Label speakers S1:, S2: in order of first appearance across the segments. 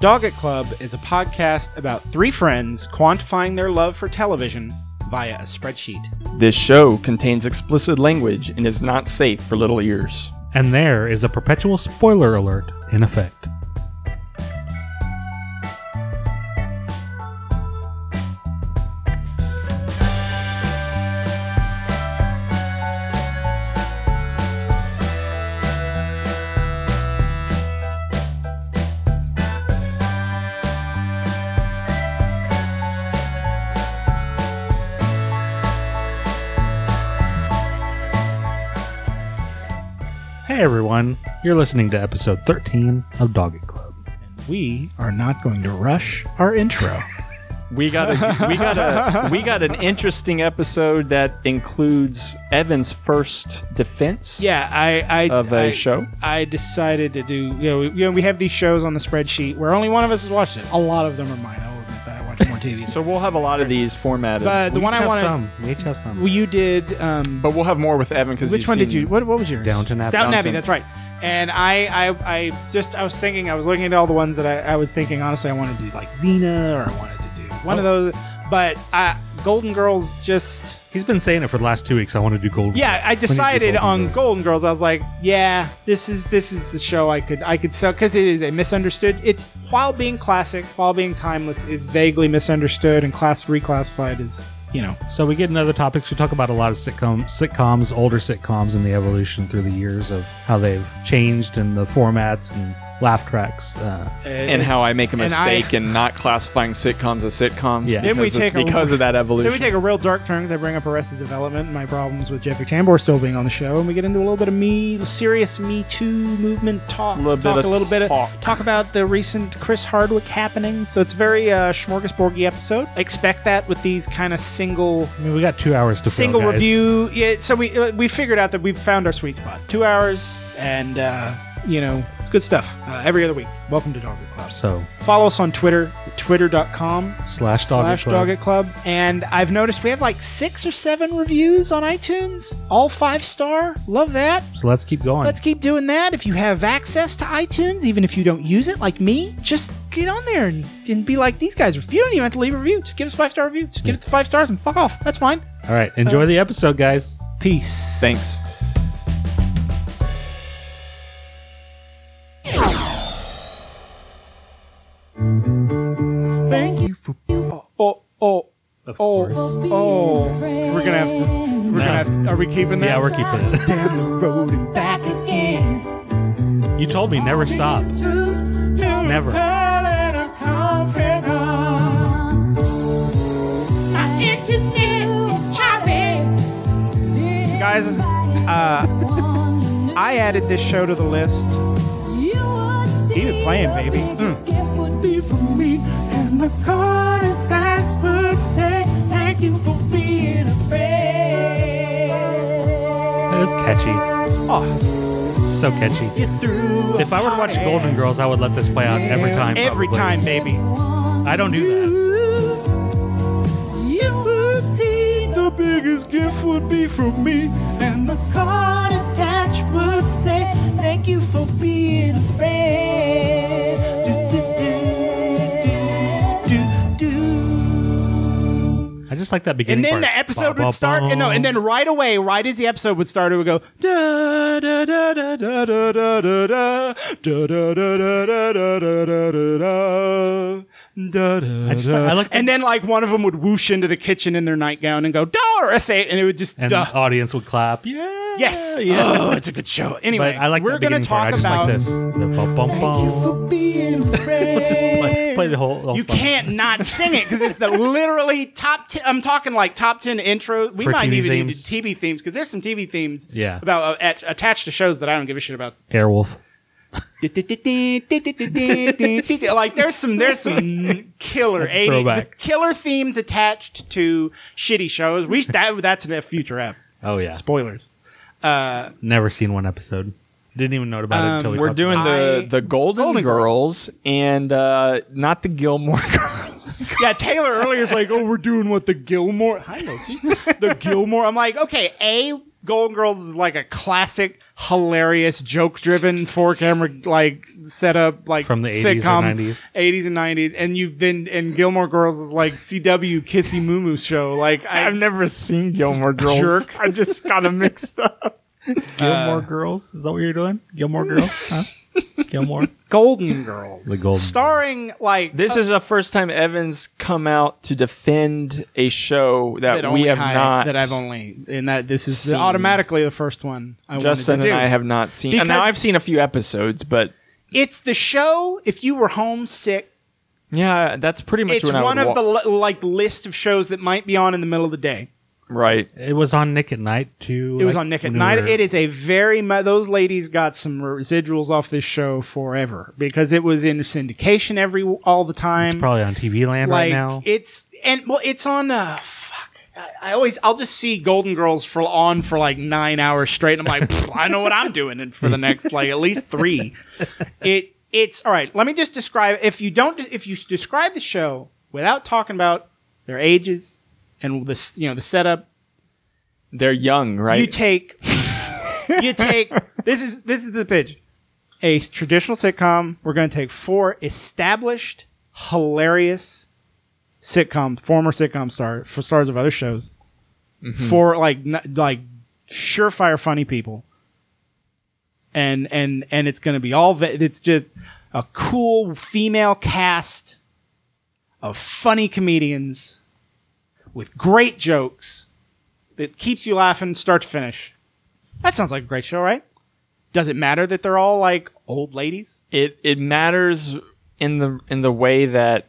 S1: Dog It Club is a podcast about three friends quantifying their love for television via a spreadsheet.
S2: This show contains explicit language and is not safe for little ears.
S3: And there is a perpetual spoiler alert in effect. Hey everyone, you're listening to episode 13 of Dog It Club.
S1: We are not going to rush our intro.
S2: We got a, we got a, we got an interesting episode that includes Evan's first defense.
S1: yeah, I, I
S2: Of a
S1: I-
S2: show?
S1: I decided to do. You know, we, you know, we have these shows on the spreadsheet where only one of us has watched it. A lot of them are mine. I will admit that I watch more TV.
S2: So we'll have a lot of these formatted.
S1: but uh, the
S3: We
S1: one I
S3: each have
S1: wanted,
S3: Some. We each have some.
S1: well, you did. Um,
S2: but we'll have more with Evan because
S1: which one did you? What, what was yours?
S3: Downton Abbey.
S1: Downton Abbey.
S2: Downton.
S1: That's right. And I, I, I just I was thinking I was looking at all the ones that I, I was thinking honestly I wanted to do like Xena or I wanted to do one of
S3: Oh.
S1: those, but I, Golden Girls just
S3: He's been saying it for the last two weeks. I want to do gold.
S1: yeah I
S3: We need to do
S1: decided
S3: Golden
S1: on
S3: Girls.
S1: Golden Girls I was like yeah this is this is the show I could I could sell because it is a misunderstood it's while being classic while being timeless is vaguely misunderstood and class reclassified is you know
S3: So we get into other topics. We talk about a lot of sitcom, sitcoms, older sitcoms, and the evolution through the years of how they've changed and the formats and laugh tracks. Uh,
S2: And how I make a
S1: And I-
S2: mistake in not classifying sitcoms as sitcoms
S3: Yeah.
S1: Then we
S2: because,
S1: take a-
S2: of, because of that evolution.
S1: Then we take a real dark turn because I bring up Arrested Development and my problems with Jeffrey Tambor still being on the show, and we get into a little bit of me, serious Me Too movement talk.
S2: Little bit
S1: talk
S2: of
S1: a little bit of
S2: talk.
S1: talk about the recent Chris Hardwick happening. So it's very uh, smorgasbordy episode. Expect that with these kind of single
S3: I mean, we got two hours to fill,
S1: single
S3: guys.
S1: review. Yeah, so we uh, we figured out that we've found our sweet spot. Two hours, and uh, you know it's good stuff. Uh, every other week. Welcome to Dog Club.
S3: So
S1: Follow us on Twitter, twitter.com
S3: slash dog.
S1: slash
S3: Club.
S1: Dog It Club. And I've noticed we have like six or seven reviews on iTunes, all five star. Love that.
S3: So let's keep going.
S1: Let's keep doing that. If you have access to iTunes, even if you don't use it, like me, just get on there and, and be like, these guys, you don't even have to leave a review. Just give us a five star review. Just give it the five stars and fuck off. That's fine.
S3: All right, enjoy the episode, guys.
S1: Peace.
S2: Thanks.
S1: Thank you. Oh, oh,
S3: Of
S1: oh,
S3: course.
S1: oh. We're going to have to. We're gonna have to, are we keeping that?
S3: Yeah, we're keeping it.
S1: down the road and
S4: back again.
S3: You told me never stop. Never.
S1: Guys, uh, I added this show to the list.
S4: keep it playing, baby.
S3: That is catchy.
S1: Oh,
S3: So catchy. If I were to watch Golden Girls, I would let this play out every time.
S1: every
S3: probably.
S1: time, baby.
S3: I don't do
S4: You would see the biggest gift would be from me, and the card attached would say, Thank you for being a friend. Do, do, do, do, do, do.
S3: that. I just like that beginning.
S1: And then
S3: part.
S1: the episode
S3: Ba, ba,
S1: would start, and no,
S3: ba.
S1: and then right away, right as the episode would start, it would go da da da da da da da da da da da da da da da da da da da da da.
S3: I just- I like-
S1: and then like one of them would whoosh into the kitchen in their nightgown and go Dorothy, and it would just
S3: and
S1: duh.
S3: the audience would clap. Yeah.
S1: yes, oh, it's a good show. Anyway,
S3: But I like
S1: we're
S3: that
S1: gonna
S3: beginning
S1: talk
S3: part. I just
S1: about
S3: like this. The bum, bum,
S4: Thank you
S3: bum.
S4: for being a friend.
S3: Play, play the whole. whole
S1: You
S3: song.
S1: can't not sing it because it's the literally top. Ten, I'm talking like top ten intro. We
S3: For
S1: might
S3: TV
S1: even
S3: themes.
S1: need to TV themes because there's some TV themes.
S3: Yeah.
S1: About uh, at, attached to shows that I don't give a shit about.
S3: Airwolf.
S1: like there's some there's some killer eighty
S3: throwback.
S1: killer themes attached to shitty shows. We that that's a future app.
S3: Oh yeah.
S1: Spoilers. Uh,
S3: Never seen one episode. Didn't even know about it
S1: Um,
S3: until we
S2: We're
S3: talked
S2: doing
S3: about
S2: the
S1: I-
S2: the Golden,
S1: Golden
S2: Girls, and uh, not the Gilmore Girls.
S1: yeah, Taylor earlier is like, oh, we're doing what the Gilmore. Hi, Loki. the Gilmore. I'm like, okay, A, Golden Girls is like a classic hilarious joke driven four camera like setup like
S3: From the 80s or
S1: sitcom
S3: 90s.
S1: 80s and 90s and you've then and Gilmore Girls is like CW Kissy Moo Moo show like I,
S5: I've never seen Gilmore Girls.
S1: jerk I just got 'em mixed up
S5: Gilmore Girls? Is that what you're doing? Gilmore Girls? Huh? Gilmore?
S1: Golden Girls the
S3: Golden
S1: starring like
S2: This is the first time Evans come out to defend a show that, we have not.
S1: that I've only and that this is
S2: seen.
S1: automatically the first one I
S2: Justin
S1: wanted to
S2: and
S1: do.
S2: I have not seen. and
S1: Because-
S2: now I've seen a few episodes, but
S1: it's the show if you were homesick
S2: yeah, that's pretty much
S1: it's
S2: when I
S1: one
S2: would
S1: of the
S2: wa-
S1: li- like list of shows that might be on in the middle of the day.
S2: right.
S3: It was on Nick at Night too.
S1: It was
S3: like,
S1: on Nick at
S3: when we
S1: Night.
S3: were-
S1: It is a very mu- those ladies got some residuals off this show forever because it was in syndication every all the time.
S3: It's probably on TV Land
S1: like
S3: right now.
S1: it's and well, it's on. Uh, fuck. I I always, I'll just see Golden Girls for on for like nine hours straight, and I'm like, "Pfft, I know what I'm doing, and for the next like at least three, it it's all right. Let me just describe. If you don't, if you describe the show without talking about their ages and this, you know, the setup,
S2: They're young, right?
S1: you take you take this is this is the pitch. A traditional sitcom, we're going to take four established, hilarious sitcom former sitcom star for stars of other shows, for like n- like surefire funny people, and and and it's going to be all that. It's just a cool female cast of funny comedians with great jokes that keeps you laughing start to finish. That sounds like a great show, right? Does it matter that they're all like old ladies?
S2: it it matters in the in the way that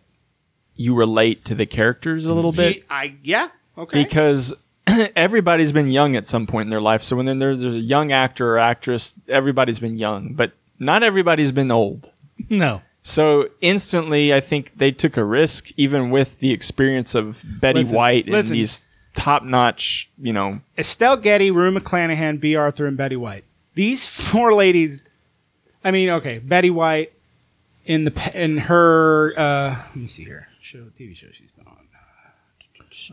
S2: you relate to the characters a little bit
S1: Ye- I yeah okay.
S2: because everybody's been young at some point in their life. So when there's, there's a young actor or actress, everybody's been young, but not everybody's been old.
S3: no,
S2: So instantly, I think they took a risk, even with the experience of Betty
S1: Listen,
S2: White and
S1: listen.
S2: these top-notch, you know,
S1: Estelle Getty, Rue McClanahan, B. Arthur, and Betty White. These four ladies. I mean, okay, Betty White in the pa- in her. Uh, let me see here. Show TV show she's been on.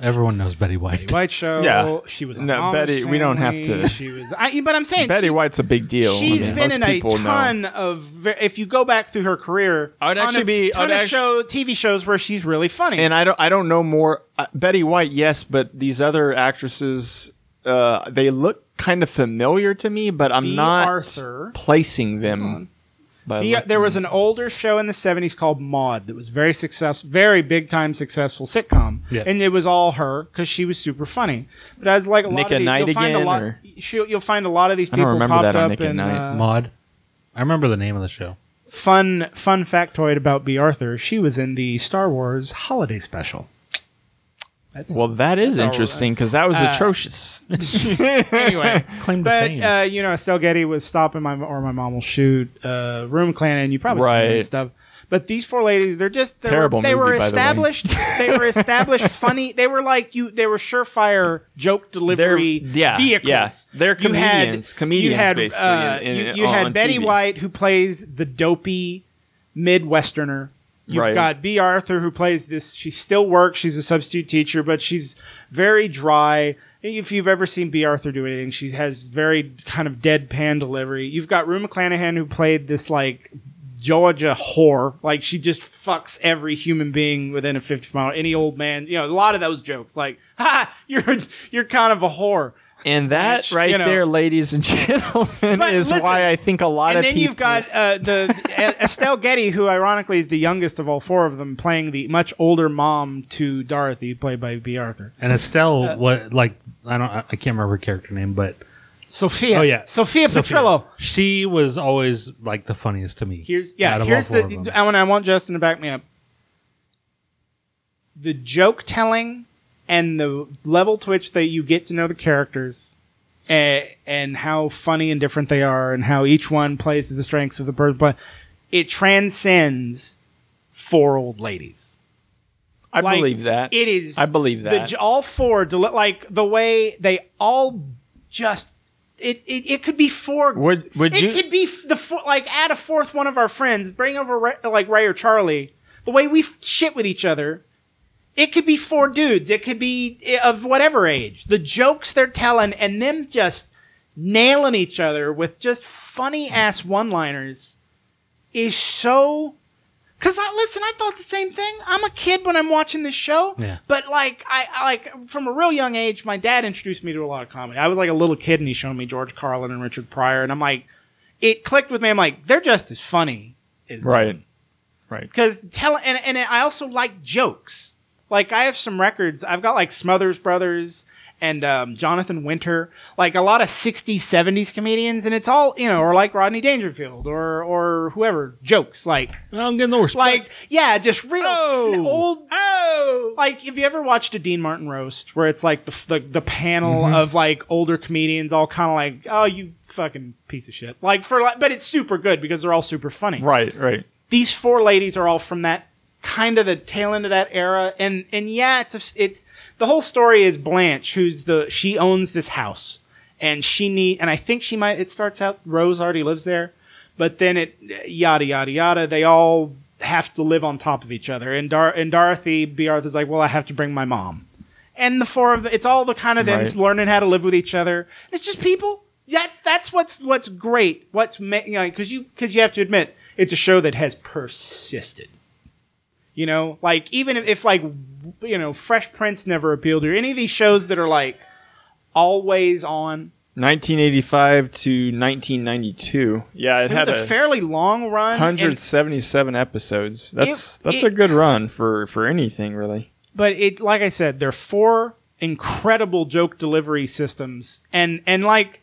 S3: everyone knows Betty White.
S1: White show.
S2: Yeah.
S1: she was on.
S2: No,
S1: Mama's
S2: Betty, we don't have
S1: Family.
S2: to-
S1: She was. I, but I'm saying
S2: Betty
S1: she-
S2: White's a big deal.
S1: She's
S2: She's
S1: been in a ton of. ve- If you go back through her career,
S2: I would
S1: ton
S2: actually
S1: of-
S2: be- I
S1: ton
S2: would
S1: of
S2: actu-
S1: show TV shows where she's really funny.
S2: and I don't I don't know more uh, Betty White yes but these other actresses uh, they look kind of familiar to me but I'm
S1: Bea
S2: not
S1: Arthur.
S2: placing them by
S1: The-
S2: looking.
S1: there was an older show in the 70s called Maud that was very successful, very big time successful sitcom.
S3: Yeah.
S1: And it was all her because she was super funny. But as like a lot
S2: Nick
S1: of
S2: at
S1: these,
S2: Night
S1: you'll find a
S2: again,
S1: lot.
S2: or-
S1: she'll- you'll find a lot of these
S2: I don't
S1: people
S2: remember
S1: popped
S2: that on
S1: up
S2: Nick at
S1: and
S2: Night.
S1: uh,
S3: Maud. I remember the name of the show.
S1: fun fun factoid about B. Arthur. She was in the Star Wars holiday special. That's
S2: well that is
S1: all right. Uh,
S2: interesting because that was atrocious
S1: anyway.
S3: Claim to
S1: But
S3: fame.
S1: uh, you know, Estelle Getty was stopping my or my mom will shoot uh, Room Clan, and you probably seen
S2: Right.
S1: that stuff. But these four ladies, they're just they
S2: Terrible
S1: Were, they were
S2: movie, by the way.
S1: established. they were established. Funny. They were like you. They were surefire joke delivery
S2: They're- yeah,
S1: vehicles.
S2: yeah. They're
S1: You had-
S2: comedians. Comedians,
S1: You had,
S2: basically,
S1: uh,
S2: in- in-
S1: you, you had
S2: on
S1: Betty
S2: TV.
S1: White who plays the dopey Midwesterner. You've
S2: Right.
S1: got B. Arthur who plays this. She still works. She's a substitute teacher, but she's very dry. If you've ever seen B. Arthur do anything, she has very kind of deadpan delivery. You've got Rue McClanahan who played this like Georgia whore. Like she just fucks every human being within a 50 mile, any old man. You know, a lot of those jokes. Like, ha, you're you're kind of a whore.
S2: and that
S1: Which,
S2: right
S1: you know-
S2: there ladies and gentlemen
S1: But
S2: is
S1: listen,
S2: why I think a lot of
S1: and then
S2: people
S1: you've got uh, the Estelle Getty, who ironically is the youngest of all four of them, playing the much older mom to Dorothy, played by B. Arthur.
S3: and Estelle,
S1: uh,
S3: what like I don't, I can't remember her character name, but
S1: Sophia.
S3: Oh, yeah.
S1: Sophia Petrillo.
S3: She was always like the funniest to me.
S1: Here's yeah.
S3: out of all
S1: here's
S3: four of them.
S1: the. I want. I want Justin to back me up. The joke telling and the level to which that you get to know the characters, and, and how funny and different they are, and how each one plays to the strengths of the person, but it transcends four old ladies.
S2: I
S1: Like,
S2: believe that
S1: It is.
S2: I believe
S1: The,
S2: that
S1: j- all four, deli- like the way they all just. It, it, it could be four.
S2: Would- would
S1: it
S2: you-
S1: could be f- the four, like add a fourth one of our friends, bring over Ray, like Ray or Charlie. The way we f- shit with each other, it could be four dudes. It could be eh, of whatever age. The jokes they're telling and them just nailing each other with just funny ass one liners is so. Cause I listen, I thought the same thing. I'm a kid when I'm watching this show,
S3: Yeah.
S1: but like I, I like from a real young age, my dad introduced me to a lot of comedy. I was like a little kid, and he showed me George Carlin and Richard Pryor, and I'm like, it clicked with me. I'm like, they're just as funny as
S2: Right.
S1: because tell and, and I also like jokes. Like I have some records. I've got like Smothers Brothers and um, Jonathan Winter, like a lot of 60s, 70s comedians, and it's all you know, or like Rodney Dangerfield or or whoever jokes like
S3: I'm getting no respect.
S1: like yeah, just real
S3: Oh.
S1: sn- old oh. Like have you ever watched a Dean Martin roast where it's like the f- the, the panel of like older comedians all kind of like oh you fucking piece of shit like for like, but it's super good because they're all super funny
S2: Right. Right.
S1: these four ladies are all from that kind of the tail end of that era and and yeah it's a, it's the whole story is blanche who's the she owns this house and she need and i think she might it starts out rose already lives there but then it yada yada yada they all have to live on top of each other and Dar- and dorothy b arthur's like well i have to bring my mom and the four of the, it's all the kind of them
S2: Right.
S1: learning how to live with each other. It's just people. That's that's what's what's great. What's ma- you know, cuz you cuz you have to admit it's a show that has persisted. You know, like even if, if like w- you know, Fresh Prince never appealed or any of these shows that are like always on.
S2: 1985 to 1992. Yeah, it,
S1: It
S2: had
S1: was a
S2: a
S1: fairly long run. and-
S2: 177 episodes. That's
S1: It-
S2: that's
S1: it-
S2: a good run for for anything really.
S1: but it like I said, there are four incredible joke delivery systems, and and like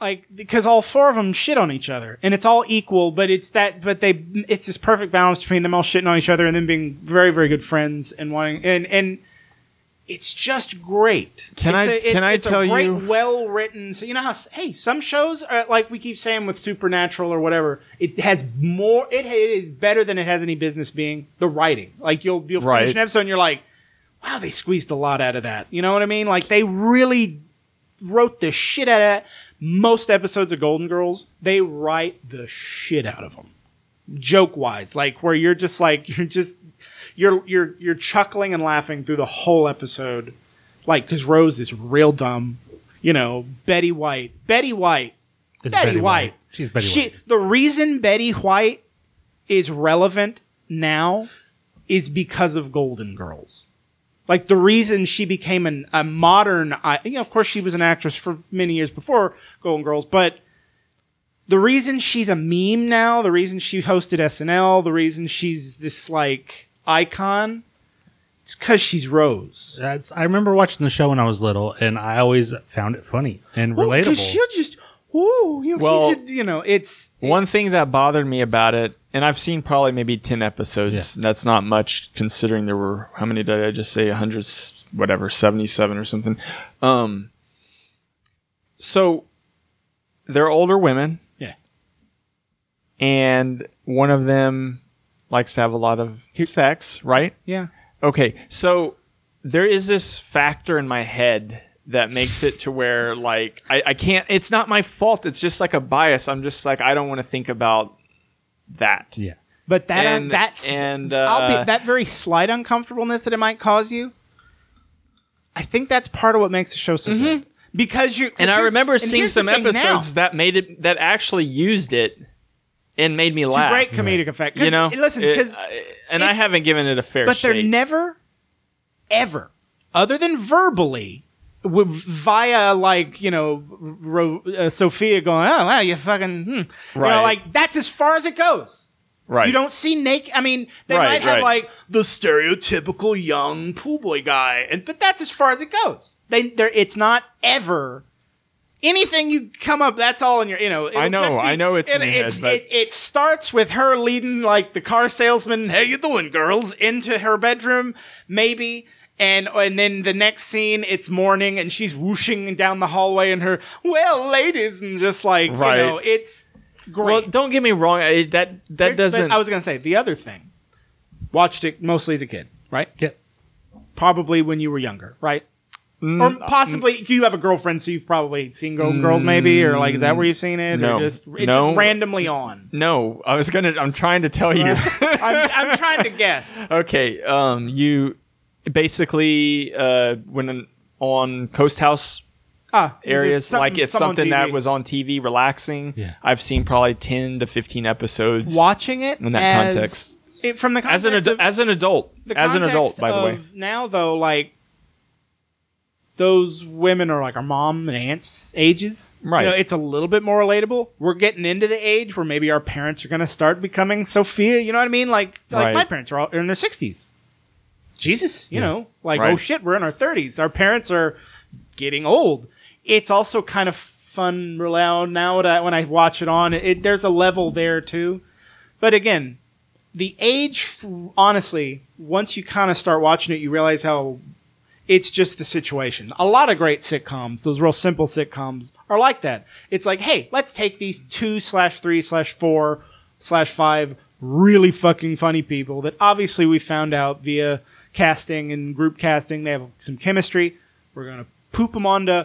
S1: like because all four of them shit on each other, and it's all equal, but it's that but they it's this perfect balance between them all shitting on each other and then being very very good friends and wanting and and. It's just great.
S2: Can
S1: It's
S2: I-
S1: a- it's-
S2: can I
S1: it's a
S2: tell
S1: great,
S2: you-
S1: Well written. So you know how s- hey, some shows are like we keep saying with Supernatural or whatever. It has more. It, it is better than it has any business being. The writing, like you'll you'll finish
S2: Right.
S1: an episode and you're like, wow, they squeezed a lot out of that. You know what I mean? Like they really wrote the shit out of that. Most episodes of Golden Girls, they write the shit out of them. Joke wise, like where you're just like you're just you're you're you're chuckling and laughing through the whole episode, like because Rose is real dumb, you know. Betty White, Betty White,
S3: It's
S1: Betty White.
S3: She's Betty
S1: she
S3: White.
S1: the reason Betty White is relevant now is because of Golden Girls. Like the reason she became an, a modern, I- you know, of course she was an actress for many years before Golden Girls, but the reason she's a meme now, the reason she hosted SNL, the reason she's this like icon, it's because she's Rose.
S3: That's, I remember watching the show when I was little, and I always found it funny and relatable.
S1: Because she'll just, ooh, you know,
S2: Well-
S1: she's a- you know, it's
S2: One thing that bothered me about it, and I've seen probably maybe 10 episodes. That's not much considering there were, how many did I just say? 100, whatever, 77 or something. Um, so they're older women.
S1: Yeah.
S2: And one of them likes to have a lot of sex, right?
S1: yeah.
S2: Okay, so there is this factor in my head that makes it to where like I, I can't. It's not my fault. It's just like a bias. I'm just like I don't want to think about that.
S3: yeah.
S1: But that
S2: And-
S1: uh, that's
S2: and,
S1: I'll be,
S2: uh,
S1: that very slight uncomfortableness that it might cause you. I think that's part of what makes the show so good because you
S2: Mm-hmm. And I
S1: here's-
S2: remember
S1: and
S2: seeing
S1: here's the
S2: some
S1: thing now,
S2: episodes that made it that actually used it and made me
S1: it's a
S2: laugh.
S1: great comedic effect. 'Cause,
S2: You know,
S1: listen,
S2: It-
S1: because
S2: I- and I
S1: it's-
S2: haven't given it a fair.
S1: but they're
S2: shake.
S1: never ever other than verbally w- via like you know Ro- uh, Sophia going oh wow you fucking hmm. you know
S2: Right.
S1: like that's as far as it goes.
S2: right.
S1: You don't see naked. I mean, they
S2: Right,
S1: might have
S2: right.
S1: like the stereotypical young pool boy guy, and but that's as far as it goes. They, they're, it's not ever anything you come up. That's all in your, you know. it'll
S2: I know,
S1: just
S2: I know it's in
S1: and
S2: your head, but-
S1: it, it starts with her leading like the car salesman, "How you doing, girls?" into her bedroom, maybe. And, and then the next scene, it's morning, and she's whooshing down the hallway, and her well, ladies, and just like
S2: Right.
S1: you know, it's great.
S2: Well, don't get me wrong. I, that that
S1: Here's- but
S2: doesn't.
S1: I was gonna say the other thing. Watched it mostly as a kid, right?
S3: Yeah.
S1: Probably when you were younger, right?
S2: Mm, uh,
S1: or possibly you have a girlfriend, so you've probably seen Golden Girls, maybe, or like is that where you've seen it,
S2: no.
S1: or just it's
S2: No.
S1: just randomly on?
S2: no, I was gonna. I'm trying to tell you.
S1: I'm, I'm trying to guess.
S2: Okay. Um, you basically uh, when an, on Coast House
S1: Ah, it is
S2: areas
S1: something-
S2: like it's
S1: something on
S2: something that
S1: TV.
S2: was on TV relaxing.
S3: Yeah.
S2: I've seen probably 10 to 15 episodes
S1: watching it
S2: in that
S1: as-
S2: context.
S1: It, from the
S2: As
S1: context
S2: an adu-
S1: of,
S2: as an adult,
S1: the
S2: as an adult
S1: context
S2: by the way.
S1: of Now though, like those women are like our mom and aunt's ages.
S2: Right.
S1: You know, it's a little bit more relatable. We're getting into the age where maybe our parents are gonna start becoming Sophia, you know what I mean? Like like
S2: Right.
S1: my parents are all are in their sixties. Jesus, you know, like
S2: Right.
S1: oh shit, we're in our thirties. Our parents are getting old. It's also kind of fun around now that when I watch it on, it, there's a level there too. But again, the age honestly once you kind of start watching it you realize how it's just the situation a lot of great sitcoms those real simple sitcoms are like that it's like hey let's take these two slash three slash four slash five really fucking funny people that obviously we found out via casting and group casting they have some chemistry we're gonna poop them onto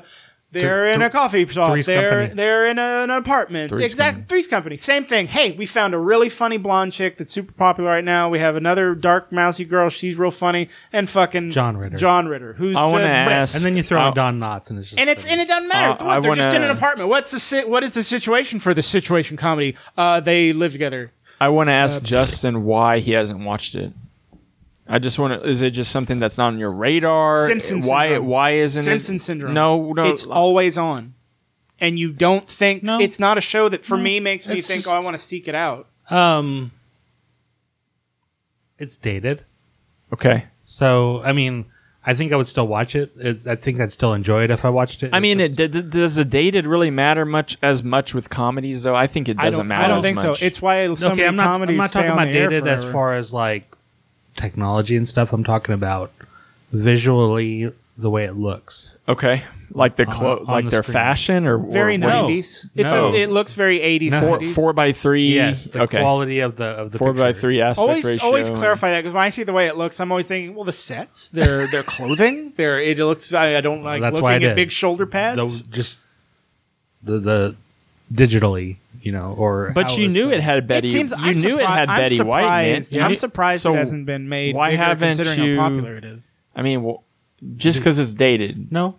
S1: they're
S3: Th-
S1: in a coffee shop.
S3: Three's
S1: They're
S3: Company.
S1: they're in a- an apartment.
S2: Three's
S1: exact
S2: Company.
S1: Three's Company. Same thing. Hey, we found a really funny blonde chick that's super popular right now. We have another dark mousy girl. She's real funny and fucking
S3: John Ritter.
S1: John Ritter, who's
S2: I want to
S1: uh,
S2: ask
S3: And then you throw
S2: I-
S3: in Don Knotts, and it's just
S1: and it's and it doesn't matter.
S2: Uh,
S1: What,
S2: I
S1: they're just in
S2: wanna-
S1: an apartment. What's the si- what is the situation for the situation comedy? Uh, they live together.
S2: I want to ask Justin why he hasn't watched it. I just want to. Is it just something that's not on your radar?
S1: Simpson
S2: why?
S1: syndrome.
S2: Why isn't it-
S1: Simpson syndrome.
S2: No, no.
S1: it's always on, and you don't think
S5: No.
S1: it's not a show that for me makes me
S5: It's
S1: think.
S5: just-
S1: oh, I want to seek it out.
S3: um, it's dated.
S2: okay.
S3: So I mean, I think I would still watch it. It's, I think I'd still enjoy it if I watched it.
S2: I
S3: It's
S2: mean,
S3: just-
S2: it, d- d- does the dated really matter much as much with comedies though? I think it
S1: I
S2: doesn't
S1: don't.
S2: matter.
S1: I don't
S2: as
S1: think
S2: much.
S1: so. It's why so
S3: okay.
S1: many
S3: I'm not.
S1: comedies
S3: I'm not
S1: stay
S3: talking
S1: on
S3: about
S1: the air
S3: dated as
S1: forever.
S3: far as like technology and stuff. I'm talking about visually the way it looks.
S2: okay. Like the
S3: On-
S2: clo-
S3: on
S2: like
S3: the
S2: their
S3: screen.
S2: fashion or
S1: very
S2: or,
S5: no.
S1: nineties. It's
S5: No.
S1: a, it looks very eighties.
S2: Four, four by three.
S3: Yes, the
S2: E, okay.
S3: quality of the of the
S2: four by
S3: picture.
S2: three aspect
S1: Always,
S2: ratio.
S1: always clarify that because when I see the way it looks, I'm always thinking, well, the sets, their their clothing, their it looks. I, I don't like
S3: that's
S1: looking
S3: why I
S1: at
S3: did.
S1: big shoulder pads.
S3: Those just the the digitally, you know, or
S2: But
S3: how
S2: you
S3: was
S2: knew
S3: done.
S2: it had Betty. you
S1: I'm
S2: knew it
S1: surpri-
S2: had
S1: I'm
S2: Betty White in it.
S1: surprised- I'm surprised
S2: So
S1: it hasn't been made.
S2: why
S1: bigger
S2: haven't
S1: considering
S2: you-
S1: how popular it is?
S2: I mean, w just because it's dated.
S3: No,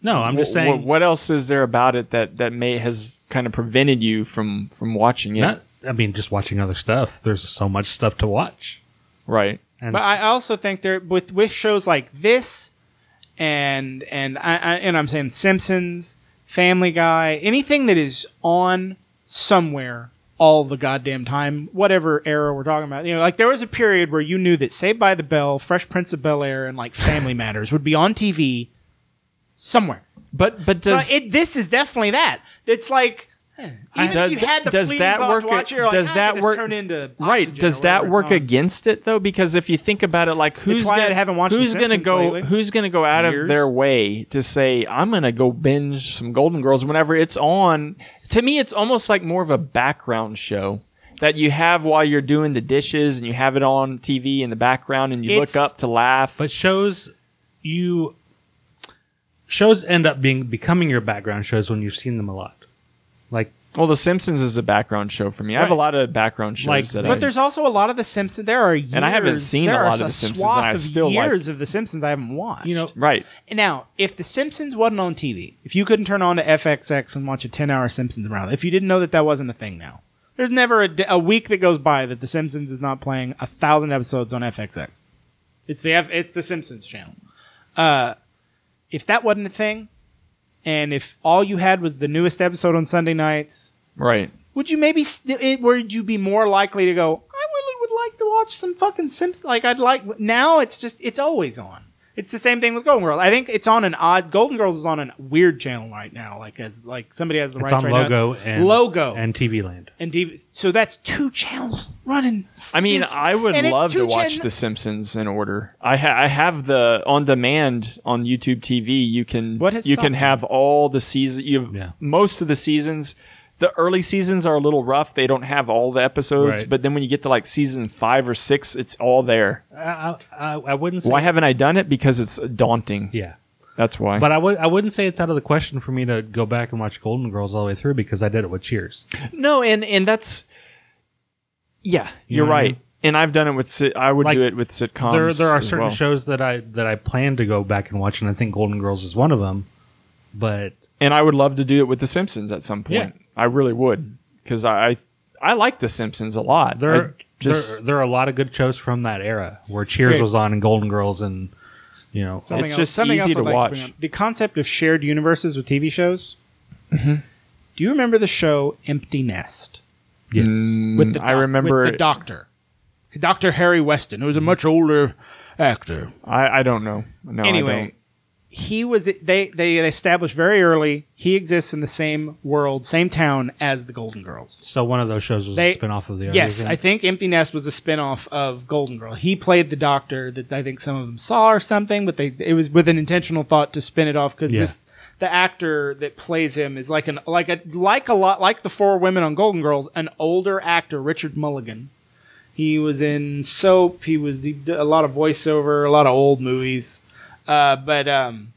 S3: no. I'm
S2: Wh-
S3: just
S2: wh-
S3: saying.
S2: What, else is there about it that that may has kind of prevented you from from watching it?
S3: Not. I mean, just watching other stuff. There's so much stuff to watch.
S2: right.
S3: And
S1: But I also think there with with shows like this, and and I, I and I'm saying Simpsons, Family Guy, anything that is on somewhere all the goddamn time, whatever era we're talking about. You know, like there was a period where you knew that Saved by the Bell, Fresh Prince of Bel Air, and like Family Matters would be on TV somewhere.
S2: But but does
S1: so it, this is definitely that. It's like. eh, Even
S2: Does-
S1: if you had the
S2: does
S1: fleeting
S2: that
S1: thought
S2: work-
S1: to
S2: e
S1: watch it, you're like,
S2: does
S1: "Ah, it
S2: that
S1: just
S2: work-
S1: turn into
S2: right?
S1: Oxygen or
S2: Does that
S1: whatever
S2: work
S1: it's on."
S2: against it though? Because if you think about it, like who's
S1: why I
S2: gonna,
S1: haven't watched The
S2: who's gonna
S1: Simpsons
S2: go
S1: lately.
S2: who's gonna go out of
S1: Years.
S2: their way to say I'm gonna go binge some Golden Girls whenever it's on? To me, it's almost like more of a background show. That you have while you're doing the dishes, and you have it on TV in the background, and you
S1: It's-
S2: look up to laugh.
S3: but shows you shows end up being becoming your background shows when you've seen them a lot. Like
S2: Well, The Simpsons is a background show for me. I have a
S3: Right.
S2: lot of background shows
S3: Like,
S2: that
S1: But
S2: I.
S1: there's also a lot of the Simpsons. There are years,
S2: I haven't seen
S1: there
S2: a
S1: are
S2: lot of The
S1: a
S2: Simpsons,
S1: swath
S2: and I
S1: of
S2: still like-
S1: years of the Simpsons I haven't watched.
S3: you know,
S2: right.
S1: now if the Simpsons wasn't on TV, if you couldn't turn on to FXX and watch a 10-hour Simpsons round, if you didn't know that that wasn't a thing, now there's never a, d- a week that goes by that the Simpsons is not playing a thousand episodes on FXX. It's the F- it's the Simpsons channel. Uh, if that wasn't a thing, and if all you had was the newest episode on Sunday nights,
S2: Right.
S1: would you maybe st- it, would you be more likely to go i really would like to watch some fucking simpsons like i'd like now it's just it's always on it's the same thing with golden girls i think it's on an odd golden girls is on a weird channel right now like as like somebody has the
S3: it's
S1: rights
S3: on
S1: right
S3: logo
S1: now.
S3: and
S1: logo and
S3: and TV Land.
S1: and DV- so that's two channels running
S2: I mean,
S1: It's-
S2: I would
S1: and it's
S2: love to
S1: two
S2: watch
S1: chan-
S2: The Simpsons in order. I ha- I have the on demand on YouTube TV. You can
S1: What has
S2: you can
S1: stopped
S2: have all the season. You have
S3: Yeah.
S2: most of the seasons. The early seasons are a little rough. They don't have all the episodes,
S3: Right.
S2: but then when you get to like season five or six, it's all there.
S3: I, I, I wouldn't say
S2: Why haven't I done it? Because it's daunting.
S3: yeah.
S2: That's why.
S3: But I would I wouldn't say it's out of the question for me to go back and watch Golden Girls all the way through because I did it with Cheers.
S2: No, and and that's yeah,
S3: You
S2: you are
S3: know what I
S2: right.
S3: mean?
S2: And I've done it with sit- I would
S3: Like,
S2: do it with sitcoms.
S3: there there are
S2: Um, as
S3: certain
S2: well.
S3: shows that I that I plan to go back and watch and I think Golden Girls is one of them. but
S2: and I would love to do it with The Simpsons at some point. I really would because I, I I like The Simpsons a lot.
S3: there,
S2: I just
S3: there there are a lot of good shows from that era where Cheers
S1: Great.
S3: was on and Golden Girls and you know
S1: Something
S2: It's
S1: else-
S2: just
S1: something
S2: easy
S1: else I'd
S2: to
S1: like
S2: watch.
S1: bring up. the concept of shared universes with TV shows.
S2: Mm-hmm.
S1: Do you remember the show Empty Nest?
S3: yes.
S2: Mm,
S4: with the
S2: I
S4: doc-
S2: remember
S4: with the
S2: it-
S4: doctor, Doctor Harry Weston, who was a much older actor.
S2: I, I don't know. No, I
S1: anyway,
S2: don't.
S1: he was they they established very early he exists in the same world, same town as the Golden Girls.
S3: So one of those shows was
S1: They-
S3: a spin off of the other.
S1: Yes,
S3: isn't
S1: I
S3: it?
S1: think Empty Nest was a spin-off of Golden Girl. He played the doctor that I think some of them saw or something, but they it was with an intentional thought to spin it off because
S3: Yeah.
S1: this the actor that plays him is like an like a like a lot like the four women on Golden Girls, an older actor, Richard Mulligan. He was in soap. He was he did a lot of voiceover, a lot of old movies. Uh, but um,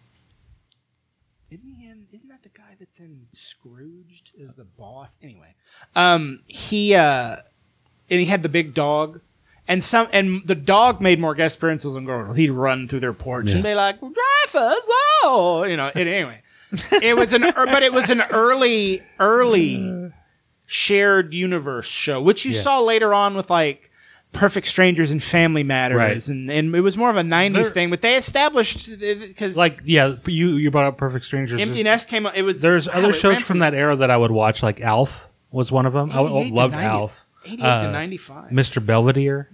S1: isn't he in? Isn't that the guy that's in Scrooged as the boss? Anyway, um, he uh, and he had the big dog. And some and the dog made more guest appearances on Girl. Girl. He'd run through their porch and be like, "Dreyfus, oh, you know." And anyway, it was an ear- but it was an early early shared universe show, which you saw later on with like Perfect Strangers and Family Matters,
S3: Right.
S1: and and it was more of a '90s
S3: There-
S1: thing. But they established because
S3: like yeah, you you brought up Perfect Strangers.
S1: Empty Nest came up. It was
S3: There's
S1: wow,
S3: other
S1: it
S3: shows
S1: ran
S3: from that era that I would watch, like Alf was one of them. I
S1: 88 to
S3: loved
S1: 90.
S3: Alf.
S1: 88
S3: uh,
S1: to 95.
S3: Mr. Belvedere,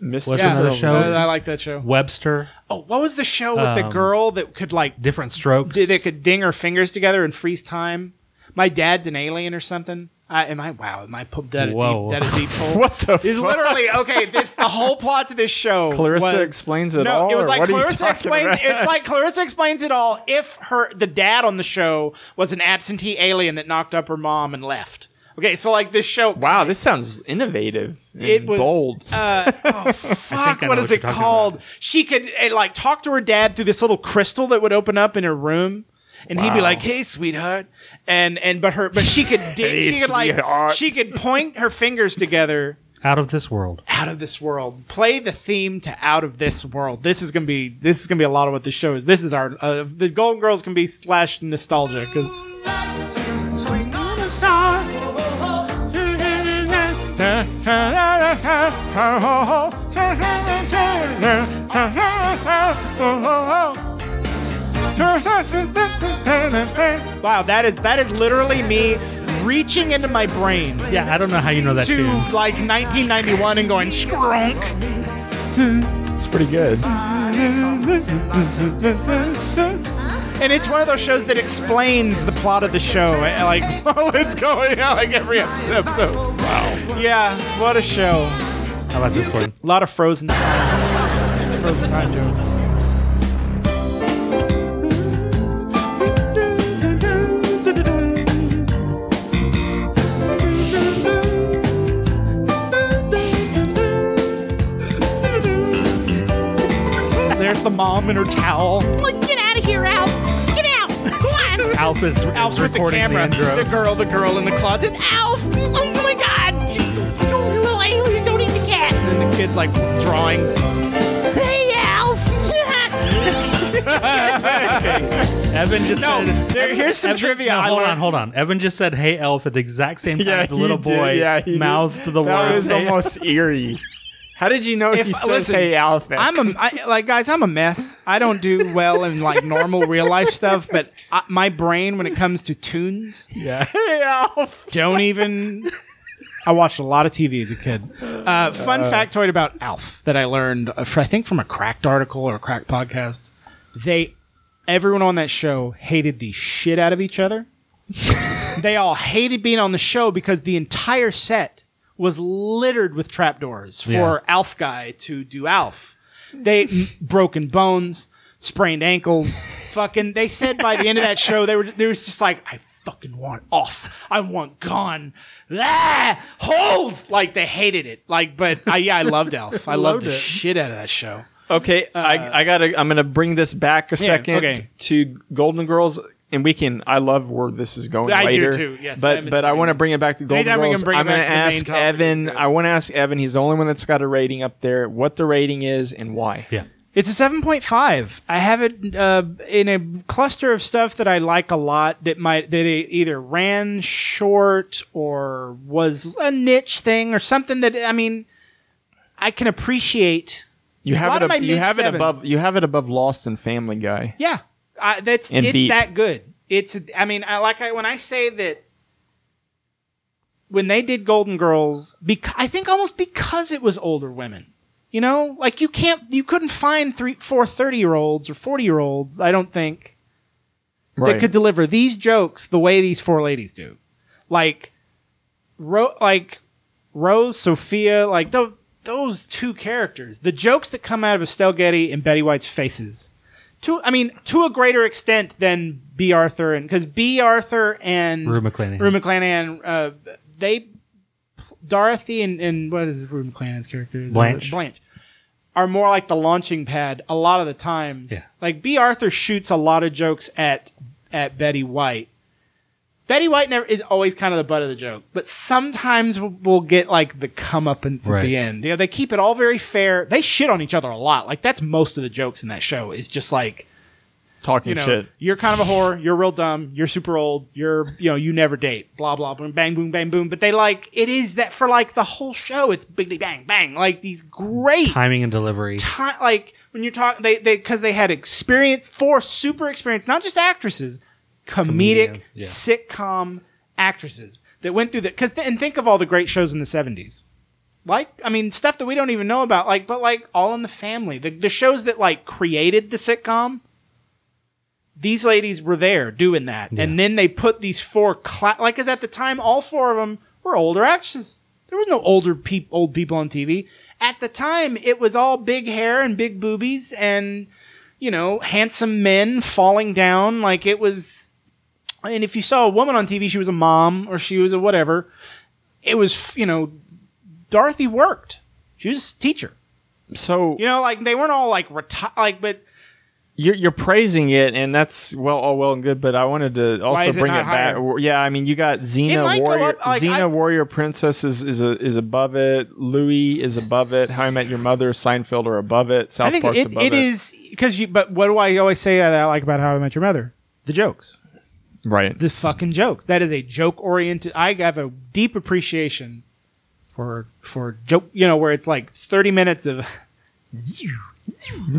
S2: Mr.
S3: what's
S1: Yeah,
S3: another
S1: I-
S3: show?
S1: I, like that show.
S3: Webster,
S1: Oh, what was the show with the
S3: Um,
S1: girl that could like
S3: Different Strokes.
S1: that could ding her fingers together and freeze time? My dad's an alien or something. I, am I? Wow, am I pu- that a deep,
S3: Whoa.
S1: is that a deep hole?
S2: What the
S1: It's
S2: fuck?
S1: literally okay. This the whole plot to this show.
S2: Clarissa
S1: was-
S2: explains it
S1: no,
S2: all.
S1: it was
S2: or
S1: like
S2: what are you
S1: Clarissa
S2: talking
S1: explains.
S2: about?
S1: It's like Clarissa explains it all. If her the dad on the show was an absentee alien that knocked up her mom and left. Okay, so like this show.
S2: Wow, this sounds innovative. And
S1: It was
S2: bold.
S1: Uh, oh fuck!
S3: I know
S1: What is it
S3: what you're talking
S1: called? She could uh, like talk to her dad through this little crystal that would open up in her room, and he'd be
S2: Wow.
S1: like, "Hey, sweetheart," and and but her but she could dig,
S2: Hey,
S1: she could like
S2: sweetheart.
S1: she could point her fingers together
S3: Out of This World.
S1: out of this world. Play the theme to out of this world. This is gonna be this is gonna be a lot of what this show is. This is our uh, the Golden Girls can be slash nostalgia 'cause-
S4: Swing on a star.
S1: wow, that is that is literally me reaching into my brain
S3: Yeah, I don't know how you know that
S1: to
S3: tune.
S1: like 1991 and going skronk.
S2: it's pretty good.
S1: And it's one of those shows that explains the plot of the show. eh, Like, what's going on? Like every episode. Wow. Yeah, what a show. A
S3: How about this one?
S1: lot of frozen frozen time jokes. There's the mom in her towel.
S6: Get out of here, Alf! Get out! Come on!
S3: Alf is, is
S1: Alf's with the
S3: recording
S1: camera.
S3: the intro.
S1: the girl, the girl in the closet.
S6: Alf! Oh my god! It's a freaking little alien, don't eat the cat!
S1: And then the kid's like drawing.
S6: Hey, Alf!
S3: Evan just
S1: No,
S3: said.
S1: there- here's some
S3: Evan-
S1: trivia
S3: no,
S1: I
S3: hold on,
S1: learned.
S3: hold on. Evan just said, "Hey, Elf," at the exact same time
S2: Yeah,
S3: the little
S2: he did.
S3: boy
S2: Yeah, he did.
S3: mouthed the
S2: That
S3: word.
S2: was almost eerie. How did you know
S1: If-
S2: he says
S1: listen,
S2: "Hey, Alfred"?
S1: I'm a I, like guys. I'm a mess. I don't do well in like normal real life stuff, but I, my brain when it comes to tunes,
S2: yeah. Hey, Alf.
S1: don't even. I watched a lot of TV as a kid. Uh, fun factoid about Alf that I learned, uh, fr- I think from a cracked article or a cracked podcast. They, everyone on that show hated the shit out of each other. they all hated being on the show because the entire set was littered with trapdoors for
S3: Yeah.
S1: Alf guy to do Alf. They m- broken bones, sprained ankles, fucking. They said by the end of that show, they were they was just like, I fucking want off. I want gone. Ah, holes. Like they hated it. Like, but I yeah, I loved Alf. I loved the shit out of that show.
S2: Okay, I, I gotta. I'm gonna bring this back a second
S1: Uh, okay.
S2: to Golden Girls, and we can. I love where this is going
S1: I do
S2: later.
S1: too, yes,
S2: but
S1: Evan's
S2: but I
S1: bringing
S2: want to
S1: this-
S2: bring it back to Golden
S1: Anytime we can
S2: Girls.
S1: bring it
S2: I'm
S1: back
S2: gonna
S1: to the main
S2: ask
S1: topic is
S2: Evan.
S1: good.
S2: I want to ask Evan. He's the only one that's got a rating up there. What the rating is and why?
S3: yeah.
S1: It's a 7.5. I have it uh, in a cluster of stuff that I like a lot that might that it either ran short or was a niche thing or something that I mean I can appreciate.
S2: You
S1: lot
S2: have it.
S1: of my
S2: Ab- you have it
S1: mid-sevens.
S2: above. You have it above Lost and Family Guy.
S1: Yeah, I, that's
S2: And
S1: it's
S2: deep.
S1: that good. It's I mean I like I, when I say that when they did Golden Girls, bec- I think almost because it was older women. You know, like you can't, you couldn't find three, four 30 year olds or 40 year olds, I don't think, that could deliver these jokes the way these four ladies do. Like, Ro- like Rose, Sophia, like tho- those two characters, the jokes that come out of Estelle Getty and Betty White's faces, to I mean, to a greater extent than B. Arthur and because B. Arthur and
S3: Rue McClanahan.
S1: Rue McClanahan, uh, they Dorothy and, and what is Rue McClanahan's character?
S3: Blanche.
S1: Blanche are more like the launching pad a lot of the times.
S3: Yeah.
S1: Like B. Arthur shoots a lot of jokes at at Betty White. Betty White never is always kind of the butt of the joke, but sometimes we'll, we'll get like the comeuppance at
S3: Right.
S1: the end. You know, they keep it all very fair. They shit on each other a lot. Like that's most of the jokes in that show. Is just like
S2: talking
S1: you know,
S2: shit.
S1: you're kind of a whore. You're real dumb. You're super old. You're you know you never date. Blah blah boom bang boom bang boom. But they like it is that for like the whole show. It's biggity bang bang. Like these great
S3: Timing and delivery.
S1: time like when you're talking they they because they had experience four super experience not just actresses comedic
S3: Comedian, yeah.
S1: sitcom actresses that went through that because and think of all the great shows in the 70s like i mean stuff that we don't even know about like but like all in the family the, the shows that like created the sitcom these ladies were there doing that and then they put these four cla- like because at the time all four of them were older actresses there was no older peop- old people on tv at the time it was all big hair and big boobies and you know handsome men falling down like it was and if you saw a woman on tv she was a mom or she was a whatever it was you know dorothy worked she was a teacher
S2: So
S1: you know like they weren't all like reti- like but
S2: you're, you're praising it, and that's well, all well and good. But I wanted to also
S1: is it
S2: bring
S1: not
S2: it back.
S1: higher?
S2: Yeah, I mean, you
S1: It
S2: got
S1: might
S2: Xena
S1: go
S2: Warrior.
S1: up, like,
S2: Xena
S1: I-
S2: Warrior Princess is is, a, is above it. Louis is above it. How I Met Your Mother, Seinfeld are above it. South
S1: I think
S2: Park's
S1: it,
S2: above
S1: it is because you. But what do I always say that I like about How I Met Your Mother? The jokes,
S2: right.
S1: the fucking jokes. That is a joke oriented. I have a deep appreciation for for joke. You know where it's like thirty minutes of.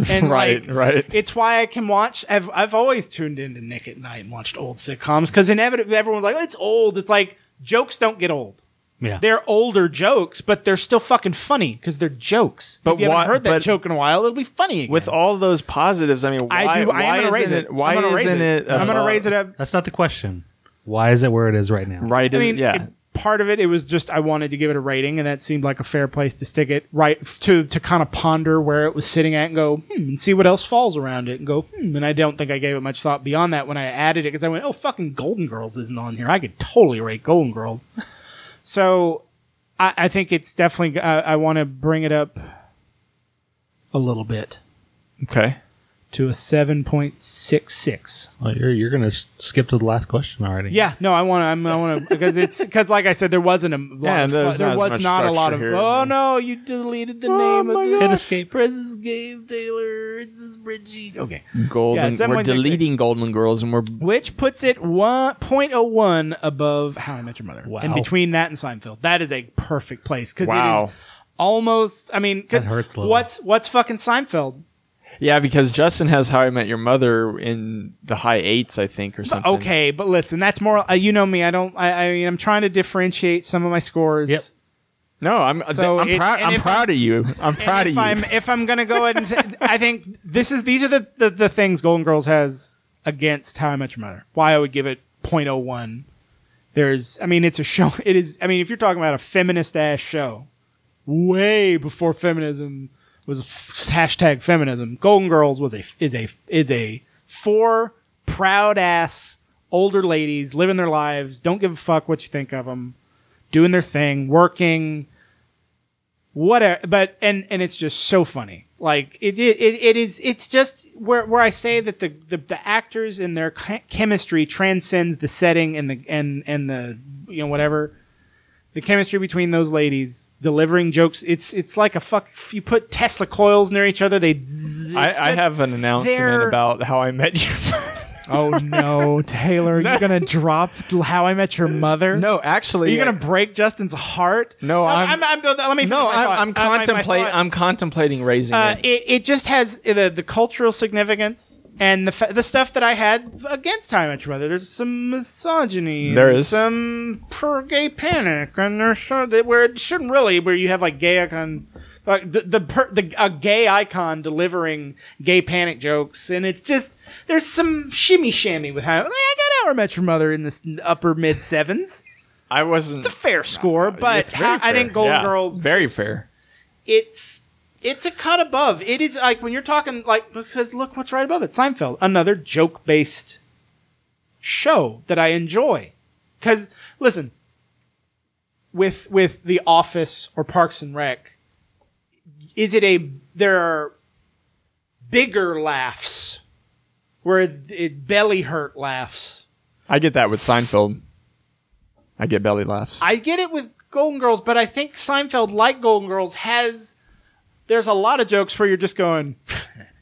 S1: And
S2: right,
S1: like,
S2: right.
S1: it's why I can watch. I've I've always tuned into Nick at Night and watched old sitcoms because inevitably everyone's like, it's old. It's like jokes don't get old.
S3: Yeah.
S1: They're older jokes, but they're still fucking funny because they're jokes.
S2: But
S1: if you
S2: why-
S1: haven't heard that
S2: but-
S1: joke in a while, it'll be funny again.
S2: With all those positives, I mean, why,
S1: I do. I
S2: why
S1: am gonna
S2: isn't
S1: raise it.
S2: it? Why
S1: I'm gonna raise
S2: isn't
S1: it?
S2: it? uh,
S1: I'm gonna
S2: above-
S1: raise it up.
S3: That's not the question. Why is it where it is right now?
S2: Right.
S1: I mean,
S2: yeah.
S1: it- part of it, it was just I wanted to give it a rating, and that seemed like a fair place to stick it. Right f- to to kind of ponder where it was sitting at and go hmm, and see what else falls around it and go hmm. And I don't think I gave it much thought beyond that when I added it because I went, oh fucking Golden Girls isn't on here. I could totally rate Golden Girls. so I, I think it's definitely I, I want to bring it up a little bit
S2: okay.
S1: to a seven point six six.
S3: Well, you're you're gonna s- skip to the last question already.
S1: Yeah, no, I want to. I'm, I want to because it's because, like I said, there wasn't a lot
S2: Yeah,
S1: of fun-
S2: there's
S1: there
S2: not as
S1: was
S2: much
S1: not a lot of.
S2: structure here. Oh
S1: Oh no, you deleted the name of the
S3: Hit escape.
S1: Princess Gabe Taylor. This is Bridgie. Okay, Yeah,
S2: Golden. we're
S1: 7.66.
S2: deleting Golden Girls, and we're
S1: which puts it one point oh one above How I Met Your Mother.
S3: Wow.
S1: And between that and Seinfeld, that is a perfect place because it
S2: Wow.
S1: is almost. I mean, 'cause
S3: That hurts a little.
S1: what's what's fucking Seinfeld?
S2: yeah because Justin has How I Met Your Mother in the high eights, I think, or something.
S1: Okay, but listen, that's more. Uh, you know me. I don't. I, I mean, I'm trying to differentiate some of my scores.
S3: Yep.
S2: No, I'm uh,
S1: So
S2: I'm
S1: it-
S2: proud.
S1: and
S2: I'm
S1: if
S2: proud of you. I'm
S1: And
S2: proud of
S1: if
S2: you.
S1: I'm if I'm gonna go ahead and say, I think this is these are the, the the things Golden Girls has against How I Met Your Mother. Why I would give it 0.01. There's, I mean, it's a show. It is. I mean, if you're talking about a feminist ass show, way before feminism was f- hashtag feminism, Golden Girls was a is a is a four proud ass older ladies living their lives. Don't give a fuck what you think of them, doing their thing, working whatever but and and it's just so funny like it it, it, it is it's just where where i say that the the, the actors and their ch- chemistry transcends the setting and the and and the you know whatever the chemistry between those ladies delivering jokes it's it's like a fuck if you put tesla coils near each other they zzz, it's
S2: I, I
S1: just-
S2: have an announcement
S1: they're-
S2: about how I met your
S1: Oh no, Taylor, you're gonna drop How I Met Your Mother.
S2: no,
S1: Are
S2: actually,
S1: you gonna break Justin's heart?
S2: No, I'm-
S1: I'm, I'm, let me.
S2: no,
S1: finish my
S2: I'm,
S1: thought.
S2: I'm
S1: Uh, my- my
S2: contemplating.
S1: thought-
S2: I'm contemplating raising
S1: Uh,
S2: it.
S1: it, it just has uh, the, the cultural significance and the fa- the stuff that I had against How I Met Your Mother. There's some misogyny.
S2: There
S1: and
S2: is.
S1: some per gay panic, and there's some- that where it shouldn't really where you have like gay icon, like the the, per, the a gay icon delivering gay panic jokes, and it's just there's some shimmy shammy with how like, I got How I Met Your Mother in this upper mid sevens.
S2: I
S1: It's
S2: wasn't.
S1: a fair score, but
S2: It's very
S1: I think
S2: fair.
S1: Golden
S2: Yeah,
S1: Girls
S2: very
S1: just-
S2: fair.
S1: it's it's a cut above. It is like when you're talking like says look what's right above it. Seinfeld, another joke based show that I enjoy. Cause listen, with with The Office or Parks and Rec, is it a there are bigger laughs where it, it belly hurt laughs.
S2: I get that with Seinfeld. I get belly laughs.
S1: I get it with Golden Girls, but I think Seinfeld, like Golden Girls, has there's a lot of jokes where you're just going.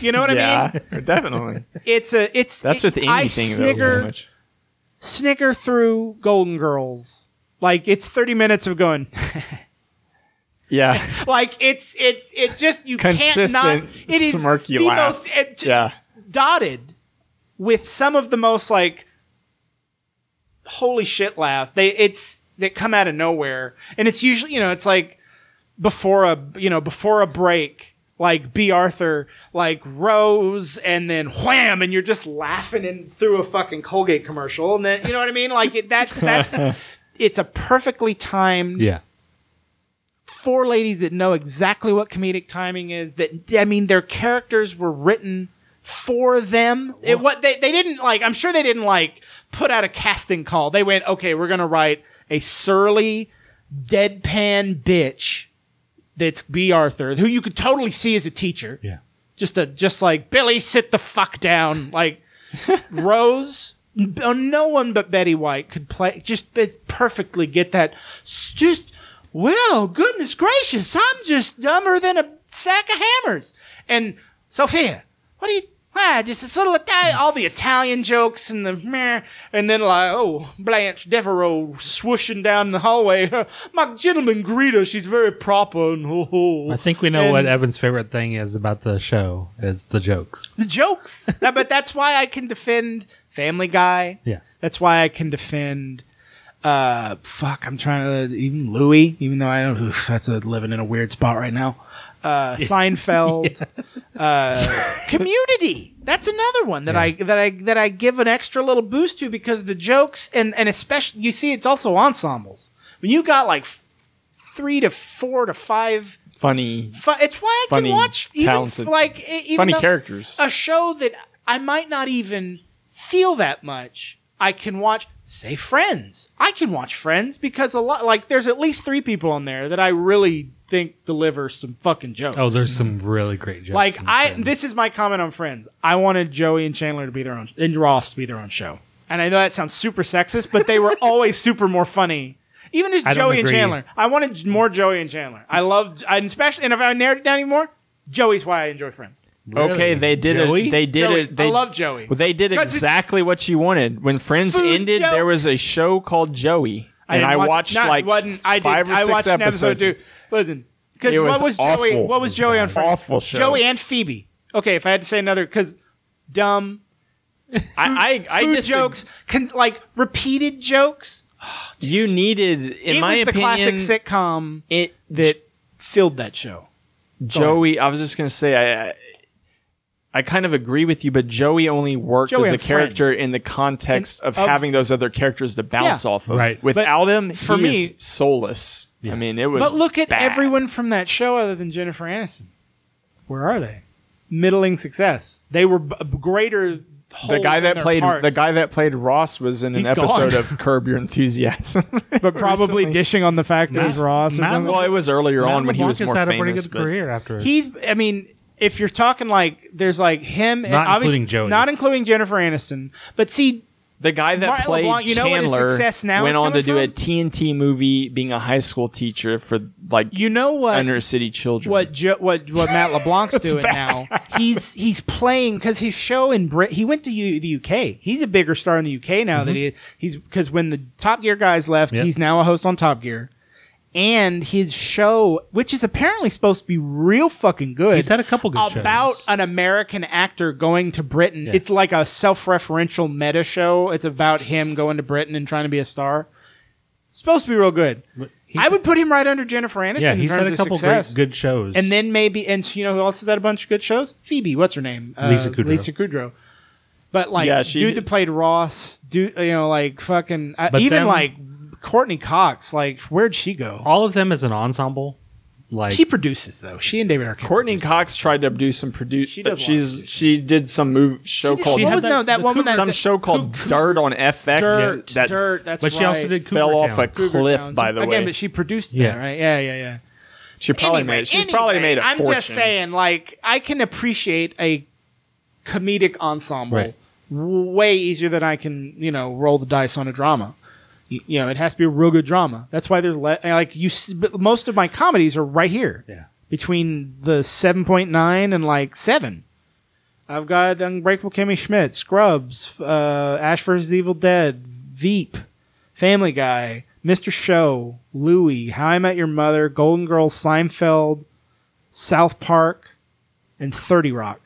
S1: you know what I mean?
S2: definitely.
S1: It's a it's
S2: That's
S1: it-
S2: with anything.
S1: I
S2: though, pretty
S1: snicker
S2: much.
S1: snicker through Golden Girls. Like it's thirty minutes of going.
S2: Yeah,
S1: like it's it's it just you can't not.
S2: Consistent
S1: It is
S2: smirky
S1: the
S2: laugh.
S1: most it-
S2: yeah.
S1: dotted with some of the most like holy shit laugh they it's that come out of nowhere and it's usually you know it's like before a you know before a break like b arthur like rose and then wham and you're just laughing in through a fucking colgate commercial and then you know what i mean like it, that's that's it's a perfectly timed
S3: Yeah.
S1: four ladies that know exactly what comedic timing is. That I mean, their characters were written for them. It what they they didn't like. I'm sure they didn't like put out a casting call. They went, okay, we're gonna write a surly, deadpan bitch that's B. Arthur, who you could totally see as a teacher.
S3: Yeah.
S1: Just a just like Billy, sit the fuck down. Like Rose, n- no one but Betty White could play just be- perfectly get that. S- Just well, goodness gracious, I'm just dumber than a sack of hammers. And Sophia, what do you? Why just this little
S3: Mm.
S1: Italian, all the Italian jokes and the meh, and then like oh Blanche Devereaux swooshing down the hallway. My gentleman greet her. She's very proper and ho ho.
S3: I think we know
S1: And-
S3: what Evan's favorite thing is about the show is the jokes.
S1: the jokes. That- but that's why I can defend Family Guy.
S3: Yeah.
S1: That's why I can defend. Uh, fuck, I'm trying to even Louis, even though I don't. oof, that's a, living in a weird spot right now. Uh, Seinfeld, uh, Community. That's another one that I that I that I give an extra little boost to because the jokes and and especially you see it's also ensembles. When you got like f- three to four to five,
S2: Funny,
S1: fi- it's why I
S2: Funny,
S1: can watch even f-
S2: talented-
S1: like e- even
S2: funny
S1: though-
S2: characters.
S1: a show that I might not even feel that much. I can watch, say, Friends. I can watch Friends because a lot, like, there's at least three people on there that I really think deliver some fucking jokes.
S3: Oh, there's some really great jokes.
S1: like
S3: in
S1: I.
S3: Friends.
S1: This is my comment on Friends. I wanted Joey and Chandler to be their own, and Ross to be their own show. And I know that sounds super sexist, but they were always super more funny. Even as
S3: I don't
S1: Joey and
S3: agree.
S1: Chandler, I wanted more Joey and Chandler. I loved, and especially, and if I narrowed it down anymore, Joey's why I enjoy Friends.
S2: Okay, they did
S3: Joey?
S2: it. They did
S1: Joey.
S2: it. They,
S1: I love Joey.
S2: Well, they did
S1: 'Cause it's-
S2: exactly what you wanted. When Friends
S1: Food
S2: ended, there was a
S1: jokes.
S2: show called Joey, and
S1: didn't
S2: I
S1: watch it.
S2: watched
S1: No, it
S2: like
S1: wasn't- I did-
S2: five or
S1: I
S2: six
S1: watched an episode
S2: episodes.
S1: too. Listen, because
S2: It
S1: what
S2: was
S1: was Joey?
S2: awful.
S1: What was Joey on Friends?
S2: Awful show.
S1: Joey and Phoebe. Okay, if I had to say another, because dumb
S2: I, I, I
S1: food
S2: disag-
S1: jokes, con- like repeated jokes.
S2: You needed, in
S1: it
S2: my
S1: was the classic
S2: opinion,
S1: sitcom
S2: it
S1: that filled that show.
S2: Joey. I was just gonna say, I, I, I kind of agree with you, but Joey only worked
S1: Joey
S2: as a
S1: and
S2: character
S1: Friends.
S2: in the context
S1: And
S2: of,
S1: of-
S2: having those other characters to bounce
S1: Yeah.
S2: off of.
S3: Right.
S2: Without him,
S1: for
S2: he
S1: me-
S2: is soulless. I mean, it was.
S1: But look at
S2: bad.
S1: everyone from that show other than Jennifer Aniston. Where are they? Middling success. They were b- greater.
S2: The
S1: whole
S2: guy
S1: in
S2: that
S1: their
S2: played
S1: parts,
S2: the guy that played Ross was in an
S1: He's
S2: episode
S1: gone.
S2: of Curb Your Enthusiasm,
S1: but probably
S2: recently.
S1: dishing on the fact that
S3: Matt-
S1: he's Ross. Or
S3: Matt
S1: something.
S2: Well, it was earlier
S3: Matt
S2: on when he was
S3: LeBlanc
S2: more
S3: has had
S2: famous.
S3: a pretty good
S2: but-
S3: career after.
S1: He's, I mean, if you're talking like there's like him, and
S3: Not
S1: obvious-
S3: including Joey.
S1: not including Jennifer Aniston, but see,
S2: The guy that
S1: Martin
S2: played
S1: LeBlanc, you know where his
S2: Chandler
S1: success now
S2: went
S1: is
S2: on to
S1: coming
S2: do a
S1: from?
S2: TNT movie, being a high school teacher for like
S1: You know what?
S2: inner city children.
S1: what jo- what what Matt LeBlanc's doing now. He's he's playing because his show in Brit. He went to U- the UK. He's a bigger star in the UK now that he he's because when the Top Gear guys left,
S3: Yep.
S1: he's now a host on Top Gear. And his show, which is apparently supposed to be real fucking good,
S3: He's had a couple good shows.
S1: about an American actor going to Britain. It's like a self-referential meta show. It's about him going to Britain and trying to be a star. Supposed to be real good.
S3: he's-
S1: I would put him right under Jennifer Aniston.
S3: Yeah,
S1: in
S3: he's
S1: terms
S3: had a
S1: of
S3: couple
S1: success.
S3: great good shows.
S1: And then maybe, and you know who else has had a bunch of good shows? Phoebe, what's her name? Uh,
S3: Lisa Kudrow.
S1: Lisa Kudrow. But like,
S2: Yeah, she-
S1: dude that played Ross, dude, you know, like fucking, uh,
S3: But
S1: even
S3: them-
S1: like Courtney Cox, like where'd she go?
S3: all of them as an ensemble, like
S1: She produces though. She and David Arquette.
S2: Courtney
S1: produce.
S2: Cox tried to do some produce.
S1: She
S2: She
S1: does a lot of
S2: she's she did some move show
S1: did-
S2: called
S1: she had that- No, that the woman Cougar- that-
S2: some
S1: that-
S2: show called Dirt on FX
S1: dirt,
S2: that
S1: dirt. That's
S3: but she
S1: right.
S3: also did Cougar
S2: fell off
S3: Town.
S2: a
S1: Cougar
S2: cliff.
S1: Town.
S2: By the
S1: again,
S2: way,
S1: but she produced that,
S3: Yeah.
S1: right? Yeah, yeah, yeah.
S2: she probably
S1: Anyway,
S2: made she's
S1: anyway,
S2: probably made a
S1: I'm
S2: fortune.
S1: just saying, like, I can appreciate a comedic ensemble
S3: Right.
S1: way easier than I can, you know, roll the dice on a drama. Y- You know, it has to be a real good drama. That's why there's le- like you. s- but Most of my comedies are right here,
S3: Yeah.
S1: between the seven point nine and like seven. I've got Unbreakable Kimmy Schmidt, Scrubs, uh, Ash vs. Evil Dead, Veep, Family Guy, Mr. Show, Louie, How I Met Your Mother, Golden Girls, Seinfeld, South Park, and Thirty Rock.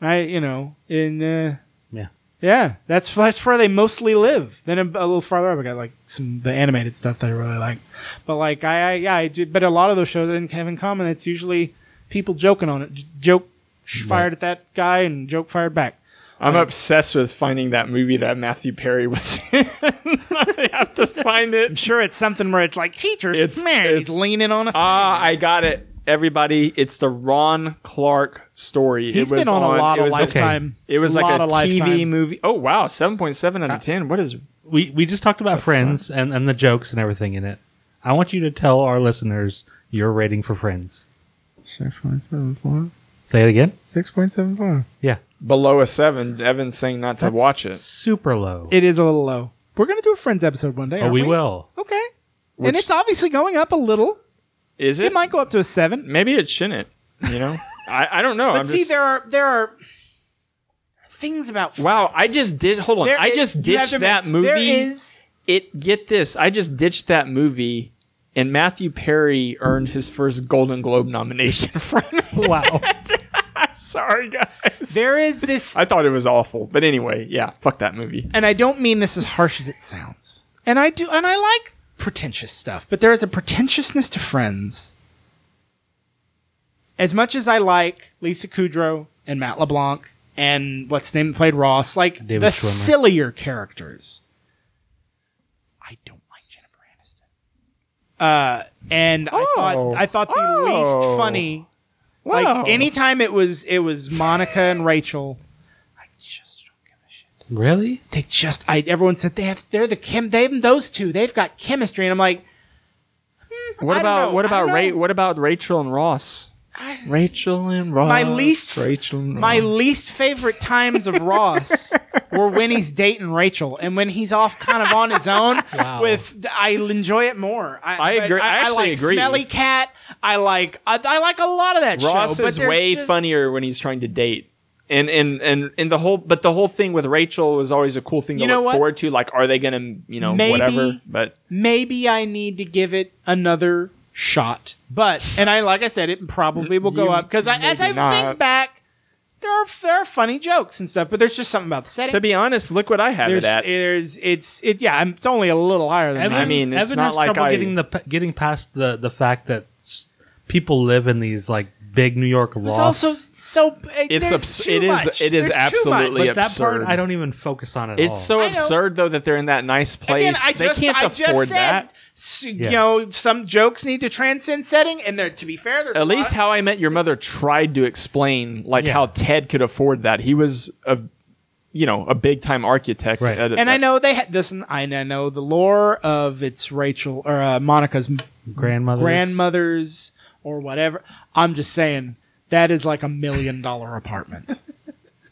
S1: I, you know, in uh,
S3: Yeah.
S1: yeah, that's that's where they mostly live. Then a, a little farther up, I got like some the animated stuff that I really like. But like I, I yeah, I do, but a lot of those shows didn't have in common. It's usually people joking on it, J- joke sh- fired at that guy and joke fired back.
S2: I'm obsessed with finding that movie that Matthew Perry was in. I have to find
S1: I'm
S2: it.
S1: sure it's something where it's like teachers,
S2: It's-
S1: man,
S2: it's-
S1: he's leaning on a.
S2: Ah, I got it. Everybody, it's the Ron Clark story.
S1: he's
S2: it was
S1: been on, a lot
S2: it
S1: of
S2: was like-
S1: lifetime.
S2: It was
S1: lot
S2: like a
S1: of
S2: TV
S1: Lifetime. Uh,
S2: movie. Oh wow, seven point seven out of ten. What is
S3: we we just talked about Friends and and the jokes and everything in it. I want you to tell our listeners your rating for Friends.
S5: Six point seven four.
S3: Say it again.
S5: Six point seven four.
S2: below a seven? Evan's saying not to watch it.
S3: Super low.
S1: It is a little low. We're gonna do a Friends episode one day.
S3: oh,
S1: aren't
S3: we will.
S1: Okay,
S2: Which-
S1: and it's obviously going up a little.
S2: Is
S1: It
S2: it?
S1: might go up to a seven.
S2: Maybe it shouldn't. You know, I, I don't know.
S1: But
S2: I'm
S1: see,
S2: just-
S1: there are there are things about
S2: Wow, I just did. Hold on,
S1: There
S2: I
S1: is-
S2: just
S1: you have
S2: ditched
S1: to admit,
S2: that movie.
S1: There is
S2: it get this i just ditched that movie and matthew perry earned his first golden globe nomination from it
S3: Wow.
S2: sorry guys
S1: there is this,
S2: i thought it was awful but anyway yeah fuck that movie
S1: and I don't mean this as harsh as it sounds. And I do, and I like pretentious stuff, but there is a pretentiousness to Friends. As much as I like Lisa Kudrow and Matt LeBlanc and what's his name that played Ross, like
S3: David
S1: the
S3: Schwimmer.
S1: sillier characters, I don't like Jennifer Aniston. Uh, and I
S2: Oh.
S1: thought I thought the
S2: Oh.
S1: least funny
S2: Wow.
S1: Like anytime it was it was Monica and Rachel. I just don't give a shit.
S3: really?
S1: They just I everyone said they have they're the chem they have those two. They've got chemistry and I'm like
S2: what
S1: I don't
S2: about
S1: know,
S2: what
S1: I
S2: about
S1: don't
S2: Ra-
S1: know.
S2: what about rachel and ross
S1: I-
S2: rachel and ross
S1: My least-
S2: rachel and
S1: my
S2: Ross.
S1: least favorite times of Ross were when he's dating Rachel and when he's off kind of on his own with I enjoy it more. I,
S2: I
S1: but
S2: agree- I
S1: I,
S2: actually
S1: like
S2: agree.
S1: Smelly Cat. I like I, I like a lot of that
S2: ross
S1: show. but
S2: is
S1: there's
S2: way
S1: just-
S2: funnier when he's trying to date and, and and and the whole but the whole thing with rachel was always a cool thing
S1: You
S2: to
S1: know
S2: look
S1: what?
S2: forward to like are they gonna you know
S1: Maybe-
S2: whatever but
S1: maybe I need to give it another shot. But and I like I said, it probably will go
S2: You-
S1: up because as I
S2: maybe not.
S1: think back, there are there are funny jokes and stuff, but there's just something about the setting.
S2: to be honest look what i have
S1: there's,
S2: it at
S1: there's it's it yeah, I'm- it's only a little higher than
S2: I
S1: that.
S2: mean, it's
S3: Evan
S2: not
S3: has
S2: like
S3: trouble
S2: I-
S3: getting the p- getting past the the fact that s- people live in these like big New York
S1: It's
S3: lofts.
S1: also so
S2: it's
S1: it's
S2: abs- it is it is absolutely
S3: but that
S2: absurd.
S3: part I don't even focus on at all.
S2: it's so
S1: I know.
S2: absurd though that they're in that nice place.
S1: Again, I
S2: they
S1: just,
S2: can't
S1: I just
S2: afford
S1: said,
S2: that.
S1: s- You
S3: Yeah.
S1: know, some jokes need to transcend setting, and they're to be fair, there's a
S2: At least
S1: lot-
S2: how I met your mother tried to explain like
S3: Yeah.
S2: how Ted could afford that. He was a you know, a big time architect.
S3: Right.
S2: at a-
S1: and I know they had this. I know the lore of it's Rachel or uh, Monica's
S3: grandmother.
S1: grandmother's or whatever. I'm just saying that is like a million dollar apartment.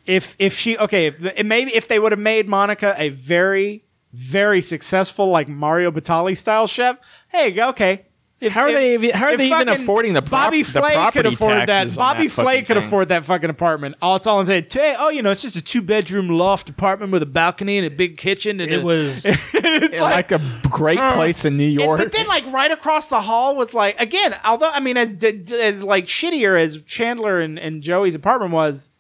S1: if if she okay if- if maybe if they would have made Monica a very very successful like Mario Batali style chef, hey go- okay. If,
S2: How are
S1: if-
S2: they ev- how are
S1: if
S2: they even
S1: fucking
S2: affording the prop-
S1: Bobby
S2: the
S1: Flay could
S2: property
S1: afford that.
S2: taxes on
S1: Bobby
S2: that
S1: Flay
S2: fucking
S1: could
S2: thing?
S1: afford that fucking apartment. All it's all I'm saying. Hey, oh, you know, it's just a two bedroom loft apartment with a balcony and a big kitchen, and
S3: It
S1: a-
S3: was
S1: it's
S2: like, a great place in New
S1: and-
S2: York.
S1: but then, like right across the hall was like again. Although I mean, as d- d- as like shittier as Chandler and, and Joey's apartment was,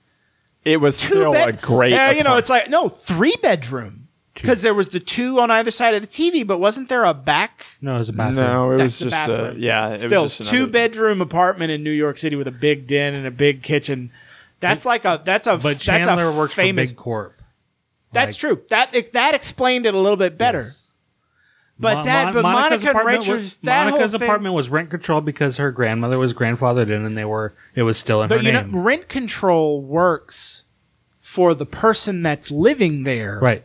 S2: it was
S1: two
S2: still
S1: bed-
S2: a great.
S1: Yeah, you know,
S2: apartment.
S1: it's like no three bedroom because there was the two on either side of the TV, but wasn't there a back?
S3: no, it was a bathroom.
S2: no, it
S1: That's
S2: was
S1: the
S2: just uh,
S1: bathroom.
S2: yeah, it
S1: Still
S2: was just
S1: two
S2: another-
S1: bedroom apartment in New York City with a big den and a big kitchen. That's like a that's a
S3: But
S1: that's
S3: Chandler
S1: a
S3: works
S1: famous.
S3: for Big Corp.
S1: that's
S3: like-
S1: true. That that explained it a little bit better.
S3: Yes.
S1: But
S3: Mon-
S1: that
S3: Mon-
S1: but
S3: Monica's
S1: Monica and
S3: apartment was-
S1: Rachel's that
S3: Monica's
S1: whole thing,
S3: apartment was rent controlled because her grandmother was grandfathered in, and they were it was still in
S1: But
S3: her
S1: you
S3: name.
S1: know, rent control works for the person that's living there.
S3: right.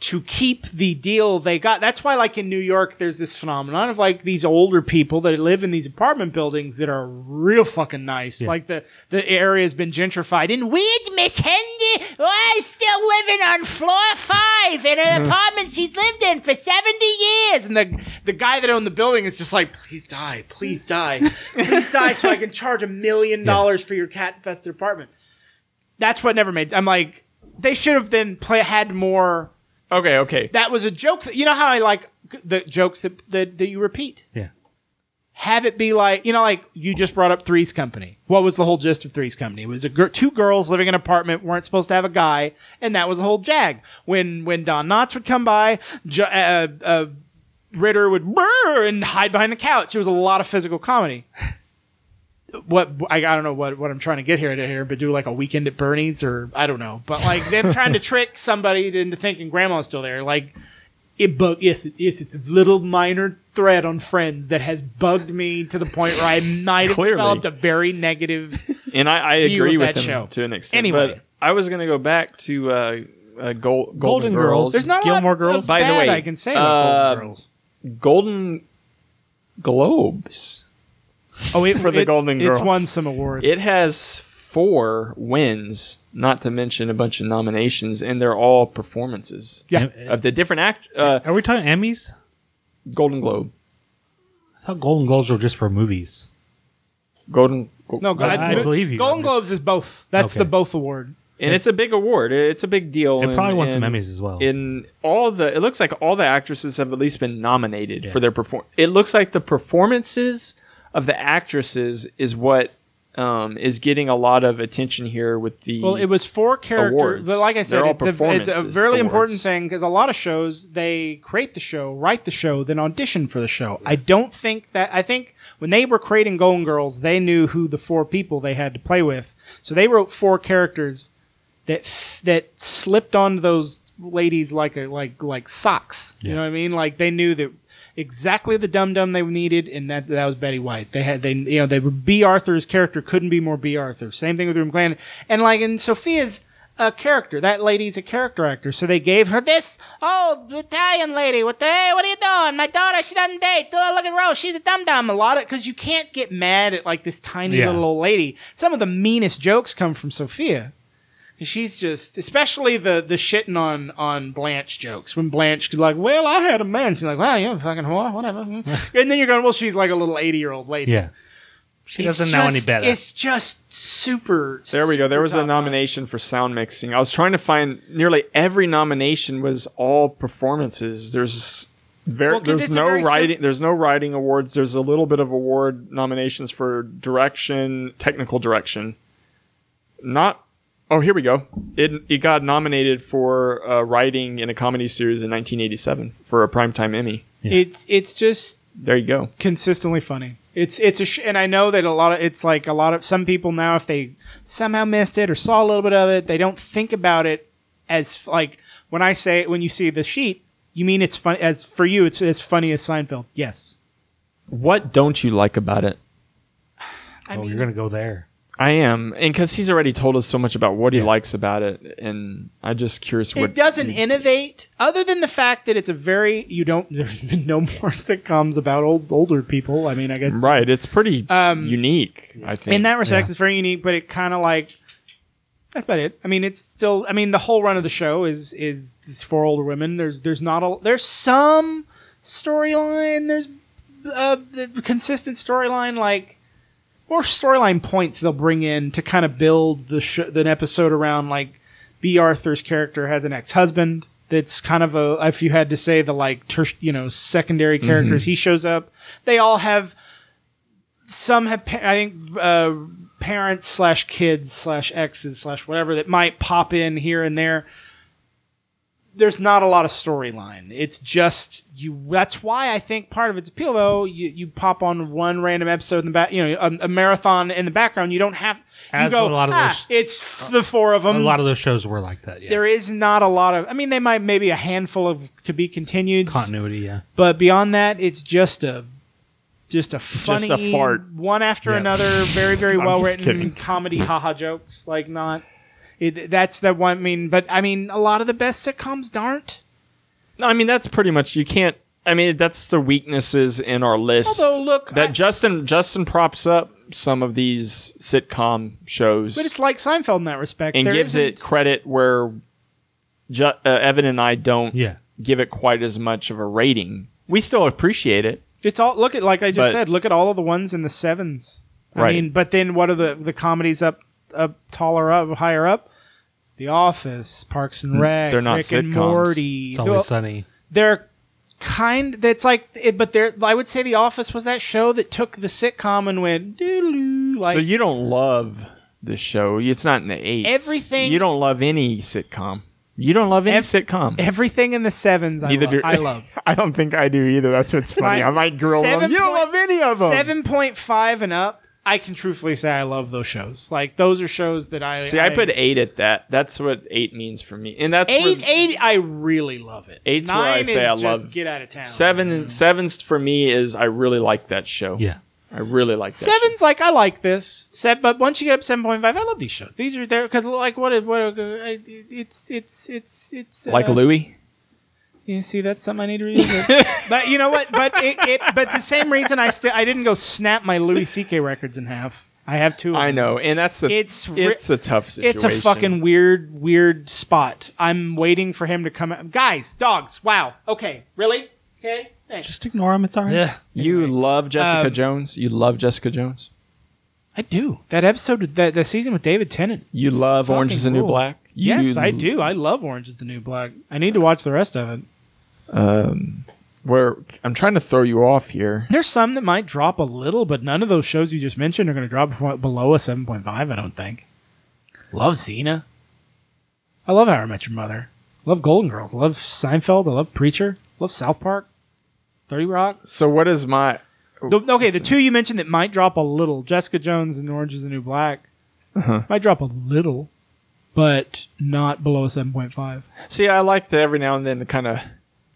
S1: to keep the deal they got. That's why, like in New York, there's this phenomenon of like these older people that live in these apartment buildings that are real fucking nice. Like the the area has been gentrified. And weird Miss Hendy, oh, still living on floor five in an apartment she's lived in for seventy years. And the the guy that owned the building is just like, please die, please die, please die, so I can charge a million dollars for your cat infested apartment. That's what never made. I'm like. They should have been play, had more
S2: Okay, okay.
S1: that was a joke. That, you know how I like the jokes that, that that you repeat.
S3: Yeah.
S1: Have it be like you know, like you just brought up Three's Company. What was the whole gist of Three's Company? It was a gir- two girls living in an apartment weren't supposed to have a guy, and that was the whole jag. When when Don Knotts would come by, jo- uh, uh, Ritter would brr and hide behind the couch. It was a lot of physical comedy. What I, I don't know what, what I'm trying to get here to here, but do like a weekend at Bernie's or I don't know, but like them trying to trick somebody into thinking grandma's still there. Like it bug yes it is it's a little minor thread on Friends that has bugged me to the point where I might have
S2: Clearly.
S1: developed a very negative.
S2: And I, I
S1: view
S2: agree
S1: of
S2: with
S1: that
S2: him
S1: show.
S2: to an extent.
S1: Anyway.
S2: but I was gonna go back to uh, uh, Gol- Golden,
S3: Golden Girls.
S2: Girls.
S1: There's not
S2: Gilmore
S1: a lot
S2: Girls.
S1: Of
S2: By the
S1: bad
S2: way,
S1: I can say about
S2: uh,
S1: Golden Girls.
S2: Golden Globes.
S1: Oh, it,
S2: for the Golden
S1: it's
S2: Girls.
S1: won some awards.
S2: It has four wins, not to mention a bunch of nominations, and they're all performances
S1: yeah,
S2: of the different act. Uh,
S3: Are we talking Emmys?
S2: Golden Globe,
S3: I thought Golden Globes were just for movies.
S2: Golden. Glo-
S1: no,
S3: I- I
S1: Golden-
S3: believe you.
S1: Golden Globes is both. That's
S3: Okay.
S1: the both award.
S2: and it's a big award. It's a big deal.
S3: It probably
S2: and-
S3: won some
S2: and-
S3: Emmys as well.
S2: in all the it looks like all the actresses have at least been nominated
S3: Yeah.
S2: for their perform it looks like the performances of the actresses is what um, is getting a lot of attention here with the
S1: Well, it was four characters,
S2: awards.
S1: but like I said,
S2: They're all
S1: it- the- it's a
S2: performances,
S1: really
S2: awards.
S1: important thing because a lot of shows they create the show, write the show, then audition for the show. I don't think that I think when they were creating Golden Girls, they knew who the four people they had to play with, so they wrote four characters that that slipped onto those ladies like a like like socks. You
S3: Yeah.
S1: know what I mean? Like they knew that exactly the dum dum they needed, and that that was Betty White. They had they you know they were B Arthur's character couldn't be more B Arthur. Same thing with Room Glenn, and like in Sophia's. A character. That lady's a character actor, so they gave her this old Italian lady. What the hey? What are you doing? My daughter. She doesn't date. Duh, Look at Rose. She's a dum dum. A lot of because you can't get mad at like this tiny
S3: Yeah.
S1: little old lady. Some of the meanest jokes come from Sophia. She's just, especially the the shitting on on Blanche jokes. When Blanche could like, well, I had a man. She's like, well, yeah, fucking whore, whatever. and then you're going, well, she's like a little eighty year old lady.
S3: yeah, she
S1: It's
S3: doesn't know any
S1: just-
S3: better.
S1: It's just super.
S2: there we go there
S1: super
S2: was a
S1: top-notch.
S2: nomination for sound mixing i was trying to find nearly every nomination was all performances there's very,
S1: Well, 'cause
S2: there's
S1: it's a
S2: no
S1: very sim-
S2: writing there's no writing awards there's a little bit of award nominations for direction technical direction not oh here we go it, it got nominated for uh, writing in a comedy series in 1987 for a primetime emmy
S1: It's it's just
S2: there you go
S1: consistently funny. It's it's a sh- and I know that a lot of it's like a lot of some people now if they somehow missed it or saw a little bit of it, they don't think about it as like when I say when you see the sheet, you mean it's fun as for you it's as funny as Seinfeld. Yes.
S2: what don't you like about it
S1: I
S3: oh,
S1: mean,
S3: you're gonna go there.
S2: I am, and because he's already told us so much about what he
S3: Yeah.
S2: likes about it, and I'm just curious what
S1: it doesn't innovate other than the fact that it's a very you don't there's been no more sitcoms about old older people. I mean, I guess Um,
S2: Right, it's pretty unique. I think
S1: in that respect it's very unique, but it kind of like that's about it. I mean, it's still. I mean, the whole run of the show is is, is for older women. There's there's not a there's some storyline. There's a consistent storyline like or storyline points they'll bring in to kind of build the sh- the episode around like B Arthur's character has an ex husband that's kind of a if you had to say the like ter- you know
S3: Mm-hmm.
S1: secondary characters he shows up they all have some have pa- I think uh, parents slash kids slash exes slash whatever that might pop in here and there. There's not a lot of storyline. It's just you. That's why I think part of its appeal, though, you, you pop on one random episode in the back, you know, a, a marathon in the background. You don't have.
S3: As
S1: you go,
S3: a lot of
S1: "Ah,
S3: those-
S1: it's f- the four of them.
S3: a lot of those shows were like that. Yeah,
S1: there is not a lot of. I mean, they might maybe a handful of to be continued.
S3: continuity. Yeah,
S1: But beyond that, it's just a just a funny
S2: a fart.
S1: one after
S3: Yeah.
S1: another, very very
S2: I'm
S1: well
S2: just
S1: written
S2: kidding.
S1: comedy haha jokes. Like not it, that's the one. I mean, but I mean, a lot of the best sitcoms aren't.
S2: No, I mean that's pretty much you can't. I mean that's the weaknesses in our list.
S1: Although, look,
S2: that
S1: I-
S2: Justin Justin props up some of these sitcom shows
S1: But it's like Seinfeld in that respect.
S2: and
S1: There
S2: gives
S1: isn't-
S2: it credit where Ju- uh, Evan and I don't
S3: yeah.
S2: give it quite as much of a rating. We still appreciate it.
S1: It's all look at like I just
S2: But-
S1: said. Look at all of the ones in the sevens. I
S2: Right.
S1: mean, but then what are the the comedies up up taller up higher up? The Office, Parks and Rec,
S2: they're not
S1: Rick and
S2: sitcoms.
S1: Morty.
S3: It's always
S1: Well,
S3: sunny.
S1: they're kind that's like it, but they're i would say the office was that show that took the sitcom and went doo like
S2: so you don't love this show. It's not in the eight.
S1: Everything-
S2: You don't love any sitcom. You don't love any
S1: Ev-
S2: sitcom.
S1: everything in the sevens I,
S2: Neither
S1: lo-
S2: do-
S1: I love
S2: I don't think I do either. That's what's funny.
S1: My-
S2: I might grill
S1: seven
S2: them. You don't
S1: point-
S2: love any of them.
S1: 7.5 and up i can truthfully say i love those shows like those are shows that i
S2: See, I, put eight at that. That's what eight means for me, and that's
S1: eight
S2: where
S1: eight i really love it
S2: Eight's where
S1: Nine
S2: I say
S1: is
S2: I
S1: just
S2: love-
S1: get out of town
S2: seven sevens for me is I really like that show.
S3: Yeah,
S2: I really like that. show.
S1: Seven's like I like this set, but once you get up seven point five, I love these shows. These are there because like what it- what it- it's it's it's it's uh,
S2: like Louis.
S1: You see, that's something I need to revisit. but you know what? But it, it but the same reason I still I didn't go snap my Louis C.K. records in half. I have two. of
S2: I
S1: them.
S2: know, and that's a
S1: It's
S2: it's
S1: ri-
S2: it's a tough situation.
S1: It's a fucking weird, weird spot. I'm waiting for him to come. out. Guys, dogs. Wow. Okay. Really? Okay. Thanks.
S5: Just ignore him. It's all right.
S1: Yeah.
S2: You love Jessica
S1: Um,
S2: Jones. You love Jessica Jones.
S1: I do. That episode, with- that that season with David Tennant.
S2: You love
S1: fucking
S2: Orange Is the New
S1: rules.
S2: Black. You,
S1: Yes, I do. I love Orange Is the New Black. I need to watch the rest of it.
S2: Um, where I'm trying to throw you off here.
S1: There's some that might drop a little, but none of those shows you just mentioned are going to drop befo- below a 7.5, I don't think. Love Xena. I love How I Met Your Mother. Love Golden Girls. Love Seinfeld. I love Preacher. Love South Park. 30 Rock.
S2: So what is my?
S1: The- okay, the two you mentioned that might drop a little Jessica Jones and Orange is the New Black
S2: Uh-huh.
S1: might drop a little, but not below a 7.5.
S2: See, I like to every now and then to kind of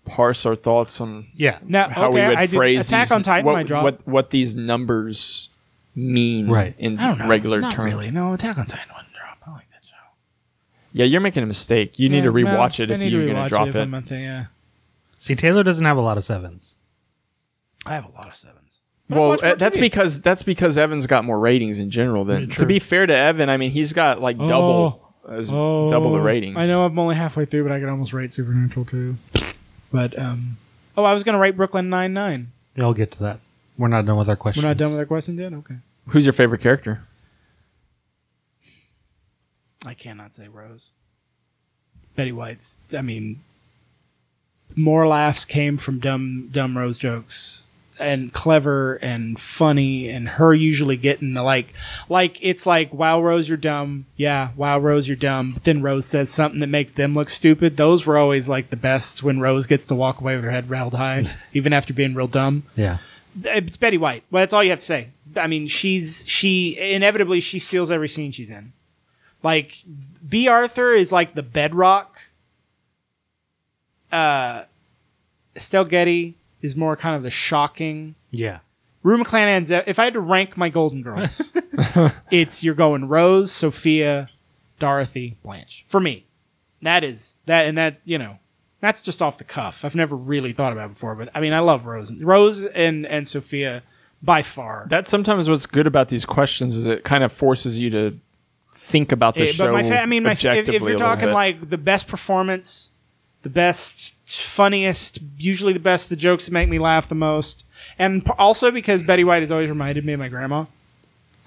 S2: parse our thoughts on
S3: yeah.
S1: Now,
S2: how
S1: okay,
S2: we would
S1: I did-
S2: phrase
S1: Attack
S2: these,
S1: on Titan
S2: what,
S1: might drop.
S2: what what these numbers mean
S3: Right.
S2: in
S1: I don't know.
S2: regular
S1: Not
S2: terms.
S1: really. No, Attack on Titan wouldn't drop. I like that show.
S2: Yeah, you're making a mistake. You need to
S1: Yeah,
S2: rewatch
S1: no,
S2: it
S1: I
S2: if
S1: need to
S2: you're
S1: rewatch
S2: going to drop
S1: if
S2: it.
S1: I'm a thing, yeah.
S3: See, Taylor doesn't have a lot of sevens.
S1: I have a lot of sevens. But I
S2: Well,
S1: watch more
S2: uh, that's
S1: TV.
S2: because that's because Evan's got more ratings in general than
S3: true.
S2: to be fair to Evan, I mean, he's got like double as double the ratings.
S1: Oh. I know I'm only halfway through, but I could almost rate Supernatural too. But um, oh, I was gonna rate Brooklyn Nine Nine.
S3: We'll get to that. We're not done with our
S1: We're
S3: questions.
S1: not done with our questions yet. Okay.
S2: Who's your favorite character?
S1: I cannot say Rose. Betty White's. I mean, more laughs came from dumb dumb Rose jokes and clever and funny and her usually getting the, like like it's like wow Rose you're dumb yeah wow Rose you're dumb but then Rose says something that makes them look stupid those were always like the best when Rose gets to walk away with her head held high even after being real dumb
S3: Yeah.
S1: it's Betty White. Well, that's all you have to say. I mean, she's she inevitably she steals every scene she's in. Like B. Arthur is like the bedrock. Uh, Estelle Getty is more kind of the shocking.
S3: Yeah.
S1: Rue McClanahan's. If I had to rank my Golden Girls, it's you're going Rose, Sophia, Dorothy, Blanche for me. That is that, and that you know, that's just off the cuff. I've never really thought about it before, but I mean, I love Rose, Rose and and Sophia by far.
S2: That's sometimes what's good about these questions is it kind of forces you to think about the
S1: Eh,
S2: show.
S1: but my fa- I mean, my, if, if
S2: objectively a
S1: you're
S2: little
S1: talking
S2: bit.
S1: like the best performance, the best, funniest, usually the best, the jokes that make me laugh the most, and p- also because Betty White has always reminded me of my grandma.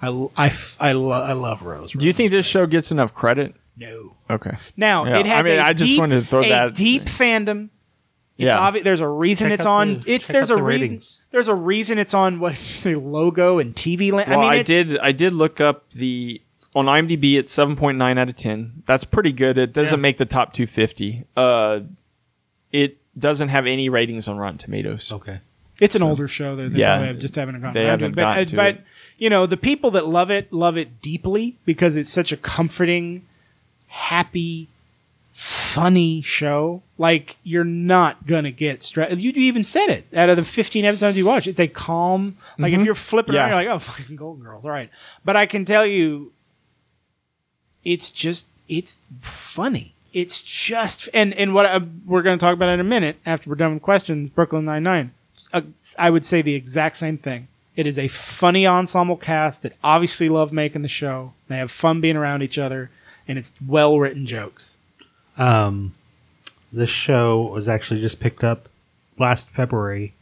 S1: I, l- I, f- I, lo- I love Rose.
S2: do you think this show gets enough credit?
S1: No.
S2: Okay.
S1: Now
S2: Yeah,
S1: it has.
S2: I mean,
S1: a
S2: I just
S1: deep-
S2: wanted to throw
S1: a
S2: that-
S1: deep fandom. It's
S2: yeah.
S1: obvi- there's a reason
S3: Check
S1: it's
S3: out
S1: on.
S3: the-
S1: it's
S3: check
S1: there's
S3: out
S1: a
S3: the
S1: reason.
S3: ratings.
S1: There's a reason it's on what say logo and TV land.
S2: Well, I,
S1: I mean, it's,
S2: did. I did look up the on IMDb. It's seven point nine out of ten. That's pretty good. It doesn't make the top two fifty. Uh, it doesn't have any ratings on Rotten Tomatoes.
S1: Oh,
S3: Okay.
S1: It's an older show. They're, they're
S2: Yeah.
S1: probably just having a
S2: They
S1: conversation.
S2: haven't
S1: But,
S2: gotten
S1: uh,
S2: to
S1: but
S2: it.
S1: you know, the people that love it love it deeply because it's such a comforting, happy, funny show. Like you're not gonna get stressed. You, you even said it. Out of the 15 episodes you watch, it's a calm. Like if you're flipping
S2: Yeah.
S1: around, you're like, oh, fucking Golden Girls, all right. But I can tell you, it's just it's funny. It's just and and what I, we're going to talk about in a minute after we're done with questions. Brooklyn Nine Nine. Uh, I would say the exact same thing. It is a funny ensemble cast that obviously love making the show. They have fun being around each other, and it's well written jokes.
S3: Um, this show was actually just picked up last February,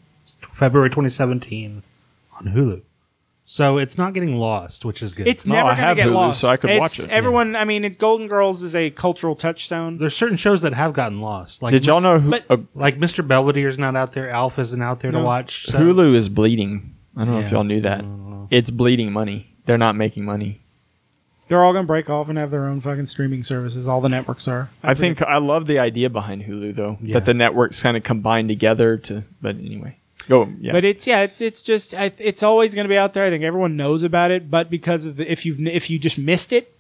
S3: February 2017 on Hulu. So it's not getting lost, which is good.
S1: It's
S2: No, I
S1: never going to
S2: have
S1: get
S2: Hulu,
S1: lost.
S2: so I could
S1: It's-
S2: watch it.
S1: Everyone, I mean, it, Golden Girls is a cultural touchstone.
S3: there's certain shows that have gotten lost. Like
S2: Did y'all
S3: Mr.
S2: know who,
S1: But-
S2: uh,
S3: Like Mr. Belvedere's not out there. Alf isn't out there to
S1: No.
S3: watch. so-
S2: Hulu is bleeding? I don't know if
S3: Yeah.
S2: y'all knew that.
S1: Mm-hmm.
S2: It's bleeding money. They're not making money.
S1: They're all going to break off and have their own fucking streaming services. All the networks are.
S2: I think I love the idea behind Hulu though.
S3: Yeah.
S2: That the networks kind of combine together to. But anyway, go. Yeah.
S1: But it's yeah, it's it's just I, it's always going to be out there. I think everyone knows about it, but because of the if you've if you just missed it,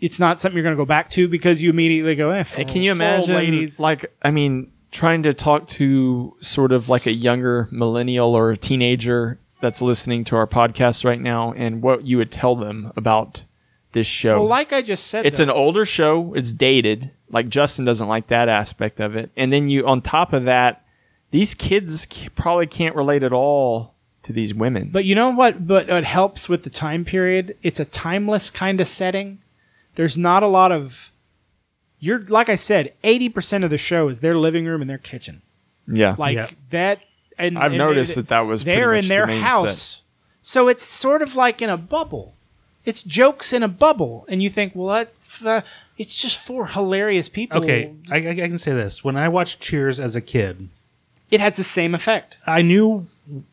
S1: it's not something you're going to go back to because you immediately go. Eh, for,
S2: And can you
S1: for old
S2: imagine,
S1: ladies.
S2: like, I mean, trying to talk to sort of like a younger millennial or a teenager that's listening to our podcast right now and what you would tell them about this show?
S1: Well, like I just said,
S2: it's
S1: though,
S2: an older show, it's dated. Like, Justin doesn't like that aspect of it. And then you, on top of that, these kids c- probably can't relate at all to these women.
S1: But you know what? But it helps with the time period. It's a timeless kind of setting. There's not a lot of. You're like I said, eighty percent of the show is their living room and their kitchen.
S2: yeah.
S1: Like
S3: Yeah.
S1: that. And
S2: I've
S1: and
S2: noticed
S1: they-
S2: that that was pretty
S1: they're
S2: much
S1: in their
S2: the main
S1: house,
S2: set.
S1: so it's sort of like in a bubble. It's jokes in a bubble, and you think, well, that's uh, it's just four hilarious people.
S3: Okay, I, I I can say this. When I watched Cheers as a kid,
S1: it has the same effect.
S3: I knew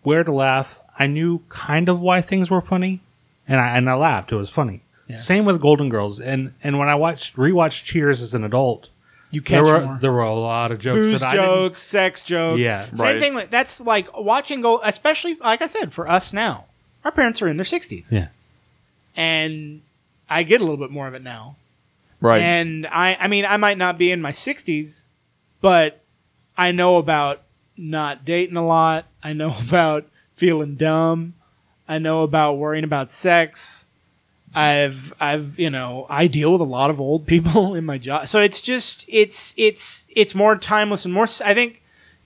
S3: where to laugh. I knew kind of why things were funny, and I and I laughed. It was funny. Same with Golden Girls, and and when I watched rewatched Cheers as an adult,
S1: You catch
S3: there were
S1: more.
S3: there were a lot of jokes
S1: booze
S3: that I didn't
S1: jokes, sex jokes.
S3: Yeah.
S1: same
S2: Right.
S1: thing. With, that's like watching Gold, especially like I said, for us now, our parents are in their sixties.
S3: Yeah.
S1: and I get a little bit more of it now.
S2: right.
S1: And I, I mean, I might not be in my sixties, but I know about not dating a lot. I know about feeling dumb. I know about worrying about sex. I've I've you know I deal with a lot of old people in my job, so it's just it's it's it's more timeless and more. s- I think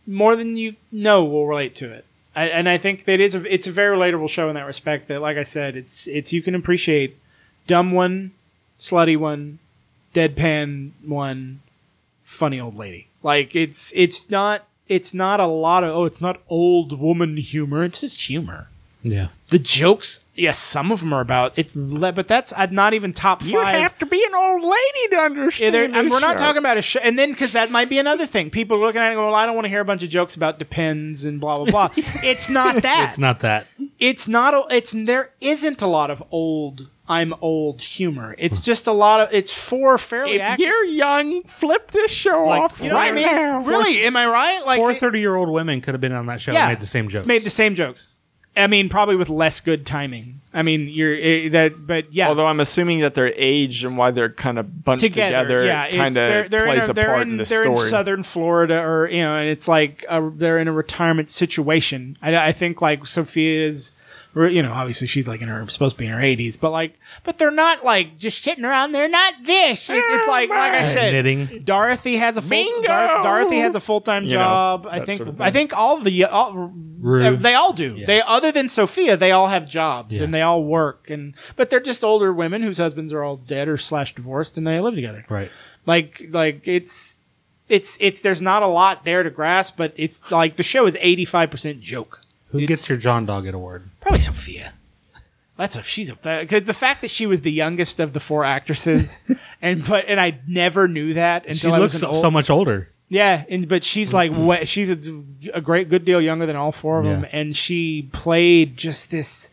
S1: more than you know will relate to it, I, and I think that is a, it's a very relatable show in that respect. That like I said, it's it's you can appreciate dumb one, slutty one, deadpan one, funny old lady. Like it's it's not it's not a lot of oh it's not old woman humor. It's just humor
S3: Yeah.
S1: the jokes yes some of them are about it's le- but that's i not even top five you have to be an old lady to understand we're not talking about a show and then because that might be another thing people are looking at it and going well i don't want to hear a bunch of jokes about depends and blah blah blah it's not that
S3: It's not that.
S1: it's not a, it's there isn't a lot of old i'm old humor it's just a lot of it's for fairly
S2: if
S1: act-
S2: you're young, flip this show off
S1: you know what i mean really am i right like
S3: Four
S1: it-
S3: thirty year old women could have been on that show and made the same
S1: it's
S3: joke.
S1: made the same jokes i mean probably with less good timing i mean you're eh, that but yeah
S2: Although I'm assuming that their age and why they're kind of bunched together,
S1: yeah, it's-
S2: kind of plays
S1: in
S2: a,
S1: they're
S2: part
S1: in,
S2: in, the
S1: they're
S2: story.
S1: in Southern Florida, or you know, and it's like uh they're in a retirement situation. I, I think like Sophia's re- you know, obviously she's like in her supposed to be in her eighties, but like, but they're not like just sitting around. They're not this. It- it's like, like I said,
S3: Knitting.
S1: Dorothy has a full,
S2: Bingo!
S1: Dor- Dorothy has a full time
S2: You know,
S1: job. I
S2: that
S1: think
S2: sort of thing.
S1: I think all the all, uh,
S3: Rue.
S1: they all do.
S3: Yeah.
S1: They other than Sophia, they all have jobs
S3: Yeah.
S1: and they all work and but they're just older women whose husbands are all dead or slash divorced and they live together.
S3: Right.
S1: Like like it's it's it's there's not a lot there to grasp, but it's like the show is eighty five percent joke.
S3: Who
S1: It's-
S3: gets your John Doggett award?
S1: Probably Sophia. That's a she's a because the fact that she was the youngest of the four actresses, and but and I never knew that until
S3: She
S1: I
S3: looks
S1: was an
S3: so,
S1: old,
S3: so much older.
S1: yeah, and but she's like what she's a, a great good deal younger than all four of them,
S3: Mm-hmm. Yeah.
S1: and she played just this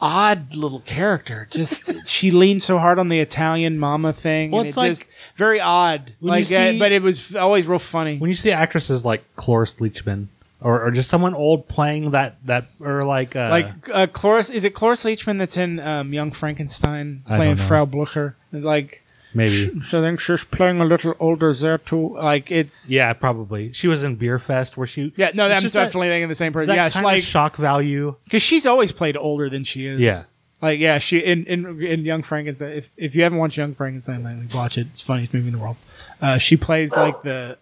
S1: odd little character. Just she leaned so hard on the Italian mama thing.
S3: Well,
S1: and
S3: it's
S1: it
S3: like-
S1: just very odd.
S3: When you
S1: Like, uh,
S3: see-
S1: but it was always real funny.
S3: When you see actresses like Cloris Leachman or, or just someone old playing that that or like uh,
S1: like uh, Cloris, is it Cloris Leachman that's in um, Young Frankenstein
S3: I don't
S1: playing
S3: know.
S1: Frau Blucher? Like,
S3: maybe
S1: so I think she's playing a little older there too. Like, it's
S3: yeah probably she was in Beer Fest where she
S1: yeah. No,
S3: It's
S1: I'm
S3: just that-
S1: definitely thinking the same person.
S3: that
S1: yeah, it's
S3: kind
S1: like
S3: of shock value
S1: because she's always played older than she is.
S3: Yeah.
S1: Like yeah, she in in, in Young Frankenstein. If, if you haven't watched Young Frankenstein lately, watch it. It's the funniest movie in the world. Uh, she plays like the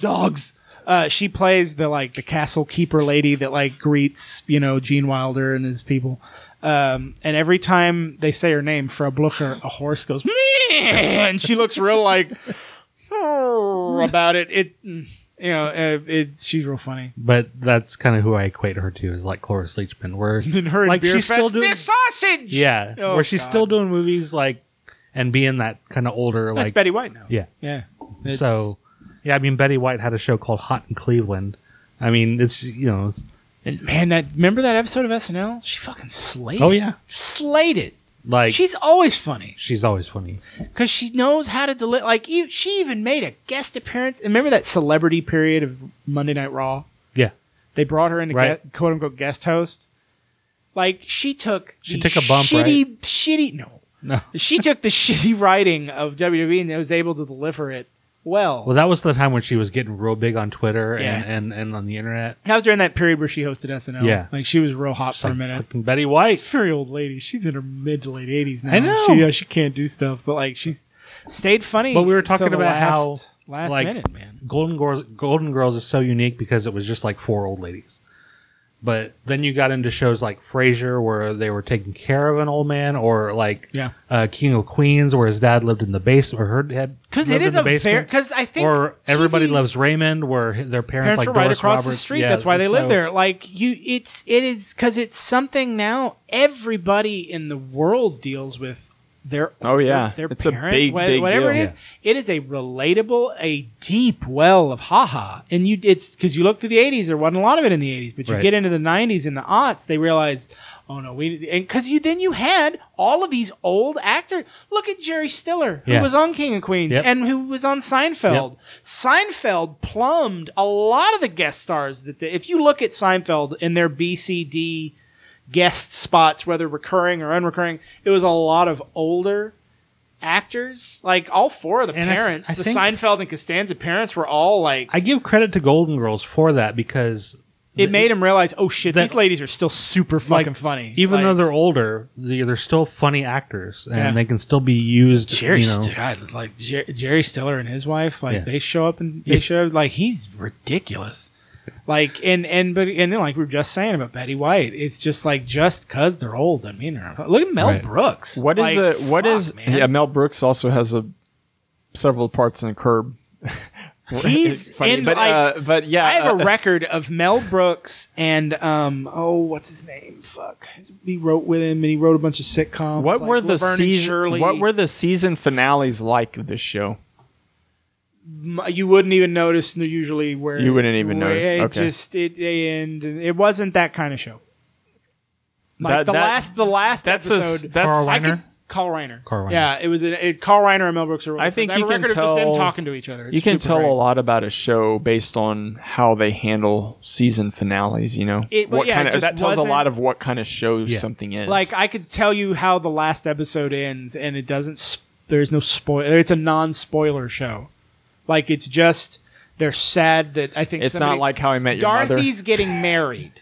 S5: Dogs.
S1: uh, she plays the like the castle keeper lady that like greets you know Gene Wilder and his people. Um, and every time they say her name, Frau Blucher, a horse goes "Meh," and she looks real like "Oh," about it. It mm, you know uh, it's she's real funny.
S3: but that's kind of who I equate her to is like Cloris Leachman where
S1: And her and
S3: like
S1: Beer
S3: she's still
S1: Fest,
S3: doing
S1: "This sausage.
S3: yeah
S1: Oh,
S3: where she's
S1: God.
S3: still doing movies like and being that kind of older
S1: That's
S3: like
S1: Betty White now.
S3: yeah
S1: Yeah.
S3: so yeah I mean Betty White had a show called Hot in Cleveland I mean it's you know it's,
S1: and man, that remember that episode of SNL? She fucking slayed.
S3: oh
S1: it.
S3: yeah
S1: slayed it.
S3: like
S1: She's always funny
S3: she's always funny
S1: because she knows how to deliver. Like you, she even made a guest appearance. And Remember that celebrity period of Monday Night Raw?
S3: Yeah.
S1: they brought her in to
S3: Right.
S1: quote unquote guest host. Like she took
S3: She
S1: the
S3: took a bump,
S1: shitty, shitty. No,
S3: No.
S1: she took the shitty writing of WWE and was able to deliver it well.
S3: Well, that was the time when she was getting real big on Twitter
S1: Yeah.
S3: and, and, and on the internet.
S1: that was during that period where she hosted SNL.
S3: Yeah.
S1: like she was real hot for a minute.
S3: Fucking Betty
S1: She's
S3: White.
S1: a very old lady. She's in her mid to late eighties now.
S3: I know.
S1: She, uh, she can't do stuff, but like she's stayed funny.
S3: But we were
S1: till
S3: talking
S1: the
S3: about how,
S1: last, last
S3: like-
S1: minute, man.
S3: Golden Girls, Golden Girls is so unique because it was just like four old ladies. But then you got into shows like Frasier where they were taking care of an old man, or like
S1: Yeah.
S3: uh, King of Queens where his dad lived in the basement, or her dad
S1: Because it
S3: lived
S1: is
S3: in
S1: a
S3: the
S1: fair.
S3: basement.
S1: Because I think
S3: or Everybody
S1: TV
S3: Loves Raymond where hi- their parents,
S1: parents
S3: like
S1: are right
S3: Doris
S1: across the
S3: Roberts-
S1: street.
S3: yeah,
S1: That's why they live
S3: so-
S1: there. Like you, it's it is because it's something now. Everybody in the world deals with their
S2: Oh, yeah.
S1: their,
S2: It's a
S1: parent,
S2: big,
S1: wha-
S2: big
S1: whatever
S2: deal.
S1: it is. It is a relatable, a deep well of haha. And you, it's because you look through the '80s. There wasn't a lot of it in the '80s, but you
S3: Right.
S1: get into the '90s and the aughts, they realize. Oh no, we and because you then you had all of these old actors. Look at Jerry Stiller, who
S3: Yeah.
S1: was on King of Queens
S3: Yep.
S1: and who was on Seinfeld. Seinfeld plumbed a lot of the guest stars that they, if you look at Seinfeld in their BCD guest spots, whether recurring or unrecurring, it was a lot of older actors. Like all four of the
S3: And I th-
S1: parents,
S3: I
S1: the
S3: think-
S1: Seinfeld and Costanza parents were all like,
S3: I give credit to Golden Girls for that because
S1: it made them realize, oh shit,
S3: that-
S1: these ladies are still super fucking
S3: Like,
S1: funny.
S3: even
S1: Like,
S3: though they're older, they- they're still funny actors, and
S1: Yeah.
S3: they can still be used.
S1: Jerry,
S3: you know.
S1: St- God, like Jer- Jerry Stiller and his wife, like
S3: Yeah.
S1: they show up and they show up, like he's ridiculous. Like and and but and then, like we were just saying about Betty White, it's just like just cause they're old. I mean, look at Mel
S3: Right.
S1: Brooks.
S2: What is
S1: Like,
S2: it? What
S1: fuck,
S2: is?
S1: man.
S2: Yeah, Mel Brooks also has a several parts in a curb.
S1: He's
S2: Funny,
S1: in,
S2: but
S1: like-
S2: uh, but yeah,
S1: I have
S2: uh,
S1: a record of Mel Brooks and um oh what's his name? Fuck, he wrote with him and he wrote a bunch of sitcoms.
S2: what
S1: like
S2: were the
S1: Laverne and
S2: season?
S1: Shirley.
S2: What were the season finales like of this show?
S1: M- you wouldn't even notice n- usually where
S2: You wouldn't even
S1: where
S2: notice.
S1: It
S2: Okay.
S1: just it they end. It wasn't that kind of show. Like
S2: That-
S1: the
S2: that-
S1: last the last
S2: That's a s-
S1: episode.
S2: that's.
S3: Carl
S1: I
S3: Reiner?
S1: could, Carl Reiner.
S3: Carl Reiner.
S1: Yeah, it was a, it, Carl Reiner and Mel Brooks are.
S2: I think
S1: have
S2: you
S1: a
S2: can
S1: record of just them
S2: tell-
S1: talking to each other. It's
S2: you can
S1: super
S2: tell
S1: great.
S2: a lot about a show based on how they handle season finales. You know,
S1: It- well,
S2: what
S1: yeah,
S2: kind
S1: it
S2: of that
S1: just
S2: tells a
S1: wasn't-
S2: lot of what kind of show
S3: Yeah.
S2: something is.
S1: Like I could tell you how the last episode ends, and it doesn't. Sp- there's no spoiler. It's a non-spoiler show. Like it's just they're sad that I think
S2: it's
S1: somebody-
S2: not like How I Met Your Mother.
S1: Dorothy's getting married.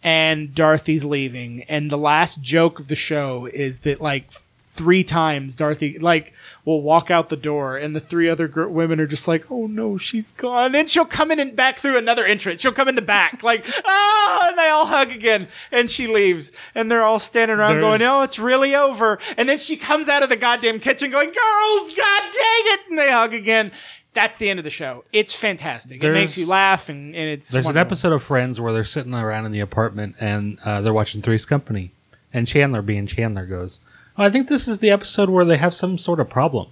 S1: and Dorothy's leaving, and the last joke of the show is that like three times Dorothy like will walk out the door, and the three other gr- women are just like, "Oh no, she's gone." And then she'll come in and back through another entrance. She'll come in the back, like, "Ah!" and they all hug again, and she leaves, and they're all standing around
S3: There's-
S1: going, "Oh, it's really over." And then she comes out of the goddamn kitchen going, "Girls, god dang it!" And they hug again. That's the end of the show. It's fantastic. It
S3: There's-
S1: makes you laugh, and, and it's
S3: There's an
S1: wonderful.
S3: episode of Friends where they're sitting around in the apartment and uh, they're watching Three's Company, and Chandler, being Chandler, goes, oh, "I think this is the episode where they have some sort of problem,"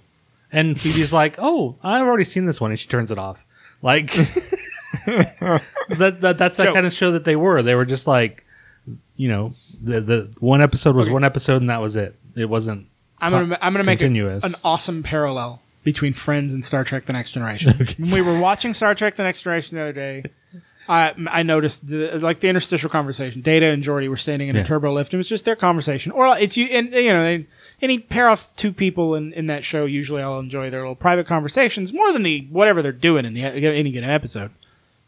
S3: and Phoebe's like, "Oh, I've already seen this one," and she turns it off. Like that, that that's that kind of show that they were. They were just like, you know, the the one episode was one episode and that was it. It wasn't.
S1: I'm
S3: con-
S1: gonna I'm gonna make a-
S3: continuous.
S1: an awesome parallel between Friends and Star Trek: The Next Generation. When we were watching Star Trek: The Next Generation the other day, I I noticed the, like the interstitial conversation. Data and Geordi were standing in
S3: Yeah.
S1: a turbo lift, and it was just their conversation. Or like, it's you and you know they, any pair of two people in, in that show. Usually, I'll enjoy their little private conversations more than the whatever they're doing in the any given episode.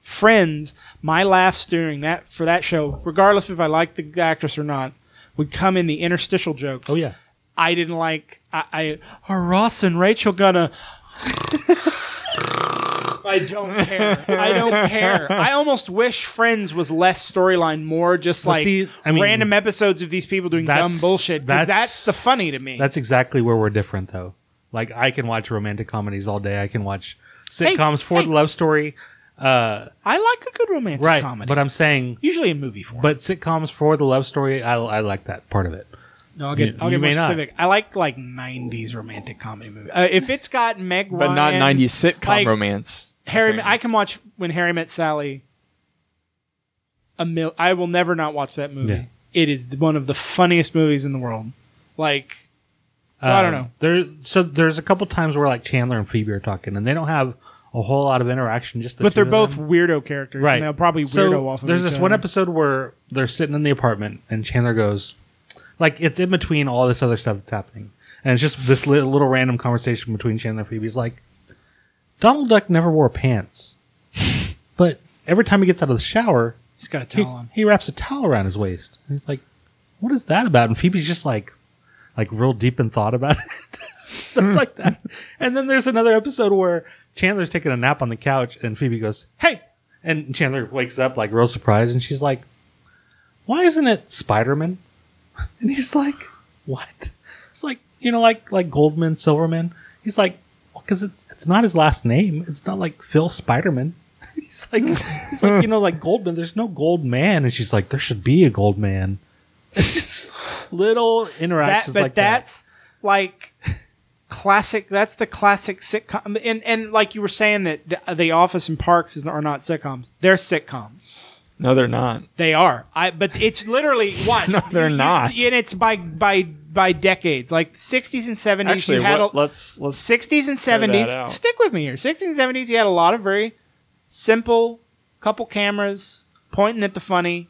S1: Friends, my laughs during that for that show, regardless if I liked the actress or not, would come in the interstitial jokes.
S3: Oh yeah,
S1: I didn't like. I, I are Ross and Rachel gonna. I don't care. I don't care. I almost wish Friends was less storyline, more just
S3: Well,
S1: like
S3: see, I mean,
S1: random episodes of these people doing
S3: that's-
S1: dumb bullshit. 'cause
S3: that's-
S1: That's, the funny to me.
S3: that's exactly where we're different though. Like I can watch romantic comedies all day. I can watch
S1: Hey,
S3: sitcoms for
S1: hey.
S3: the love story. Uh,
S1: I like a good romantic
S3: right
S1: comedy,
S3: but i'm saying
S1: usually in movie form.
S3: but sitcoms for the love story i, I like that part of it
S1: no, I'll get
S3: you-
S1: I'll
S3: you
S1: get more
S3: may not.
S1: specific. I like like '90s romantic comedy movie. Uh, if it's got Meg
S2: but not
S1: Ryan,
S2: 90s sitcom
S1: like,
S2: romance.
S1: Harry,
S2: Okay.
S1: I can watch when Harry Met Sally. A mil- I will never not watch that movie.
S3: Yeah.
S1: It is one of the funniest movies in the world. Like, I don't
S3: Um,
S1: know.
S3: there so there's a couple times where like chandler and phoebe are talking and they don't have a whole lot of interaction just the
S1: but
S3: two
S1: they're
S3: of
S1: both
S3: them.
S1: weirdo characters,
S3: right
S1: And they'll probably weirdo
S3: so
S1: off. Of
S3: there's
S1: each
S3: this one
S1: other.
S3: episode where they're sitting in the apartment and chandler goes like it's in between all this other stuff that's happening and it's just this li- little random conversation between chandler and phoebe He's like donald duck never wore pants but every time he gets out of the shower
S1: He's got a
S3: he,
S1: towel on.
S3: he wraps a towel around his waist. And he's like, "What is that about?" And Phoebe's just like, like real deep in thought about it, stuff like that. And then there's another episode where Chandler's taking a nap on the couch, and Phoebe goes, "Hey!" And Chandler wakes up like real surprised, and she's like, "Why isn't it Spider Man?" And he's like, "What?" It's like you know, like like Goldman Silverman. He's like, because it's it's not his last name. It's not like Phil Spiderman. He's like, he's like you know, like Goldman. There's no gold man, and she's like, there should be a gold man. It's just little
S1: That,
S3: interactions
S1: but
S3: like that.
S1: that's like classic. That's the classic sitcom. And and like you were saying that the, the Office and Parks is, are not sitcoms. They're sitcoms.
S2: No, they're not.
S1: They are. I but it's literally what?
S2: No, they're not.
S1: And it's by by by decades. Like 60s and 70s
S2: Actually,
S1: you had
S2: what,
S1: a,
S2: let's let's
S1: 60s and
S2: that out.
S1: 70s. Stick with me here. 60s and 70s you had a lot of very simple couple cameras pointing at the funny.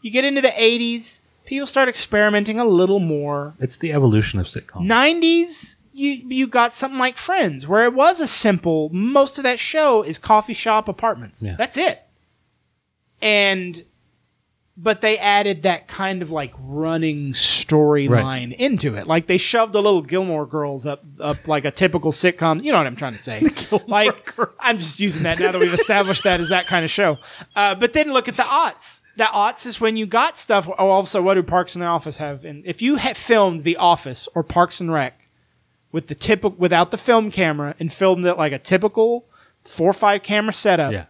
S1: You get into the 80s, people start experimenting a little more.
S3: It's the evolution of sitcom.
S1: 90s you you got something like Friends where it was a simple most of that show is coffee shop apartments.
S3: Yeah.
S1: That's it. And but they added that kind of like running storyline into it. Like they shoved the little Gilmore Girls up up like a typical sitcom. You know what I'm trying to say? like I'm just using that now that we've established that as that kind of show. Uh, but then look at the aughts. The aughts is when you got stuff. Oh, also, what do Parks and the Office have? And if you had filmed The Office or Parks and Rec with the typical without the film camera and filmed it like a typical four or five camera setup,
S3: Yeah,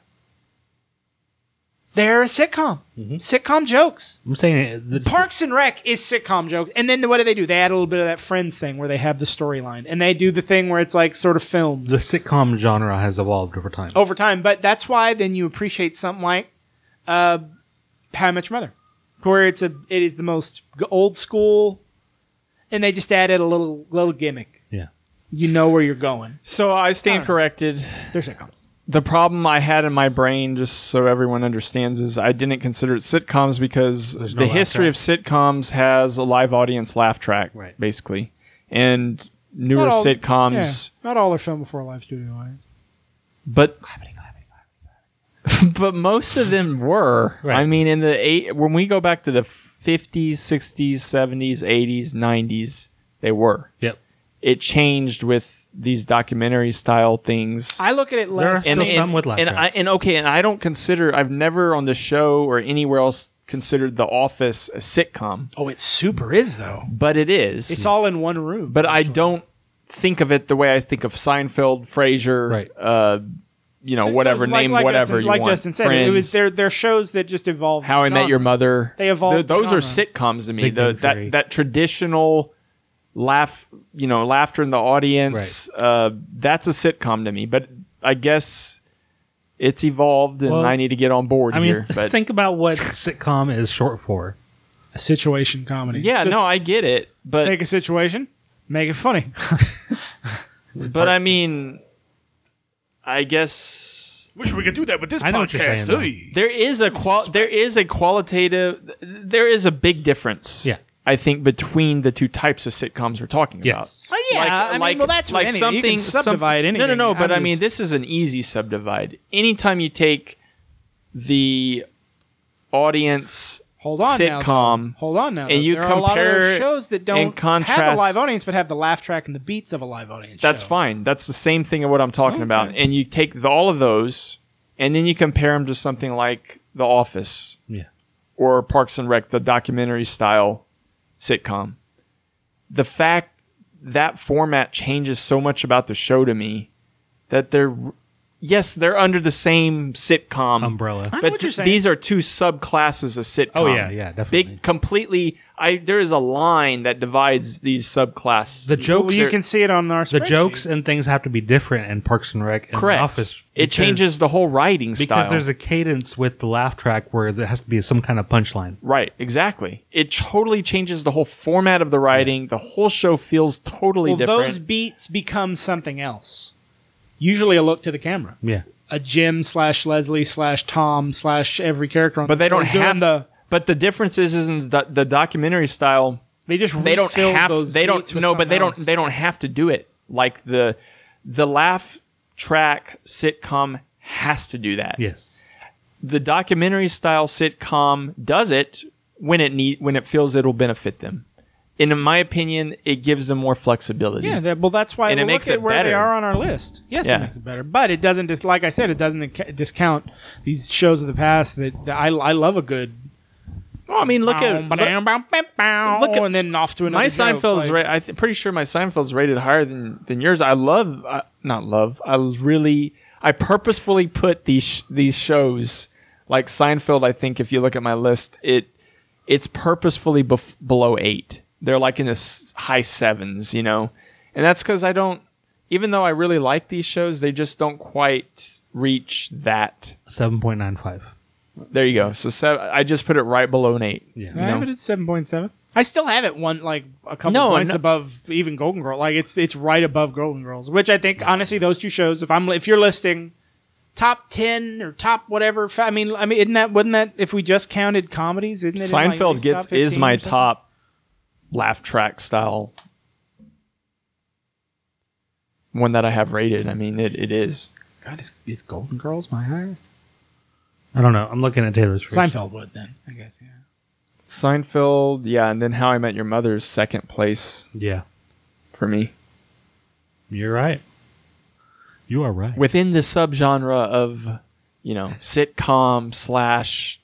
S1: they're a sitcom. Sitcom jokes.
S3: I'm saying it- the
S1: Parks and Rec is sitcom jokes, and then what do they do? They add a little bit of that Friends thing where they have the storyline, and they do the thing where it's like sort of filmed
S3: the sitcom genre has evolved over time.
S1: over time. But that's why then you appreciate something like uh, How I Met Your Mother, where it's a it is the most g- old school, and they just added a little little gimmick.
S3: Yeah.
S1: you know where you're going.
S2: So I stand
S1: Alright.
S2: corrected.
S1: There's sitcoms.
S2: The problem I had in my brain, just so everyone understands, is I didn't consider it sitcoms because
S3: There's no
S2: the
S3: laugh
S2: history
S3: track.
S2: of sitcoms has a live audience laugh track,
S3: Right.
S2: basically. And newer
S1: Not all-
S2: sitcoms,
S1: yeah, not all are filmed before a live studio audience.
S2: but but most of them were.
S3: Right.
S2: I mean, in the eight, when we go back to the 50s, 60s, 70s, 80s, 90s, they were.
S3: Yep.
S2: It changed with these documentary style things.
S1: I look at it
S3: There
S1: less.
S3: are still some with laugh
S2: and I,
S3: tracks.
S2: and okay, and I don't consider. I've never on the show or anywhere else considered The Office a sitcom,
S1: Oh, it super is though.
S2: but it is.
S1: It's all in one room.
S2: but I don't think of it the way I think of Seinfeld, Frasier,
S3: Right.
S2: uh, you know, whatever
S1: Like-
S2: name,
S1: like
S2: whatever
S1: Justin,
S2: you
S1: like
S2: want.
S1: Justin said, it was
S2: Friends.
S1: their their shows that just evolved.
S2: How I Met
S1: genre.
S2: Your Mother.
S1: They evolved
S2: Th- those are
S1: genre.
S2: sitcoms to me.
S3: Big
S2: The,
S3: Bang Theory.
S2: that that traditional laugh, you know, laughter in the audience. Uh, that's a sitcom to me. But I guess it's evolved, and
S3: Well,
S2: I need to get on board
S3: I mean,
S2: here.
S3: th-
S2: But
S3: think about what sitcom is short for.
S1: a situation comedy.
S2: yeah,
S1: It's just
S2: no, I get it. But
S1: take a situation, make it funny.
S2: but I mean, I guess
S4: Wish we could do that with this
S3: I know what you're saying, though.
S4: hey.
S2: there is a qual there is a qualitative there is a big difference.
S3: Yeah.
S2: I think between the two types of sitcoms we're talking about.
S3: Yes.
S1: Oh yeah, I mean, well, that's what
S2: like
S1: any- you
S2: something
S1: can subdivide
S2: some, No, no,
S1: anything.
S2: no.
S1: I'm
S2: But I mean,
S1: just-
S2: this is an easy subdivide. Anytime you take the audience
S1: Hold on now, though.
S2: sitcom
S1: Hold on now.
S2: And
S1: though.
S2: you
S1: there are a lot of
S2: compare
S1: those shows that don't
S2: and contrast-
S1: have a live audience, but have the laugh track and the beats of a live audience.
S2: That's
S1: show.
S2: fine. That's the same thing of what I'm talking about. And you take the, all of those, and then you compare them to something like The Office,
S3: Yeah.
S2: or Parks and Rec, the documentary style sitcom. The fact that format changes so much about the show to me that they're yes, they're under the same sitcom
S3: Umbrella.
S1: I know
S2: but
S1: what you're
S2: th-
S1: saying.
S2: these are two subclasses of sitcom.
S3: Oh, yeah, yeah, definitely.
S2: Big, completely. I there is a line that divides these subclasses.
S3: The jokes,
S1: Well, you can see it on our
S3: the
S1: spreadsheet.
S3: jokes, and things have to be different in Parks and Rec and The
S2: Correct.
S3: Office.
S2: it
S3: because-
S2: changes the whole writing
S3: because
S2: style.
S3: there's a cadence with the laugh track where there has to be some kind of punchline.
S2: right, exactly. It totally changes the whole format of the writing. The whole show feels totally
S1: Well,
S2: different.
S1: those beats become something else. Usually, a look to the camera,
S3: Yeah,
S1: a Jim slash Leslie slash Tom slash every character. On
S2: but
S1: the
S2: they don't
S1: show doing
S2: have
S1: the.
S2: But the difference is, is in the, the documentary style.
S1: They just
S2: they don't
S1: refill
S2: have
S1: those
S2: they
S1: beats
S2: don't
S1: with
S2: no but
S1: something
S2: they don't
S1: else.
S2: they don't have to do it like the the laugh track sitcom has to do that
S3: yes.
S2: the documentary style sitcom does it when it need when it feels it'll benefit them and in my opinion it gives them more flexibility
S1: Yeah, that, well, that's why
S2: And it
S1: we'll
S2: makes
S1: look
S2: it
S1: at where they
S2: better.
S1: are on our list. Yes,
S2: Yeah.
S1: it makes it better, but it doesn't. Dis- like I said, it doesn't inc- discount these shows of the past. That, that I, I love a good.
S2: well, i mean look at
S1: Look
S2: look, at-
S1: and then off to another.
S2: my
S1: joke,
S2: seinfeld
S1: like-
S2: is right i'm pretty sure my seinfeld's rated higher than than yours i love I, not love i really i purposefully put these sh- these shows like seinfeld i think if you look at my list it it's purposefully bef- below eight they're like in the s- high sevens you know and that's because i don't even though i really like these shows they just don't quite reach that
S3: Seven point nine five.
S2: there you go so seven, i just put it right below an eight
S3: Yeah.
S2: you
S1: I
S2: know?
S1: have it at seven point seven. I still have it one like a couple
S2: No,
S1: points
S2: no-
S1: above even Golden Girl. Like it's it's right above Golden Girls, which I think honestly those two shows. If I'm if you're listing top ten or top whatever, fa- I mean I mean isn't that wouldn't that if we just counted comedies? Isn't it in, like,
S2: Seinfeld
S1: these
S2: gets
S1: top
S2: is
S1: 15
S2: my
S1: or something?
S2: top laugh track style one that I have rated. I mean, it, it is.
S1: God, is, is Golden Girls my highest?
S3: I don't know. I'm looking at Taylor's. first.
S1: Seinfeld would then I guess yeah.
S2: Seinfeld, yeah, and then How I Met Your Mother's second place
S3: Yeah,
S2: for me
S3: you're right. You are right.
S2: within the subgenre of you know sitcom slash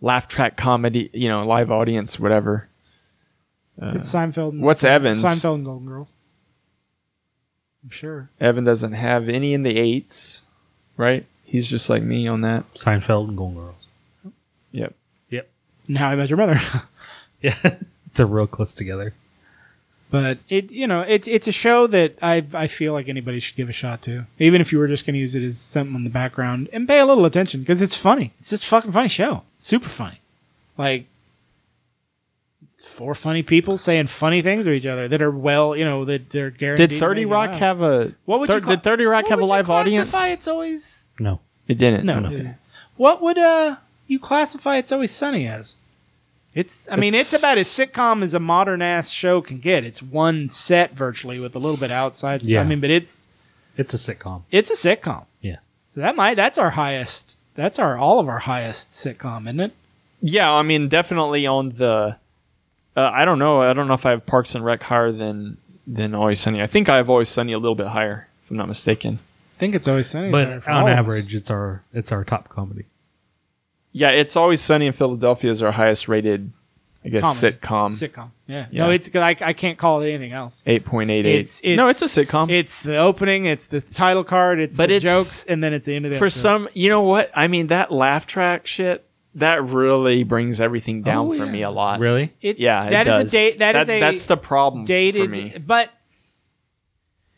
S2: laugh track comedy, you know, live audience, whatever.
S1: it's Seinfeld. And,
S2: Uh, What's Evans?
S1: Seinfeld and Golden Girls. I'm sure.
S2: Evan doesn't have any in the eights, right? He's just like me on that.
S3: Seinfeld and Golden Girls.
S2: Yep.
S1: And How I Met Your Mother.
S3: Yeah, they're real close together.
S1: but it you know it's it's a show that I I feel like anybody should give a shot to, even if you were just going to use it as something in the background and pay a little attention because it's funny. It's just a fucking funny show, super funny, like four funny people saying funny things to each other that are well you know that they're guaranteed.
S2: Did
S1: to
S2: Thirty
S1: make you
S2: Rock
S1: laugh.
S2: have a?
S1: What would you
S2: Thir-
S1: cla-
S2: did Thirty Rock
S1: What
S2: have a
S1: would you
S2: live audience?
S1: classify It's always
S3: No,
S2: It didn't.
S1: no.
S3: Okay.
S1: What would uh you classify It's Always Sunny as? It's I mean it's,
S2: It's-
S1: about as sitcom as a modern ass show can get. It's one set virtually with a little bit outside stuff.
S3: Yeah.
S1: I mean, but it's
S3: it's a sitcom.
S1: it's a sitcom.
S3: Yeah.
S1: So that might that's our highest. that's our all of our highest sitcom, isn't it?
S2: Yeah, I mean, definitely on the. Uh, I don't know. I don't know if I have Parks and Rec higher than than Always Sunny. I think I have Always Sunny a little bit higher, if I'm not mistaken.
S1: I think it's always sunny.
S3: But on average, it's our it's our top comedy.
S2: Yeah, it's Always Sunny in Philadelphia is our highest rated, I guess,
S1: Comedy.
S2: sitcom.
S1: sitcom. Yeah.
S2: Um, Yeah.
S1: No, it's 'cause I, I can't call it anything else.
S2: 8.88.
S1: It's- it's-
S2: no, it's a sitcom.
S1: It's the opening. It's the title card. It's
S2: Um, But
S1: the
S2: it's-
S1: jokes, and then it's the end of the
S2: For
S1: episode.
S2: some, you know what? I mean, that laugh track shit, that really brings everything down for me a lot.
S3: Really?
S1: It-
S2: Yeah,
S1: that
S2: it
S1: is
S2: does.
S1: a date. that is a
S2: That's the problem
S1: dated.
S2: for me.
S1: But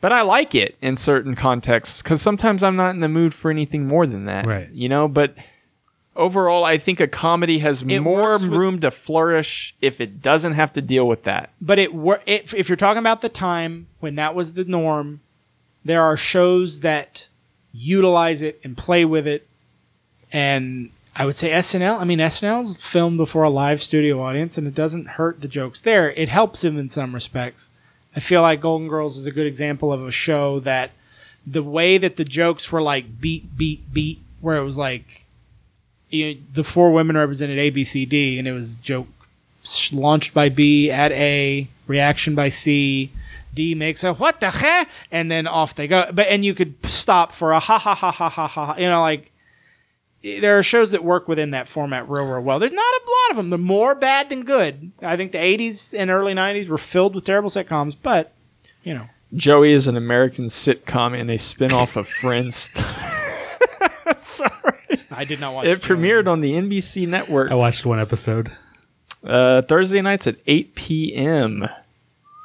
S2: but I like it in certain contexts because sometimes I'm not in the mood for anything more than that.
S3: Right.
S2: You know, but overall, I think a comedy has
S1: It
S2: more
S1: works with-
S2: room to flourish if it doesn't have to deal with that.
S1: but it, wor- if if you're talking about the time when that was the norm, there are shows that utilize it and play with it, and I would say SNL. I mean, SNL's filmed before a live studio audience, and it doesn't hurt the jokes there. It helps him in some respects. I feel like Golden Girls is a good example of a show that the way that the jokes were like beat, beat, beat, where it was like you know, the four women represented A, B, C, D, and it was joke s- launched by B at A, reaction by C. D makes a what the heck, and then off they go. But and you could stop for a ha ha ha ha ha ha. You know, like eh, there are shows that work within that format real, real well. There's not a lot of them. They're more bad than good. I think the '80s and early '90s were filled with terrible sitcoms, but you know,
S2: Joey is an American sitcom and a spinoff of Friends. Sorry.
S1: I did not watch.
S2: It
S1: Joey.
S2: premiered on the NBC network
S3: I watched one episode. Oh.
S2: uh, Thursday nights at 8 p.m.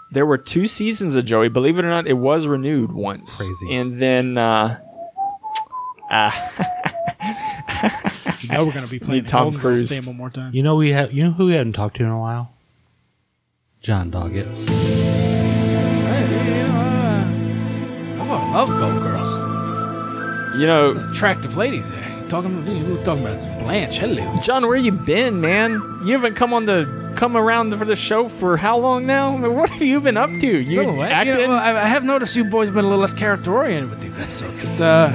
S2: There were two seasons of Joey. Believe it or not, it was renewed once.
S3: Crazy.
S2: And then uh, ah,
S1: Now we're gonna be playing
S2: Need Tom
S1: Golden Girls
S2: Cruise.
S1: theme one more time.
S3: You know we have you know who we hadn't talked to in a while? John Doggett.
S4: uh, Oh, I love Golden Girls.
S2: you know,
S4: Attractive ladies there. Talking, we're talking about some Blanche. Hello.
S2: John, where you been, man? You haven't come on the come around for the show for how long now? I mean, what have you been up to? You
S4: Little, eh?
S2: acting?
S4: You know, I, I have noticed you boys have been a little less character oriented with these episodes. It's uh,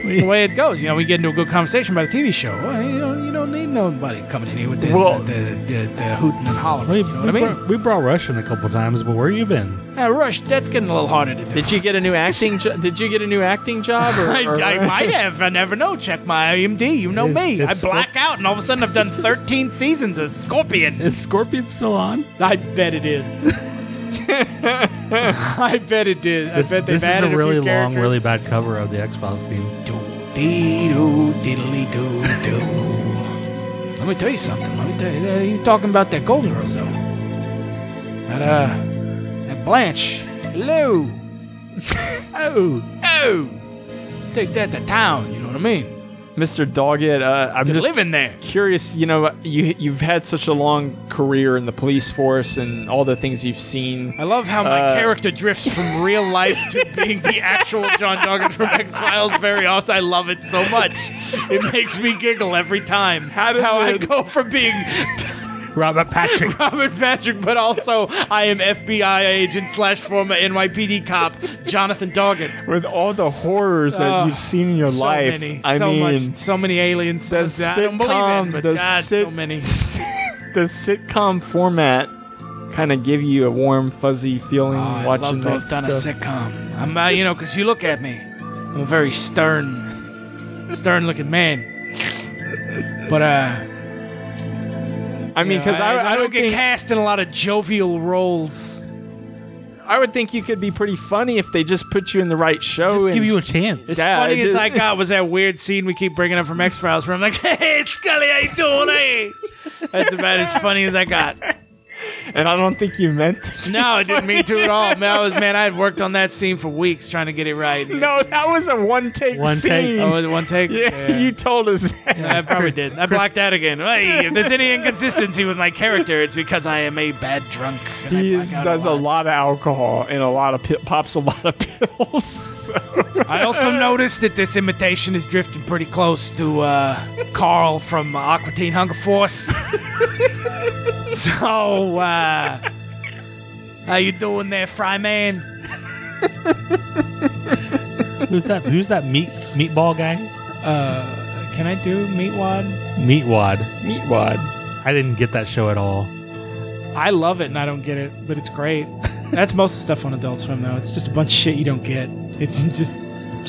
S4: it's the way it goes. You know, we get into a good conversation about a TV show. Well, you don't, you don't need nobody coming in here with the
S2: Well-
S4: the, the, the, the hooting and hollering.
S3: We,
S4: you know what I
S3: we
S4: mean?
S3: brought, we brought Rush in a couple times, but where you been?
S4: Now, Rush, that's getting a little harder to do.
S2: did you get a new acting? Jo- did you get a new acting job? Or,
S4: I,
S2: or-
S4: I might have. I never know. Check my IMD. You know
S3: Is-
S4: me.
S3: is
S4: I black out, and all of a sudden I've done 13 seasons of Scorpion.
S5: Is Scorpion still on?
S1: I bet it is. I bet it is. I bet they've
S3: this is
S1: added
S3: a really
S1: few
S3: long,
S1: characters.
S3: really bad cover of the X Files theme.
S4: Dee-doo, diddly-doo, doo. Let me tell you something. Let me tell you. Uh, you talking about that Golden Girls, though. That, uh, that Blanche. Hello. oh. Oh. Take that to town, you know what I mean?
S2: Mr. Doggett, uh, I'm
S4: You're
S2: just
S4: living there.
S2: curious you know you you've had such a long career in the police force and all the things you've seen
S4: I love how my
S2: Uh,
S4: character drifts from real life to being the actual John Doggett from X Files very often. I love it so much. It makes me giggle every time. How,
S2: does
S4: I
S2: it-
S4: go from being
S5: Robert Patrick.
S4: Robert Patrick, but also I am FBI agent slash former NYPD cop Jonathan Doggett.
S2: Uh, with all the horrors that
S4: Oh,
S2: you've seen in your
S4: so
S2: life
S4: many,
S2: i
S4: so
S2: mean
S4: much, so many aliens.
S2: the
S4: I don't believe in,
S2: sitcom
S4: but
S2: the,
S4: God,
S2: sit-
S4: so many.
S2: the sitcom format kind of give you a warm fuzzy feeling
S4: Oh, I'd
S2: watching
S4: love to
S2: that
S4: have done
S2: stuff
S4: a sitcom. I'm, uh, you know, because you look at me, I'm a very stern, stern-looking man. But uh,
S2: i mean because I, I,
S4: don't
S2: would
S4: get
S2: think,
S4: cast in a lot of jovial roles.
S2: I would think you could be pretty funny if they just put you in the right show
S3: Just
S2: and
S3: give you a chance.
S2: Yeah,
S4: Funny
S2: it
S4: as
S2: just-
S4: I got was that weird scene we keep bringing up from X Files, where I'm like, "Hey, Scully, how you doing? Hey?" That's about as funny as I got.
S2: and i don't think you meant
S4: No, I didn't mean to at all. Man, I was man, I had worked on that scene for weeks trying to get it right.
S2: no that was a one take
S3: One take.
S2: scene
S4: Oh, was it one take.
S2: yeah, you told us that.
S4: I probably did. I blacked out again. Hey, if there's any inconsistency with my character, it's because I am a bad drunk. and I
S2: He
S4: black
S2: is-
S4: out
S2: does a lot of alcohol and a lot of pi- pops a lot of pills. so-
S4: I also noticed that this imitation is drifting pretty close to uh, Carl from Aqua Teen Hunger Force. so, uh, how you doing there, Fry Man?
S3: Who's that? Who's that meat meatball guy?
S4: Uh, I
S2: Can I do Meatwad?
S3: Meatwad.
S2: Meatwad.
S3: I didn't get that show at all.
S4: I love it and I don't get it, but it's great. That's most of the stuff on Adult Swim, though. It's just a bunch of shit you don't get. It's just.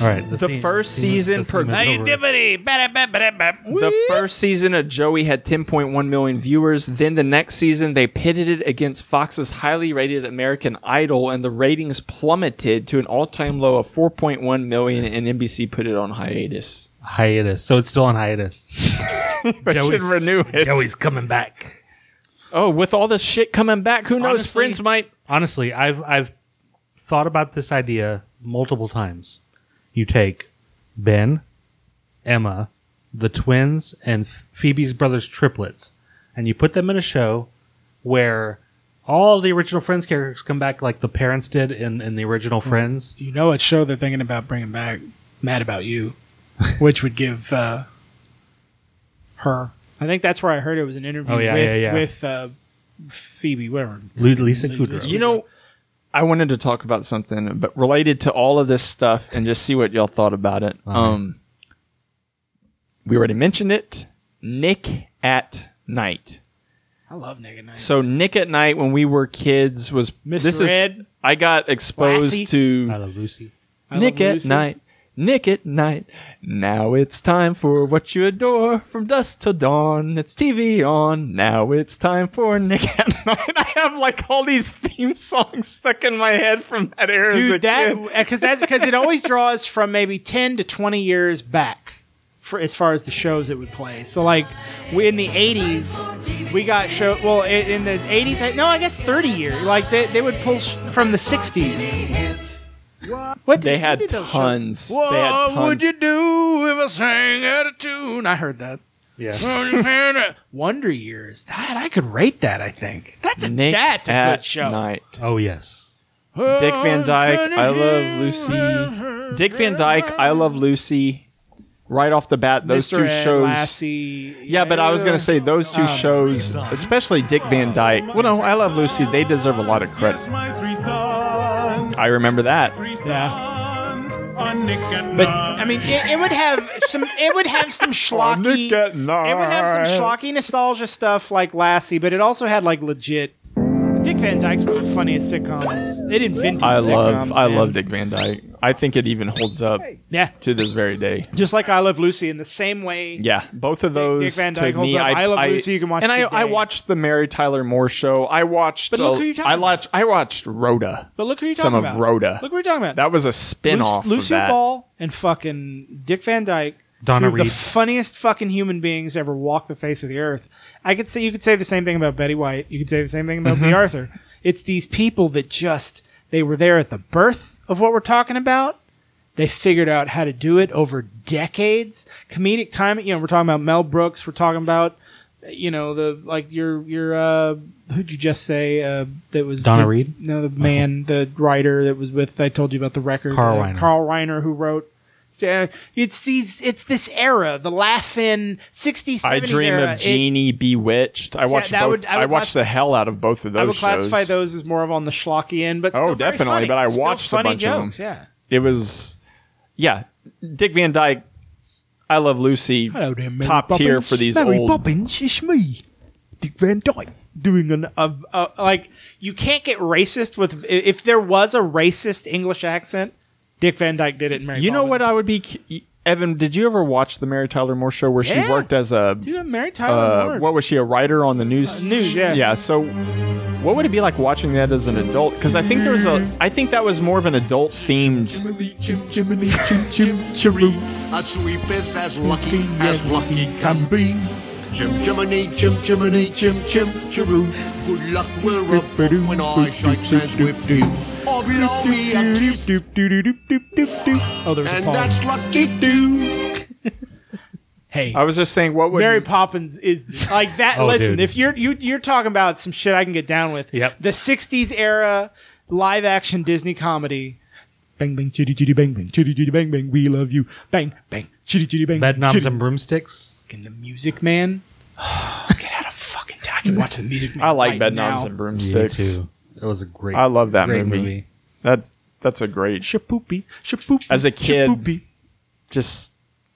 S3: All right.
S2: The
S3: theme-
S2: first
S3: theme is-
S2: season
S3: the theme is over.
S2: The first season of Joey had 10.1 million viewers. Then the next season, they pitted it against Fox's highly rated American Idol, and the ratings plummeted to an all time low of 4.1 million, and NBC put it on hiatus.
S3: hiatus. So it's still on hiatus.
S2: They should renew it.
S3: Joey's coming back.
S2: Oh, with all this shit coming back, who knows?
S3: Honestly-
S2: Friends might.
S3: Honestly, I've I've thought about this idea multiple times. You take Ben, Emma, the twins, and Phoebe's brother's triplets, and you put them in a show where all the original Friends characters come back like the parents did in, in the original
S2: Mm.
S3: Friends.
S4: You know what show they're thinking about bringing back? Mad About You, which would give uh, her. I think that's where I heard it was an interview
S3: Oh, yeah,
S4: with,
S3: yeah, yeah.
S4: with uh, Phoebe, whatever.
S3: Lu- Lisa Kudrow.
S2: You know, I wanted to talk about something but related to all of this stuff and just see what y'all thought about it. Um, we already mentioned it. Nick at night.
S4: I love Nick at Night.
S2: So Nick at night when we were kids was
S4: Miss
S2: this is-
S4: Red.
S2: I got exposed
S4: Lassie.
S3: I
S2: to
S3: love Lucy.
S4: I love
S2: Nick at
S4: Lucy.
S2: night. Nick at night. Now it's time for what you adore from dusk till dawn. It's TV on. Now it's time for Nick at night. I have like all these theme songs stuck in my head from that era. as a
S1: Dude, that
S2: kid.
S1: because that's because it always draws from maybe ten to twenty years back for as far as the shows it would play. So like we, in the eighties, we got show. Well, i- in the eighties, no, I guess thirty year. Like they, they would pull sh- from the sixties. What
S2: they
S1: did-
S2: had
S1: what did those shows-
S2: tons. they had tons.
S4: What would you do if I sang out of tune? I heard that. Yeah. Wonder Years. That I could rate that. I think that's a
S2: Nick
S4: that's a
S2: at
S4: good show. Oh,
S2: Night.
S3: Oh yes.
S2: Dick Van Dyke, I Love Lucy. Dick Van Dyke, I Love Lucy. Right off the bat, those
S1: Mr.
S2: two
S1: Ed
S2: shows.
S1: Lassie,
S2: Yeah, but I was gonna say those two shows, especially Dick Van Dyke. Well, no, I Love Lucy. They deserve a lot of credit. I remember that.
S1: Yeah. But I mean, it, it would have some. It would have some schlocky. It would have some schlocky nostalgia stuff like Lassie, but it also had like legit. Dick Van Dyke's one of the funniest sitcoms. It invented.
S2: I
S1: sitcoms,
S2: love, I
S1: man.
S2: love Dick Van Dyke. I think it even holds up
S1: Yeah,
S2: to this very day.
S1: just like I Love Lucy in the same way.
S2: Yeah, both of those.
S1: Dick Van
S2: to
S1: Dyke holds
S2: me,
S1: up. I Love Lucy, you can watch
S2: And I,
S1: today.
S2: I watched the Mary Tyler Moore show. I watched.
S1: But look
S2: a-
S1: who you're talking
S2: I watched. I watched Rhoda.
S1: But look who you're talking
S2: Some of
S1: about.
S2: Rhoda.
S1: Look what you're talking about.
S2: That was a spin off.
S1: Lucy
S2: of that.
S1: Ball and fucking Dick Van Dyke. two
S3: Donna
S1: of
S3: Reed.
S1: the funniest fucking human beings to ever walk the face of the earth. I could say you could say the same thing about Betty White. You could say the same thing about
S3: Mm-hmm.
S1: B. Arthur. It's these people that just they were there at the birth of what we're talking about. They figured out how to do it over decades. Comedic time, you know, we're talking about Mel Brooks. We're talking about, you know, the like your your uh, who'd you just say uh, that was
S3: Donna
S1: the-
S3: Reed?
S1: No, the man, the writer that was with. I told you about the record.
S3: Carl
S1: uh,
S3: Reiner.
S1: Carl Reiner, who wrote. uh, It's these. It's this era, the laughing '60s, '70s
S2: I dream
S1: era.
S2: of
S1: It-
S2: Jeannie Bewitched. I watched
S1: that
S2: both.
S1: would- I
S2: I,
S1: would
S2: watched the hell out of both of those
S1: I would classify
S2: shows.
S1: those as more of on the schlocky end, but still
S2: Oh,
S1: very
S2: definitely,
S1: funny.
S2: but I
S1: Still
S2: watched a
S1: funny
S2: bunch of them.
S1: jokes. Yeah.
S2: It was, yeah, Dick Van Dyke. I love Lucy.
S4: Hello there, Mary
S2: top tier
S4: Poppins.
S2: for these
S4: Mary
S2: old.
S4: Poppins, it's me, Dick Van Dyke.
S1: doing an of uh, like you can't get racist with if there was a racist English accent, Dick Van Dyke did it. In Mary
S2: You know what?
S1: Poppins.
S2: I would be. cu- Evan, did you ever watch the Mary Tyler Moore show where
S1: Yeah.
S2: she worked as a
S1: Dude, I'm Mary Tyler
S2: uh,
S1: Moore.
S2: what was she a writer on the news
S1: news, yeah.
S2: yeah so what would it be like watching that as an adult because i think there was a i think that was more of an adult themed
S7: A sweep is as lucky as lucky can be. Chim chimney, chim chimney, chim chim chiroo. Good luck, we're up when I shake hands with you. Oh, blow me a kiss,
S1: Oh, there was a
S7: and
S1: pause.
S7: that's lucky too.
S4: Hey,
S2: i was just saying what would
S1: Mary Poppins is like that.
S3: Oh,
S1: listen,
S3: dude.
S1: if you're you, you're talking about some shit I can get down with.
S3: Yep.
S1: The '60s era live action Disney comedy. Bang bang chitty chitty bang bang chitty chitty bang bang. We love you. Bang bang chitty chitty bang.
S3: Bed knobs
S1: chitty.
S3: and broomsticks.
S1: Fucking the Music Man. get out of fucking time. I can watch the Music Man.
S2: i like
S1: right
S2: bed knobs
S1: now.
S2: and
S3: Me
S2: broomsticks
S3: too. That was a great.
S2: i love that
S3: great
S2: movie. that's that's a great
S1: Shapoopy, shapoopy.
S2: as a kid
S1: shapoopy.
S2: just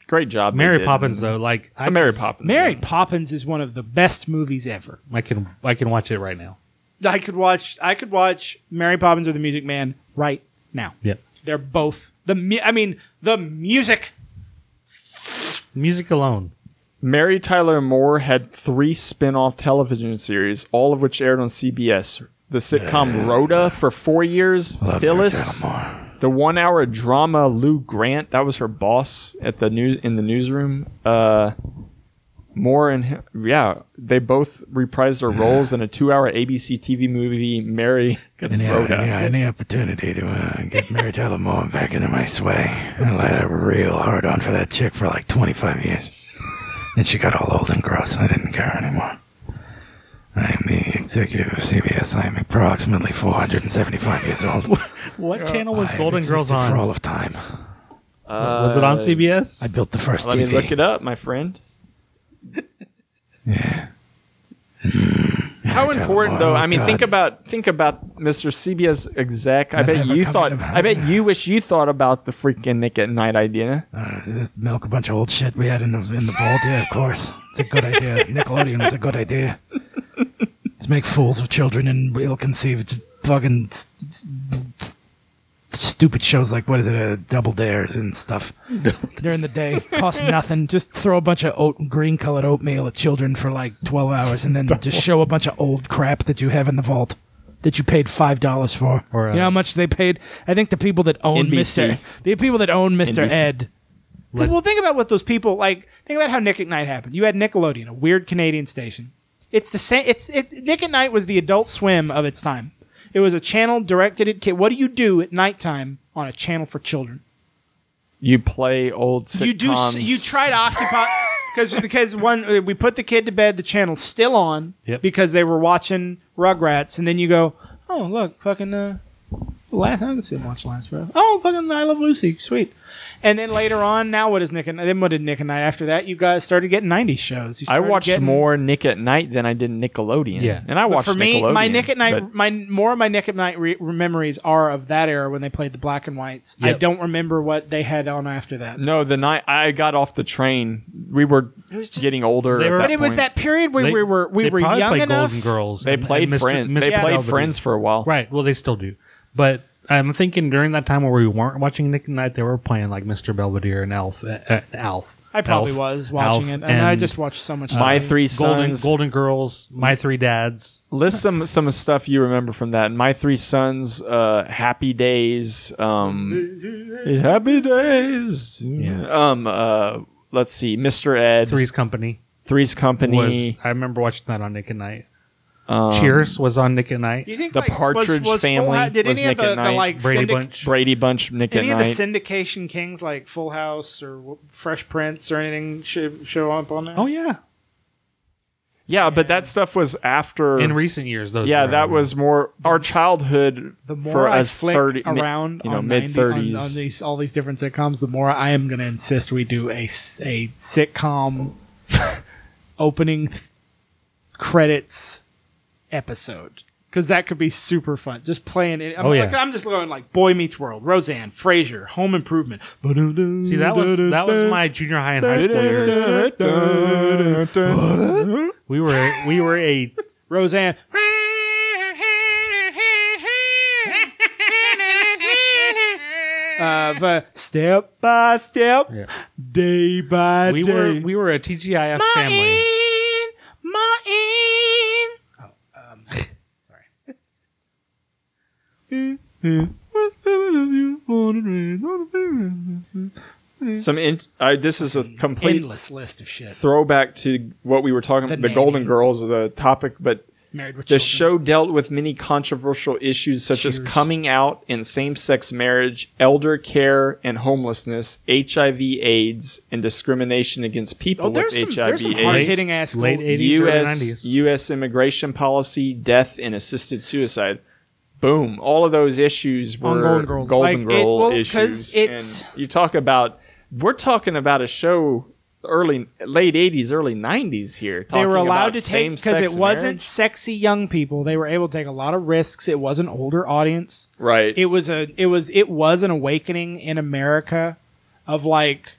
S2: Great job, they
S3: Mary
S2: did.
S3: Poppins though, like I,
S2: Uh, Mary Poppins.
S1: Mary
S2: yeah.
S1: Poppins is one of the best movies ever.
S3: I can I can watch it right now.
S1: I could watch I could watch Mary Poppins or The Music Man right now.
S3: Yeah,
S1: They're both the mu- I mean the music.
S3: music alone.
S2: Mary Tyler Moore had three spin off television series, all of which aired on CBS. The sitcom Rhoda for four years, Phyllis, the one hour drama Lou Grant, that was her boss at the news in the newsroom. Uh, Moore and him, yeah, they both reprised their roles in a two hour ABC TV movie, Mary and Rhoda.
S8: Oh, Yeah, any opportunity to uh, get Mary Tyler Moore back into my sway. I had a real hard on for that chick for like 25 years. Then she got all old and gross, and I didn't care anymore. I am the executive of CBS. I am approximately 475 years old.
S3: What
S2: Uh,
S3: channel was
S8: I have
S3: Golden Girls
S8: existed for
S3: on?
S8: all of time.
S3: was it on
S2: Uh,
S3: CBS?
S8: I built the first
S2: Let me
S8: TV.
S2: look it up, my friend. How
S8: Tyler
S2: important
S8: Moore,
S2: though?
S8: oh,
S2: I mean, think
S8: God.
S2: about think about Mr. CBS exec. I, bet
S8: never
S2: you
S8: come
S2: thought.
S8: to mind.
S2: I bet you wish you thought about the freaking Nick at Night idea.
S8: Uh, just milk a bunch of old shit we had in the, in the vault. Yeah, of course. It's a good idea. Nickelodeon is a good idea. Just make fools of children and ill-conceived fucking st- stupid shows like, what is it, uh, Double Dares and stuff. During the day, cost nothing. Just throw a bunch of oat green-colored oatmeal at children for like 12 Oh, hours and then just show a bunch of old crap that you have in the vault. That you paid five dollars for.
S3: Or, uh,
S8: you know how much they paid? I think the people that own
S2: NBC.
S8: Mister, the people that own Mister
S2: NBC.
S8: Ed,
S1: well, think about what those people like. Think about how Nick at Night happened. You had Nickelodeon, a weird Canadian station. It's the same. It's it, Nick at Night was the Adult Swim of its time. It was a channel directed at kids. What do you do at nighttime on a channel for children?
S2: You play old sitcoms.
S1: you do s- you try to occupy because because one uh, we put the kid to bed the channel's still on
S3: Yep.
S1: because they were watching rugrats and then you go oh look fucking uh last i can sit and watch last bro oh fucking i love lucy sweet and then later on now what is nick and then what did nick and i after that you guys started getting 90s shows You
S2: I
S1: started
S2: watched
S1: getting-
S2: more Nick at Night than I did Nickelodeon.
S3: Yeah.
S2: and I
S1: But
S2: watched
S1: for me
S2: Nickelodeon,
S1: my nick at
S2: but-
S1: night my more of my nick at night re- memories are of that era when they played the black and whites i
S3: Yep.
S1: don't remember what they had on after that
S2: No, the night I got off the train, we were getting older.
S3: They
S2: at
S3: were-
S2: that
S1: but it was
S2: point.
S1: that period where
S3: They-
S1: we were we
S3: they
S1: were
S3: probably
S1: young
S3: played
S1: enough.
S3: Golden Girls.
S2: they
S3: and-
S2: played
S3: and Mr.
S2: Friends.
S3: Mr.
S2: They played
S3: Belvedere.
S2: Friends for a while.
S3: Right. Well, they still do, but I'm thinking during that time where we weren't watching Nick and Night, they were playing like Mr. Belvedere and Elf. Uh, uh, Alf.
S1: I probably
S3: Elf,
S1: was watching
S3: Alf,
S1: it, and, I just watched so much.
S2: My
S1: TV.
S2: three
S3: Golden
S2: sons.
S3: Golden Girls, My Three Dads.
S2: List some some stuff you remember from that. My three sons, uh, Happy Days, um, Happy Days. Um, uh, let's see, Mr. Ed,
S3: Three's Company
S2: Three's
S3: was.
S2: Company, Um,
S3: I remember watching that on Nick and Night. Cheers was on Nick and Night.
S1: Do you think
S2: The
S1: like, was-
S2: Partridge
S1: was Full
S2: Family
S1: House- did
S2: was
S1: any
S2: Nick
S1: of the,
S2: at
S1: the
S2: Night.
S1: like
S3: Brady
S1: syndic-
S3: Bunch.
S2: Brady Bunch, Nick
S1: Any of
S2: at
S1: the
S2: Night.
S1: syndication kings like Full House or w- Fresh Prince or anything should show up on there?
S3: Oh yeah,
S2: yeah, but that stuff was after.
S3: in recent years those.
S2: yeah,
S3: were-
S2: that was more our childhood
S1: the more
S2: for
S1: I
S2: us
S1: flick
S2: thirty mi-
S1: around,
S2: you know,
S1: on 90
S2: mid
S1: on, on
S2: thirties.
S1: these all these different sitcoms, the more I am going to insist we do a s- a sitcom opening th- credits episode because that could be super fun. Just playing it. I'm,
S3: Oh,
S1: like,
S3: yeah.
S1: I'm just going like Boy Meets World, Roseanne, Frasier, Home Improvement.
S3: See, that was that was my junior high and high school years. We were a, we were a
S1: Roseanne. Uh, but step by step,
S3: Yeah.
S1: day by
S3: we were
S1: day.
S3: we were a TGIF family.
S1: Martin.
S2: Some in, I this is a complete
S1: Endless list of shit.
S2: throwback to what we were talking
S1: The
S2: about, the Golden
S1: nanny.
S2: Girls, the topic, but
S1: Married with
S2: the
S1: Children.
S2: show dealt with many controversial issues such as coming out and same sex marriage, elder care and homelessness, HIV, AIDS, and discrimination against people
S1: Oh,
S2: with
S1: there's some,
S2: HIV,
S1: there's some hard
S2: AIDS,
S1: hitting ass.
S3: late
S1: cool-
S3: 80s, early
S2: US,
S3: 90s.
S2: US immigration policy, death, and assisted suicide. Boom. All of those issues were
S1: On
S2: Golden
S1: Golden
S2: Girl,
S1: Girls. Like, it- well, 'cause
S2: issues.
S1: it's-
S2: and you talk about, we're talking about a show early, late 80s, early 90s here.
S1: They were
S2: talking
S1: allowed to
S2: about
S1: take because
S2: same-sex
S1: it wasn't
S2: marriage.
S1: sexy young people. They were able to take a lot of risks. It was an older audience.
S2: Right.
S1: it was a it was it was an awakening in America of like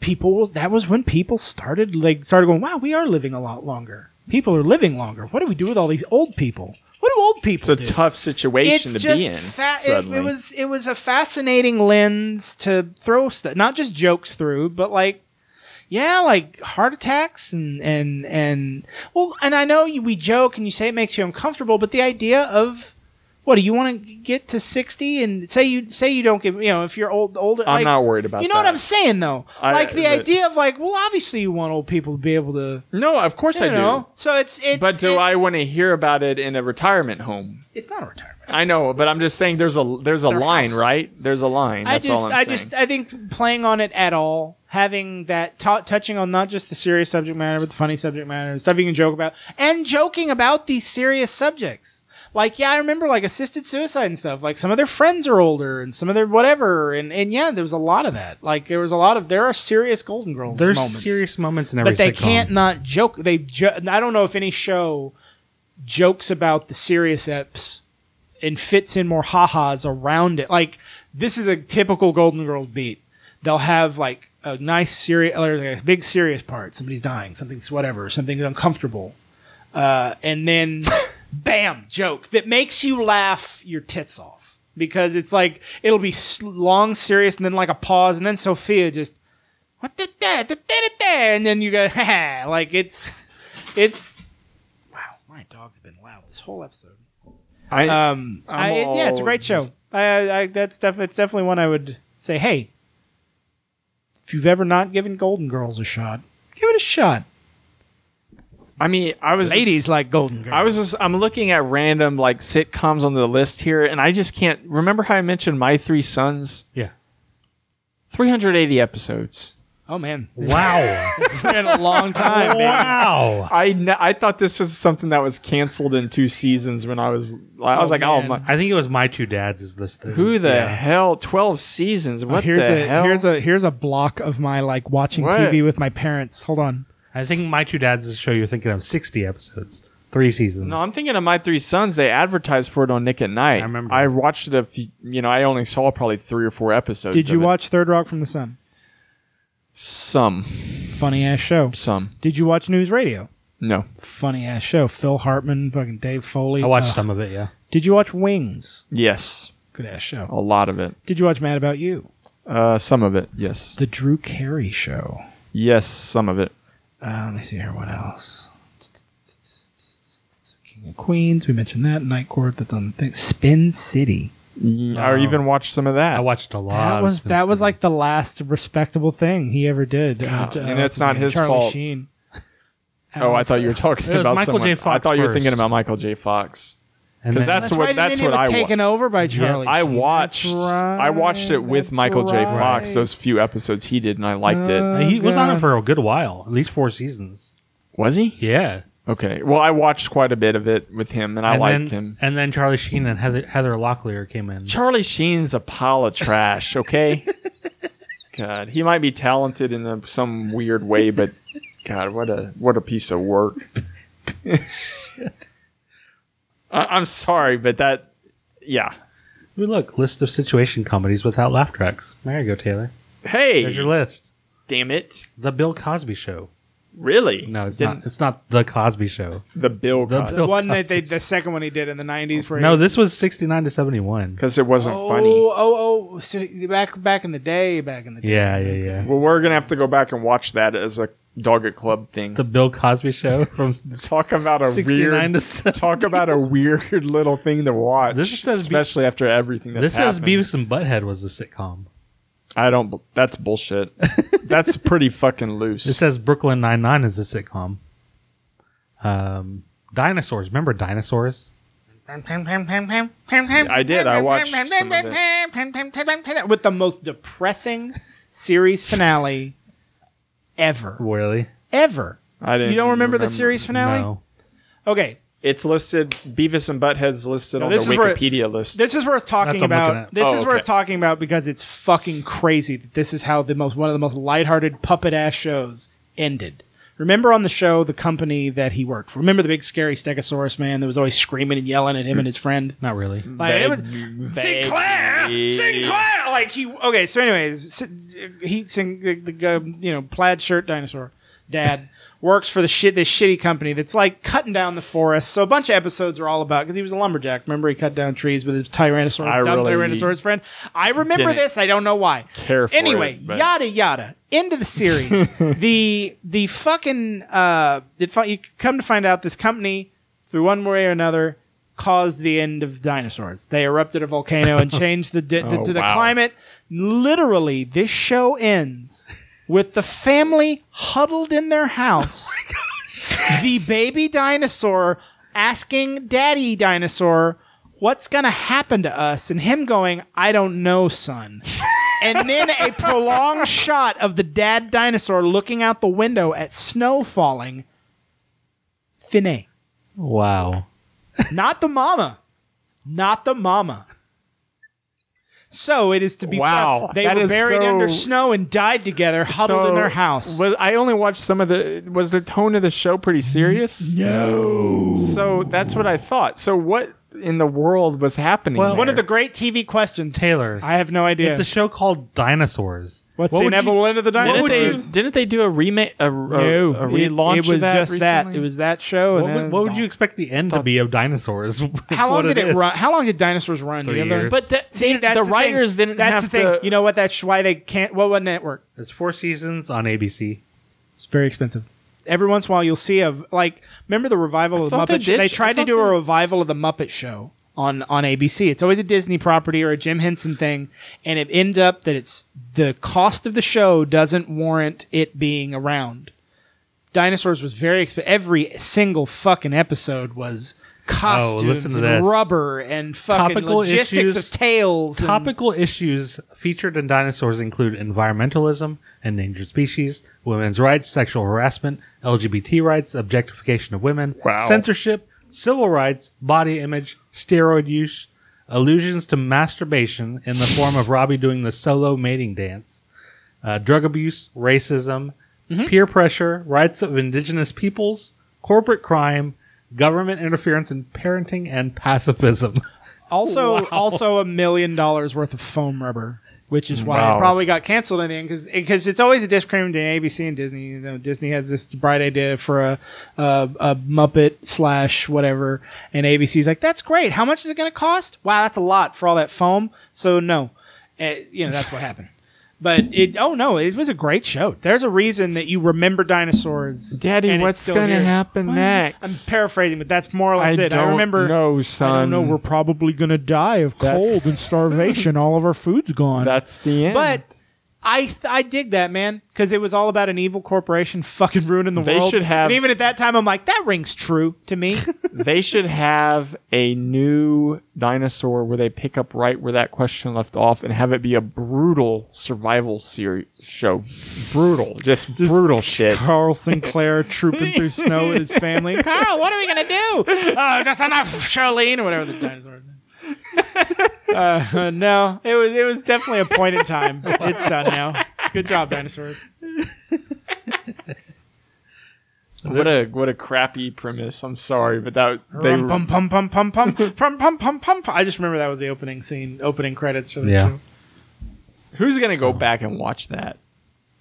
S1: people that was when people started like started going, wow, we are living a lot longer. People are living longer. What do we do with all these old people? What do old people
S2: It's a
S1: do?
S2: tough situation to be in.
S1: fa- it-
S2: suddenly.
S1: it, was it was a fascinating lens to throw stuff, not just jokes through, but like yeah, like heart attacks and and and well, and I know you, we joke and you say it makes you uncomfortable, but the idea of what do you want to get to sixty and say you say you don't give you know if you're old older
S2: I'm
S1: like,
S2: not worried about
S1: you know what
S2: that.
S1: I'm saying though
S2: I-
S1: like the
S2: but-
S1: idea of like well obviously you want old people to be able to
S2: no, of course I
S1: you
S2: do.
S1: know so it's it's
S2: But do
S1: it-
S2: I want to hear about it in a retirement home?
S1: it's not a retirement.
S2: I know, but I'm just saying there's a there's a
S1: Their
S2: line,
S1: house.
S2: right? There's a line.
S1: I
S2: That's
S1: just,
S2: all I'm
S1: I
S2: saying.
S1: just, I think playing on it at all, having that t- touching on not just the serious subject matter, but the funny subject matter, stuff you can joke about, and joking about these serious subjects. Like, yeah, I remember like assisted suicide and stuff. Like, some of their friends are older, and some of their whatever, and and yeah, there was a lot of that. Like, there was a lot of there are serious Golden Girls.
S3: There's
S1: moments
S3: serious moments in every
S1: but they
S3: sitcom.
S1: can't not joke. They jo- I don't know if any show jokes about the serious eps and fits in more ha-has around it. Like this is a typical Golden Girls beat. They'll have like a nice serious, or like a big serious part. Somebody's dying. Something's whatever. Something's uncomfortable. Uh, and then, bam, joke that makes you laugh your tits off because it's like it'll be s- long, serious, and then like a pause, and then Sophia just what the da, da, da, da, da, and then you go ha like it's it's wow my dog's been loud this whole episode
S2: I,
S1: um I,
S2: I'm
S1: yeah it's a
S2: all
S1: great show I, I that's def- it's definitely one I would say hey if you've ever not given Golden Girls a shot give it a shot
S2: I mean, I was just-
S1: ladies like Golden Girls
S2: I was just I'm looking at random like sitcoms on the list here, and I just can't remember how I mentioned My Three Sons.
S3: Yeah.
S2: 380 episodes.
S1: oh man
S3: Wow.
S2: In a long time, man.
S3: wow.
S2: I kn- I thought this was something that was canceled in two seasons when I was I was like, oh my,
S3: I think it was my two dads is this thing.
S2: who the
S3: Yeah.
S2: hell? 12 seasons?
S1: Mm, Oh,
S2: What
S1: here's
S2: the
S1: a
S2: hell?
S1: here's a here's a block of my like watching
S2: What?
S1: TV with my parents hold on
S3: I think my two dads is a show you're thinking of 60 episodes, three seasons.
S2: No, I'm thinking of My Three Sons. They advertised for it on Nick at Night.
S3: I remember.
S2: I watched it a few, you know, I only saw probably three or four episodes.
S1: did you
S2: of it.
S1: watch Third Rock from the Sun
S2: Some.
S1: funny ass show
S2: Some.
S1: did you watch News Radio
S2: No.
S1: funny ass show. Phil Hartman, fucking Dave Foley.
S3: I watched
S1: Ugh.
S3: some of it, yeah.
S1: Did you watch Wings?
S2: Yes.
S1: Good ass
S2: A
S1: show.
S2: lot of it.
S1: Did you watch Mad About You?
S2: Uh, some of it, yes.
S1: The Drew Carey Show.
S2: Yes, some of it.
S1: Uh, let me see here. What else? King of Queens. We mentioned that. Night Court. That's on the thing. Spin City.
S2: Or even watch some of that.
S3: I watched a lot.
S1: That
S3: of
S1: was
S3: Spin
S1: that was
S3: City.
S1: like the last respectable thing he ever did. Uh,
S2: God, and it's not his
S1: Charlie
S2: fault.
S1: Sheen.
S2: oh, I thought you were talking
S3: It was
S2: about
S3: Michael
S2: someone.
S3: J.
S2: I
S3: Fox
S2: thought you were
S3: first.
S2: thinking about Michael J. Fox.
S3: And
S2: 'cause
S3: then-
S2: that's- what-
S1: and then
S2: that's
S1: he
S2: what
S1: was
S2: I wa-
S1: taken over by Charlie.
S2: I
S1: Sheen. That's
S2: watched. I watched it
S1: right,
S2: with
S1: that's
S2: Michael J.
S1: right.
S2: Fox. Those few episodes he did, and I liked it.
S1: Uh,
S3: he was on
S1: God.
S3: it for a good while, at least four seasons.
S2: Was he?
S3: Yeah,
S2: Okay. Well, I watched quite a bit of it with him, and I
S3: and
S2: liked
S3: then,
S2: him.
S3: And then Charlie Sheen and Heather, Heather Locklear came in.
S2: Charlie Sheen's a pile of trash. Okay. God, he might be talented in a, some weird way, but God, what a what a piece of work. I, I'm sorry, but that, yeah.
S3: Ooh, look, list of situation comedies without laugh tracks. There you go, Taylor.
S2: Hey,
S3: There's your list.
S2: damn it!
S3: The Bill Cosby Show.
S2: Really?
S3: No, it's
S2: Didn't-
S3: not. It's not the Cosby Show.
S2: the Bill
S3: The
S2: Cosby
S1: The one that they, the second one he did in the '90s, where he
S3: No, this was sixty-nine to seventy-one.
S2: because it wasn't
S1: oh,
S2: funny.
S1: Oh, oh, so back back in the day, back in the day.
S3: Yeah, yeah, yeah.
S2: Well, we're gonna have to go back and watch that as a dog at club thing.
S3: The Bill Cosby Show from
S2: talk about a weird.
S3: sixty-nine to. 70.
S2: Talk about a weird little thing to watch.
S3: This says be-
S2: especially after everything that's
S3: This says
S2: happened.
S3: Beavis and Butthead was a sitcom.
S2: I don't. bel- That's bullshit. that's pretty fucking
S3: It
S2: loose.
S3: says Brooklyn Nine Nine is a sitcom. Um, dinosaurs. Remember dinosaurs?
S2: I did. I watched some of it.
S1: With the most depressing series finale ever,
S3: Really?
S1: ever.
S2: I didn't.
S1: You don't remember, the series finale?
S3: No.
S1: Okay,
S2: It's listed. Beavis and Butthead's listed
S1: No,
S2: on the
S1: this is where-
S2: Wikipedia list.
S1: this is worth talking
S3: That's what I'm looking
S1: about.
S3: at.
S1: This
S2: Oh,
S1: is
S2: okay.
S1: worth talking about because it's fucking crazy that this is how the most one of the most lighthearted puppet ass shows ended. Remember on the show the company that he worked for? Remember the big scary Stegosaurus man that was always screaming and yelling at him and his friend?
S3: Not really.
S1: Like, it was,
S2: Vague-
S1: Sinclair, Sinclair. Like he okay. So, anyways, Si- he Sin- the, the guy, you know plaid shirt dinosaur dad works for the shit this shitty company that's like cutting down the forest. So a bunch of episodes are all about because he was a lumberjack. Remember he cut down trees with his tyrannosaurus,
S2: I
S1: dumb
S2: really
S1: tyrannosaurus friend. I remember
S2: didn't
S1: this. I don't know why.
S2: care for
S1: anyway,
S2: it, but-
S1: yada yada. End of the series. the the fucking uh, the fu- you come to find out this company through one way or another caused the end of dinosaurs. They erupted a volcano and changed the di-
S2: Oh,
S1: to the
S2: wow.
S1: climate. Literally, this show ends with the family huddled in their
S2: Oh
S1: house. the baby dinosaur asking daddy dinosaur what's going to happen to us and him going, "I don't know, son." and then a prolonged shot of the dad dinosaur looking out the window at snow falling. Finet.
S3: Wow.
S1: Not the mama. Not the mama. So it is to be.
S2: Wow.
S1: They
S2: That
S1: were
S2: is
S1: buried
S2: so-
S1: under snow and died together, huddled
S2: So,
S1: in their house.
S2: Was, I only watched some of the. Was the tone of the show pretty serious? No. So that's what I thought. So what in the world was happening?
S3: Well,
S1: One of
S2: there?
S1: the great TV questions.
S3: Taylor.
S1: I have no idea.
S3: It's a show called Dinosaurs.
S1: What's
S2: what
S1: the
S2: would you-
S1: inevitable end of the
S2: didn't
S1: dinosaurs?
S2: they, didn't they do a remake? A, a,
S1: No,
S2: a relaunch.
S1: It,
S2: of
S1: it was
S2: that
S1: just that.
S2: recently?
S1: It was that show. and
S3: What would,
S1: then-
S3: what would you expect the end to be of Dinosaurs?
S1: How long did it,
S3: is.
S1: run? How long did dinosaurs run? Do you
S3: Three
S1: have that?
S3: years.
S2: But the,
S1: See,
S2: they-
S1: that's
S2: the,
S1: thing.
S2: writers didn't
S1: That's
S2: have
S1: the thing.
S2: to.
S1: You know what? That's why they can't. What what network?
S3: It's four seasons on ABC.
S1: It's very expensive. Every once in a while, you'll see a like. Remember the revival of the
S2: thought they
S1: Muppet? Show?
S2: did-
S1: They
S2: I
S1: tried to
S2: thought
S1: do
S2: they-
S1: a revival of the Muppet Show on on ABC. It's always a Disney property or a Jim Henson thing, and it ends up that it's the cost of the show doesn't warrant it being around. Dinosaurs was very expensive. Every single fucking episode was costumes
S3: Oh, listen to
S1: and
S3: this.
S1: rubber and fucking
S3: Topical
S1: logistics
S3: issues-
S1: of tails. and-
S3: Topical issues featured in Dinosaurs include environmentalism, endangered species, women's rights, sexual harassment, LGBT rights, objectification of women,
S2: Wow.
S3: censorship, civil rights, body image, steroid use, allusions to masturbation in the form of Robbie doing the solo mating dance, uh, drug abuse, racism, peer pressure, rights of indigenous peoples, corporate crime, government interference in parenting, and pacifism.
S1: Also, also a million dollars worth of foam rubber, which is why it
S2: Wow.
S1: probably got canceled in the end because it's always a disagreement between ABC and Disney. You know, Disney has this bright idea for a, a, a Muppet slash whatever, and ABC's like, "That's great. How much is it going to cost? Wow, that's a lot for all that foam." So no, Uh, you know that's what happened. But it oh no, it was a great show. There's a reason that you remember dinosaurs.
S2: Daddy,
S1: and it's
S2: what's
S1: still
S2: gonna
S1: here.
S2: happen
S1: I'm
S2: next?
S1: paraphrasing, but that's more or less it. I remember
S2: No, son.
S1: I don't know. We're probably going to die of cold and starvation. All of our food's gone.
S2: That's the end.
S1: but I I dig that man because it was all about an evil corporation fucking ruining the
S2: They
S1: world.
S2: should have-
S1: And even at that time, I'm like, that rings true to me.
S2: they should have a new dinosaur where they pick up right where that question left off and have it be a brutal survival series show. Brutal. Just, brutal shit.
S1: Carl Sinclair trooping through snow with his family. Carl, what are we gonna do? Uh, that's enough, Charlene, or whatever the dinosaur. Uh, no, it was it was definitely a point in time. It's done now. Good job, dinosaurs.
S2: What a what a crappy premise. I'm sorry, but that they
S1: Rum, pum pum pum pum pum pum pum pum pum. pum. I just remember that was the opening scene, opening credits for the
S3: Yeah.
S1: show.
S2: who's gonna go back and watch that?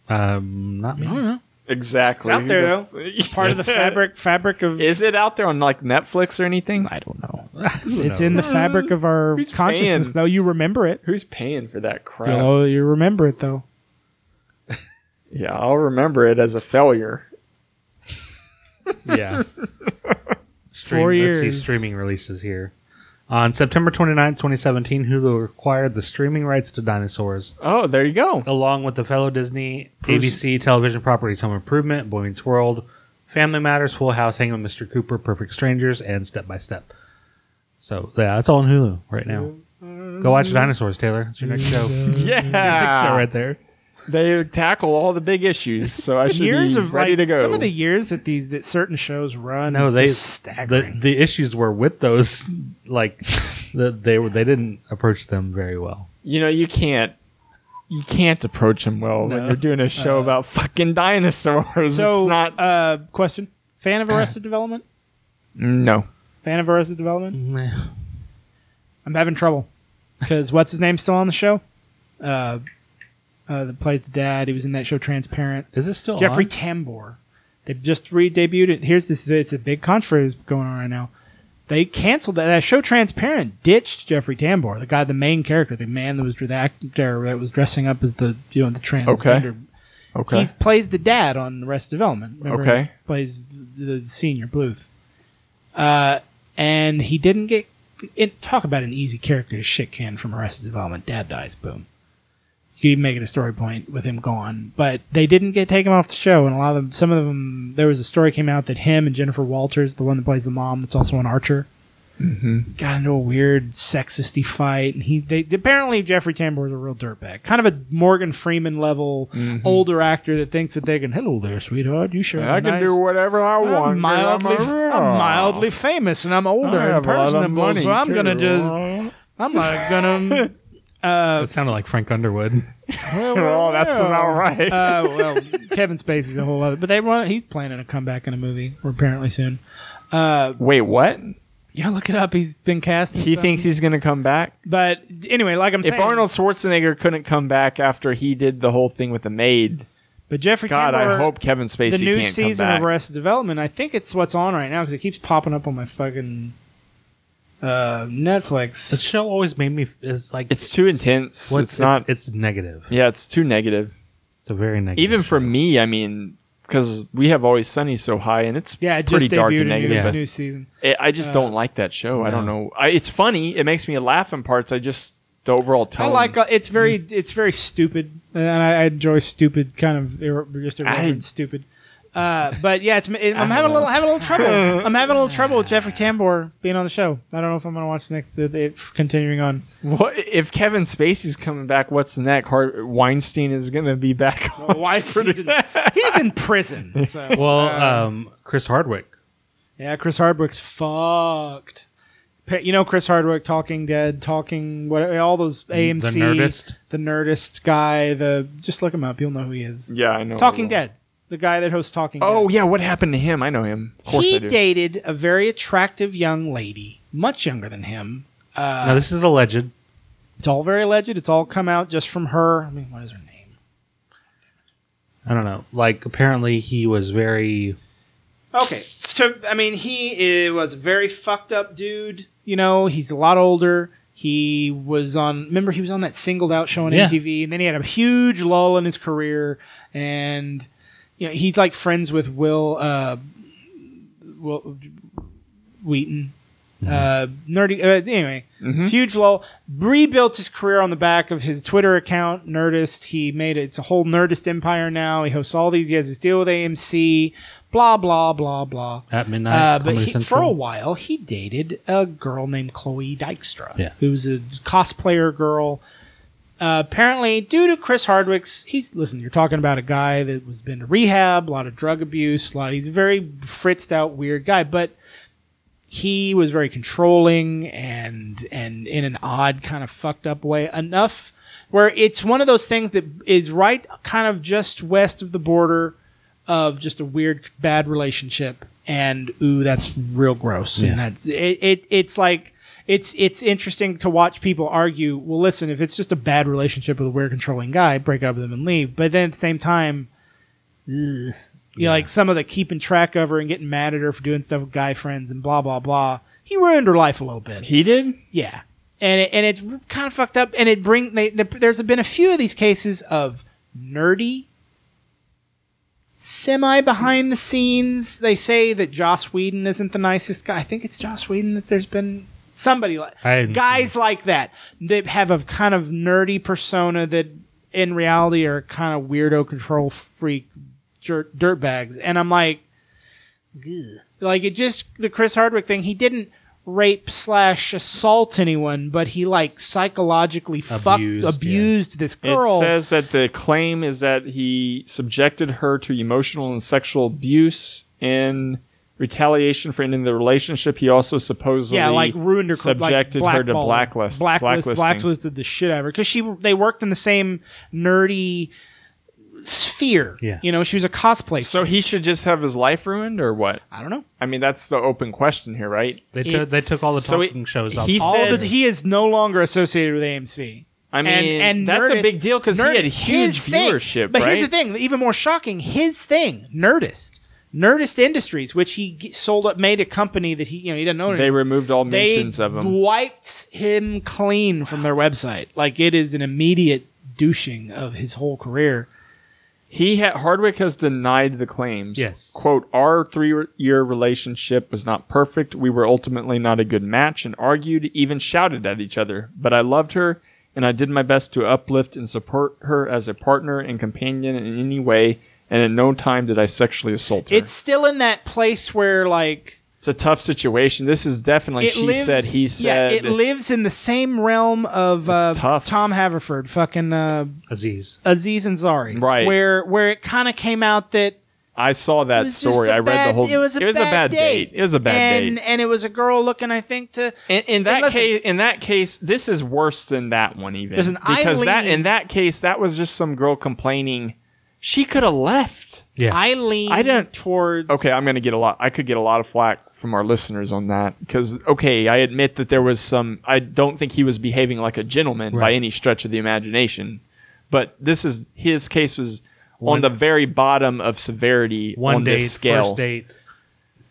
S3: Um, not me.
S2: Exactly.
S1: It's out there,
S2: Who the-
S1: Part of the fabric, fabric of
S2: Is it out there on like Netflix or anything? I don't know.
S1: it's in the fabric of our
S2: Who's
S1: consciousness.
S2: paying?
S1: Though you remember it,
S2: Who's paying for that crap?
S1: you know, you remember it though.
S2: Yeah, I'll remember it as a failure.
S3: yeah. Stream,
S1: Four
S3: let's see
S1: years.
S3: streaming releases here. On September 29, 2017, Hulu acquired the streaming rights to Dinosaurs,
S2: Oh, there you go.
S3: along with the fellow Disney,
S2: Bruce.
S3: ABC television properties Home Improvement, Boy Meets World, Family Matters, Full House, Hanging with Mr. Cooper, Perfect Strangers, and Step by Step. So, yeah, that's all on Hulu right now. Go watch Dinosaurs, Taylor. It's your next show.
S2: Yeah,
S3: show right there.
S2: they tackle all the big issues, so I should
S1: years
S2: be
S1: of
S2: ready
S1: like,
S2: to go.
S1: Some of the years that these that certain shows run.
S3: No,
S1: is
S3: they
S1: just staggering.
S3: the, the issues were with those like the, they were they didn't approach them very well.
S2: you know, you can't you can't approach him well when you're doing a show about fucking dinosaurs.
S1: Uh. So,
S2: it's not.
S1: uh, question. Fan of Arrested Development?
S2: no.
S1: Fan of Arrested Development? I'm having trouble because what's his name still on the show? Uh, uh, that plays the dad. He was in that show Transparent.
S3: Is it still
S2: Uh-huh.
S1: Jeffrey
S3: on?
S1: Tambor. They just re-debuted it. Here's this. It's a big controversy going on right now. They canceled that, that show. Transparent ditched Jeffrey Tambor, the guy, the main character, the man that was the actor that was dressing up as the you know the transgender.
S2: Okay.
S1: He plays the dad on Arrested Development. Remember,
S2: Okay.
S1: he plays the senior Bluth. Uh, and he didn't get. It, talk about an easy character to shit can from Arrested Development. Dad dies, boom. You could even make it a story point with him gone, but they didn't get take him off the show. And a lot of them, some of them, there was a story came out that him and Jennifer Walters, the one that plays the mom, that's also an Archer,
S2: Mm-hmm.
S1: got into a weird sexisty fight, and he they apparently Jeffrey Tambor is a real dirtbag, kind of a Morgan Freeman level older actor that thinks that they can hello there, sweetheart, you sure
S2: Mm-hmm. I
S1: are
S2: can
S1: nice."
S2: do whatever I
S1: I'm
S2: want. 'cause
S1: mildly,
S2: I'm, a-
S1: I'm mildly famous, and I'm older
S2: I have
S1: and
S2: a lot of
S1: personable,
S2: money.
S1: so I'm
S2: too.
S1: gonna just, I'm not gonna.
S3: It sounded like Frank Underwood.
S2: oh, that's about right.
S1: Uh, well, Kevin Spacey's a whole other, but they want he's planning a comeback in a movie, or apparently soon. Uh,
S2: Wait, what?
S1: yeah, look it up. He's been cast. in
S2: He
S1: some-
S2: thinks he's gonna come back.
S1: but anyway, like I'm
S2: If
S1: saying,
S2: Arnold Schwarzenegger couldn't come back after he did the whole thing with the maid,
S1: but Jeffrey
S2: God,
S1: Tambor-
S2: I hope Kevin Spacey
S1: the new
S2: can't
S1: season
S2: come
S1: of
S2: back.
S1: Arrested Development. I think it's what's on right now because it keeps popping up on my fucking uh, Netflix.
S3: The show always made me. It's like
S2: it's too intense.
S3: what-
S2: it's, not.
S3: It's, negative.
S2: yeah, it's too negative.
S3: It's a very negative.
S2: Even for
S3: show.
S2: me, I mean, because we have Always Sunny so high, and it's
S1: yeah, it
S2: pretty
S1: just
S2: dark
S1: debuted
S2: and
S1: a new, Uh,
S2: negative.
S3: Yeah.
S2: but
S1: new season.
S2: it- I just don't like that show. I don't know. I, it's funny. It makes me laugh in parts. I just the overall tone.
S1: I like uh, it's very
S2: Mm-hmm.
S1: it's very stupid, and I, I enjoy stupid kind of ir- just irreverent stupid. Uh, but yeah, it's it, I'm having a little having a little trouble. I'm having a little trouble with Jeffrey Tambor being on the show. I don't know if I'm gonna watch the next the, the, continuing on.
S2: What if Kevin Spacey's coming back? What's next? Har- Weinstein is gonna be back. on.
S1: Why he's in, he's in prison? So.
S3: Well,
S2: uh,
S3: um, Chris Hardwick.
S1: Yeah, Chris Hardwick's fucked. Pa- You know Chris Hardwick, Talking Dead, Talking what all those AMC,
S3: The Nerdist.
S1: the Nerdist guy. The just look him up, you'll know who he is.
S2: Oh, Yeah, I know.
S1: Talking Dead, the guy that hosts Talking.
S2: Oh
S1: Dead.
S2: yeah, what happened to him? I know him. Of course
S1: he
S2: I do.
S1: dated a very attractive young lady, much younger than him.
S3: now this is alleged.
S1: It's all very alleged. It's all come out just from her. I mean, what is her name?
S3: I don't know. Like apparently he was very.
S1: Okay, so I mean, he i- was a very fucked up dude. You know, he's a lot older. He was on. Remember, he was on that singled out show on
S3: Yeah.
S1: MTV, and then he had a huge lull in his career. And you know, he's like friends with Will. Uh, Will Wheaton. Uh, nerdy. Uh, anyway, huge lull. Rebuilt his career on the back of his Twitter account, Nerdist. He made it. It's a whole Nerdist empire now. He hosts all these. He has his deal with AMC. Blah blah blah blah.
S3: At midnight,
S1: Uh, but
S3: Comedy
S1: he,
S3: Central.
S1: for a while, he dated a girl named Chloe Dykstra,
S3: Yeah.
S1: who was a cosplayer girl. Uh, apparently, due to Chris Hardwick's, he's listen. You're talking about a guy that was been to rehab, a lot of drug abuse, a lot. He's a very fritzed out, weird guy, but he was very controlling and and in an odd kind of fucked up way enough where it's one of those things that is right kind of just west of the border of just a weird bad relationship and ooh that's real gross and that's it, it it's like it's it's interesting to watch people argue well listen if it's just a bad relationship with a weird controlling guy break up with them and leave but then at the same time you know, like some of the keeping track of her and getting mad at her for doing stuff with guy friends and blah blah blah. He ruined her life a little bit.
S2: He did.
S1: Yeah, and it, and it's kind of fucked up. And it bring they, the, there's been a few of these cases of nerdy, semi behind the scenes. They say that Joss Whedon isn't the nicest guy. I think it's Joss Whedon that there's been somebody like
S3: I hadn't
S1: guys like that that have a kind of nerdy persona that in reality are kind of weirdo control freak dirt, dirt bags. And I'm like, Gah. like it just the Chris Hardwick thing. He didn't rape slash assault anyone, but he like psychologically
S3: Abused, yeah.
S1: fucked abused this girl.
S2: It says that the claim is that he subjected her to emotional and sexual abuse and retaliation for ending the relationship. He also supposedly
S1: yeah, like ruined her,
S2: subjected
S1: like
S2: her to
S1: blackballing.
S2: blacklist,
S1: blacklist,
S2: blacklisting.
S1: blacklisted the shit out of her because she they worked in the same nerdy sphere.
S3: Yeah.
S1: you know, she was a cosplay.
S2: So he should just have his life ruined, or what?
S1: I don't know.
S2: I mean, that's the open question here, right?
S3: They took they
S1: It's-
S3: took all the
S2: so he-
S3: talking shows off.
S2: he
S1: All
S2: said-
S1: that he is no longer associated with AMC.
S2: I mean,
S1: and, and
S2: that's
S1: Nerdist-
S2: a big deal because he had
S1: Nerdist,
S2: huge
S1: his thing-
S2: viewership,
S1: But
S2: right?
S1: here's the thing, even more shocking, his thing, Nerdist, Nerdist Industries, which he g- sold up, made a company that he, you know, he didn't own.
S2: they
S1: anymore.
S2: removed all
S1: they
S2: mentions of him.
S1: wiped him clean from their website. Like it is an immediate douching of his whole career.
S2: He ha- Hardwick has denied the claims.
S3: Yes.
S2: Quote, our three year relationship was not perfect. We were ultimately not a good match and argued, even shouted at each other. But I loved her and I did my best to uplift and support her as a partner and companion in any way. And at no time did I sexually assault her.
S1: It's still in that place where like
S2: It's a tough situation. This is definitely
S1: it
S2: she
S1: lives,
S2: said, he said.
S1: Yeah, it lives in the same realm of uh,
S2: It's tough.
S1: Tom Haverford, fucking uh,
S3: Aziz.
S1: Aziz Ansari,
S2: Right.
S1: Where where it kind of came out that
S2: I saw
S1: it
S2: that
S1: was
S2: story.
S1: Just a
S2: I read
S1: bad,
S2: the whole.
S1: It was a bad,
S2: date. It was a bad
S1: and,
S2: date.
S1: and it was a girl looking, I think, to
S2: In, in that
S1: And listen,
S2: case, in that case, this is worse than that one even.
S1: Listen, I
S2: because that
S1: lean-
S2: in that case, that was just some girl complaining. She could have left.
S3: Yeah.
S1: I lean
S2: I don't-
S1: towards
S2: Okay, I'm gonna get a lot. I could get a lot of flack from our listeners on that because okay, I admit that there was some. I don't think he was behaving like a gentleman by
S3: Right.
S2: any stretch of the imagination, but this is his case was on the very bottom of severity
S3: One
S2: on
S3: date,
S2: this scale.
S3: first date.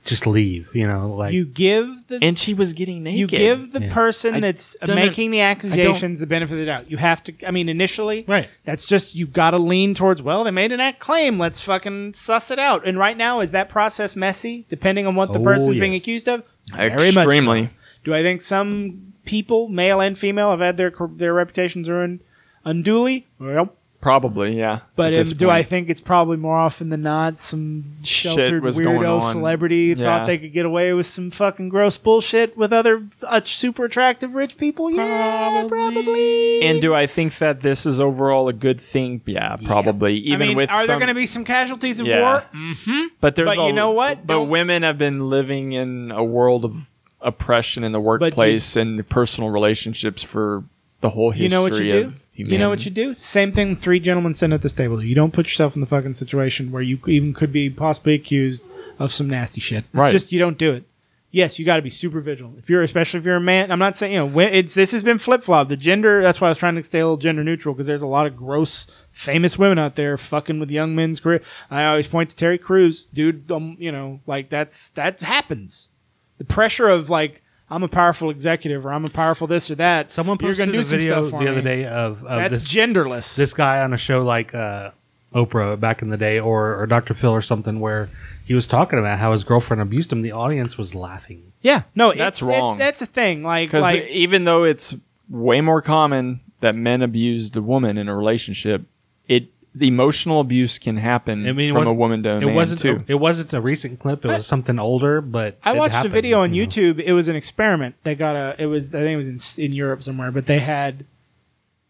S3: Just leave, you know, like
S1: you give the
S2: And she was getting naked.
S1: you give the
S3: Yeah.
S1: person
S2: I
S1: that's
S2: don't-
S1: making the accusations the benefit of the doubt. You have to. I mean, initially,
S3: Right.
S1: That's just you got to lean towards. Well, they made an act claim. Let's fucking suss it out. And right now, is that process messy? Depending on what the
S3: Oh,
S1: person's being
S3: yes.
S1: accused of, very much so.
S2: extremely.
S1: Do I think some people, male and female, have had their their reputations ruined unduly? Well,
S2: Probably, yeah.
S1: but um,
S2: At this
S1: do I
S2: point.
S1: think it's probably more often than not some sheltered
S2: was going
S1: weirdo
S2: on.
S1: celebrity
S2: Yeah.
S1: thought they could get away with some fucking gross bullshit with other uh, super attractive rich people? Yeah, probably.
S2: And do I think that this is overall a good thing? Yeah, probably.
S1: I
S2: Even
S1: mean,
S2: with
S1: are there
S2: some-
S1: going to be some casualties of
S2: Yeah.
S1: war? Mm-hmm.
S2: But there's
S1: but you
S2: a-
S1: know what?
S2: But
S1: Don't-
S2: women have been living in a world of oppression in the workplace and personal relationships for the whole
S1: You know
S2: history
S1: what you do?
S2: of humanity.
S1: You know what you do? Same thing three gentlemen sitting at this table do. You don't put yourself in the fucking situation where you even could be possibly accused of some nasty shit. It's
S2: Right.
S1: just you don't do it. Yes, you got to be super vigilant. If you're, especially if you're a man, I'm not saying you know. wi- It's this has been flip flop. The gender. That's why I was trying to stay a little gender neutral because there's a lot of gross, famous women out there fucking with young men's career. I always point to Terry Crews, dude. Um, you know, like that's that happens. The pressure of like I'm a powerful executive or I'm a powerful this or that.
S3: someone
S1: you're
S3: posted
S1: gonna do
S3: a
S1: some
S3: video
S1: stuff for
S3: the other
S1: me.
S3: day of, of
S1: That's
S3: this
S1: genderless.
S3: this guy on a show like uh, Oprah back in the day, or, or Dr. Phil or something, where he was talking about how his girlfriend abused him. The audience was laughing.
S1: yeah, no,
S2: That's
S1: it's, it's-
S2: wrong.
S1: that's a thing. Like,
S2: Because
S1: like
S2: even though it's way more common that men abuse the woman in a relationship, it the emotional abuse can happen
S3: I mean, it
S2: from a
S3: wasn't-
S2: woman to a
S3: It
S2: Oh, man
S3: wasn't
S2: too.
S3: it wasn't a recent clip. It was something older, but
S1: I
S3: it
S1: watched a
S3: happened,
S1: video on
S3: you know.
S1: YouTube. It was an experiment. They got a. It was I think it was in S- in Europe somewhere, but they had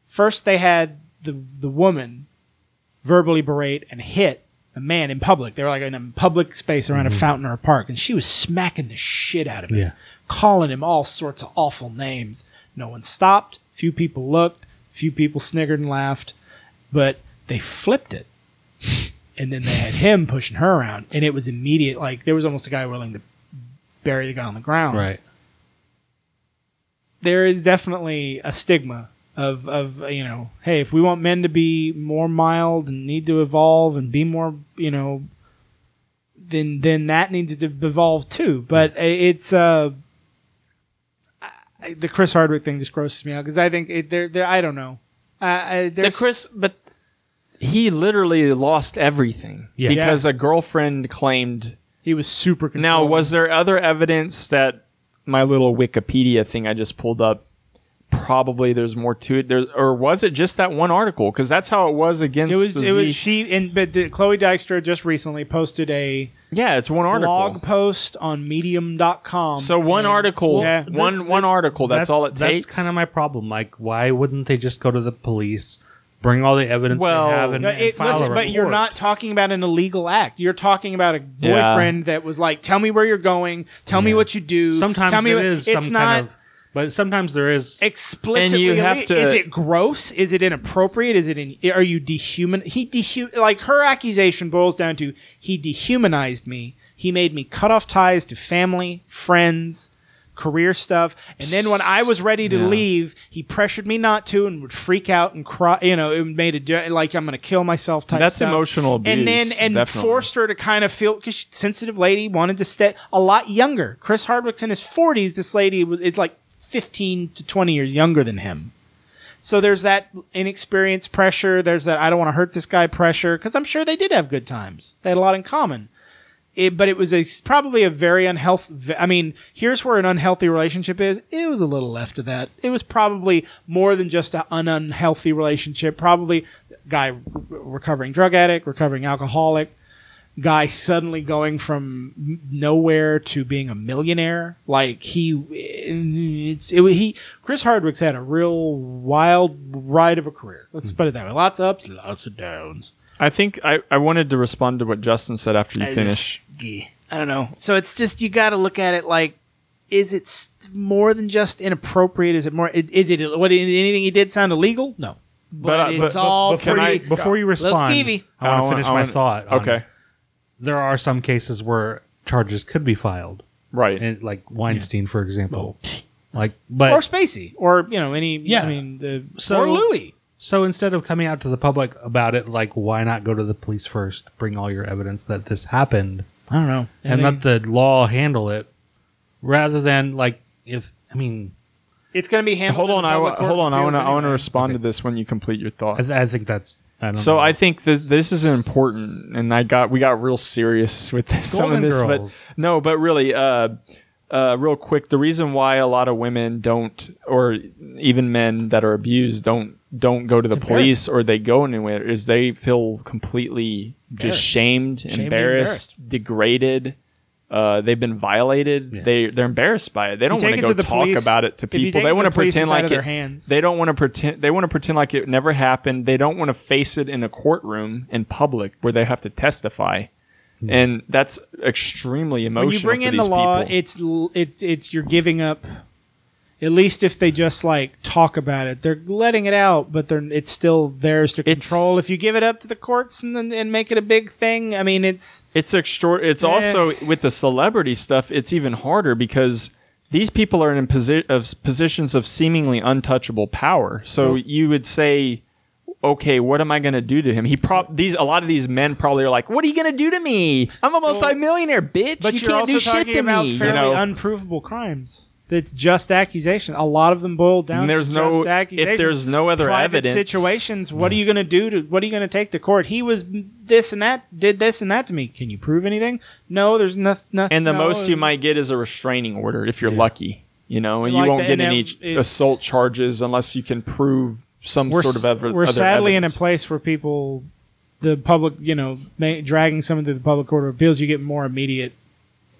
S1: first they had the the woman verbally berate and hit a man in public. They were like in a public space around a fountain or a park, and she was smacking the shit out of him,
S3: Mm-hmm. Yeah.
S1: calling him all sorts of awful names. No one stopped. Few people looked. Few people sniggered and laughed, but they flipped it. And then they had him pushing her around, and it was immediate. Like there was almost a guy willing to bury the guy on the ground.
S3: Right.
S1: There is definitely a stigma of of uh, you know, hey, if we want men to be more mild and need to evolve and be more, you know, then then that needs to evolve too. But i- it's uh I- I- the Chris Hardwick thing just grosses me out because I think it, there, there, I don't know. Uh, I,
S2: the
S1: there's-
S2: Chris, but he literally lost everything
S3: Yeah.
S2: because a girlfriend claimed.
S1: he was super.
S2: Now,
S1: controlling.
S2: was there other evidence that my little Wikipedia thing I just pulled up? Probably there's more to it, there, or was it just that one article? Because that's how it was against.
S1: it was
S2: the
S1: it was
S2: Z-
S1: she and but the, Chloe Dykstra just recently posted a
S2: yeah, it's one article.
S1: blog post on Medium.com.
S2: so one article,
S1: Yeah.
S2: one one article. That's, all it takes.
S3: That's kind of my problem. Like, why wouldn't they just go to the police, Bring all the evidence
S2: Well,
S3: they have and,
S1: No,
S3: and
S1: it-
S3: file
S1: listen,
S3: a
S1: but you're
S3: report.
S1: not talking about an illegal act. You're talking about a
S2: Yeah.
S1: boyfriend that was like, "Tell me where you're going. Tell me what you do. tell
S3: Sometimes
S1: me
S3: it
S1: what-"
S3: is
S1: It's
S3: some
S1: not
S3: kind of. But sometimes there is.
S1: explicitly.
S2: And you have
S1: ille-
S2: to-
S1: is it gross? Is it inappropriate? Is it? In, are you dehuman? He dehu- Like her accusation boils down to he dehumanized me. He made me cut off ties to family, friends, career stuff, and then when I was ready to
S2: Yeah.
S1: leave, he pressured me not to and would freak out and cry. You know, it made a de- like I'm going to kill myself type.
S2: That's
S1: stuff.
S2: emotional abuse,
S1: And then and
S2: definitely.
S1: forced her to kind of feel because sensitive lady wanted to stay a lot younger. Chris Hardwick's in his 40s. This lady was- is like 15 to 20 years younger than him. So there's that inexperienced pressure. There's that I don't want to hurt this guy pressure because I'm sure they did have good times. They had a lot in common. It, but it was a, probably a very unhealthy. I mean, here's where an unhealthy relationship is. It was a little left of that. It was probably more than just a- an unhealthy relationship. Probably guy re- recovering drug addict, recovering alcoholic, guy suddenly going from m- nowhere to being a millionaire. Like he, it's it, wa- he. Chris Hardwick's had a real wild ride of a career. Let's put it that way. Lots of ups, lots of downs.
S2: I think I, I wanted to respond to what Justin said after you finish.
S1: Yeah, I don't know. So it's just you got to look at it like. Is it st- more than just inappropriate? Is it more? Is, is it what? Anything he did sound illegal? No, but,
S2: I- but-
S1: it's all
S2: can
S1: pretty.
S2: I-
S3: before you respond,
S1: skeevy.
S3: I want to
S2: wanna-
S3: finish
S2: I
S3: my
S2: wanna-
S3: thought. on-
S2: Okay,
S3: there are some cases where charges could be filed,
S2: right.
S3: and like Weinstein, for example. Like,
S1: or
S3: but
S1: Spacey, or you know, any. Yeah,
S3: Yeah.
S1: I mean, the,
S3: So-
S1: or Louis.
S3: so instead of coming out to the public about it, like, why not go to the police first? Bring all your evidence that this happened,
S1: I don't know.
S3: and let the law handle it, rather than like if I mean,
S1: It's going to be handled.
S2: hold on, I wa- hold on. I want to I want to
S1: to.
S2: respond to this when you complete your thought.
S3: I, th- I think that's I don't
S2: So
S3: know.
S2: I think that this is important, and I got we got real serious with this, some of
S3: Golden
S2: this,
S3: Girls.
S2: but no, but really, uh, uh, real quick, the reason why a lot of women don't, or even men that are abused don't don't go to the police or they go anywhere is they feel completely just shamed, embarrassed,
S1: and
S2: degraded. Uh, they've been violated. They they're embarrassed by it. They don't
S1: take
S2: want to
S1: it
S2: go
S1: to the
S2: talk
S1: police-
S2: about it to
S1: if you
S2: people.
S1: take it
S2: They
S1: to
S2: want to
S1: the police,
S2: pretend
S1: it's
S2: like
S1: out of their
S2: it-
S1: hands.
S2: They don't want to pretend. They want to pretend like it never happened. They don't want to face it in a courtroom in public where they have to testify, and that's extremely emotional.
S1: When you bring
S2: for
S1: in the
S2: these
S1: law,
S2: people.
S1: it's l- it's it's you're giving up. At least if they just like talk about it, they're letting it out, but they're it's still theirs to
S2: It's-
S1: control. If you give it up to the courts and then- and make it a big thing, I mean, it's
S2: It's extra. It's also with the celebrity stuff. It's even harder because these people are in posi- of s- positions of seemingly untouchable power. So you would say, okay, what am I going to do to him? He prob these a lot of these men probably are like, what are you going to do to me? I'm a multimillionaire, bitch.
S1: but
S2: you
S1: you are
S2: can't
S1: also
S2: do
S1: talking
S2: shit to
S1: about
S2: me. You
S1: fairly
S2: know?
S1: unprovable crimes. That's just accusation. A lot of them boil down.
S2: And
S1: to
S2: there's
S1: just
S2: no- if
S1: accusations.
S2: there's no other
S1: Private
S2: evidence-
S1: situations. What are you going to do? To what are you going to take to court? He was this and that. Did this and that to me. Can you prove anything? No, there's nothing.
S2: and the most you might get is a restraining order if you're lucky. You know, and
S1: Like
S2: you won't
S1: the-
S2: get
S1: and
S2: any
S1: it-
S2: ch-
S1: it's-
S2: assault charges unless you can prove some sort
S1: s-
S2: of ever-
S1: we're
S2: other
S1: sadly
S2: evidence.
S1: in a place where people, the public, you know, ma- dragging someone to the public court of appeals, you get more immediate.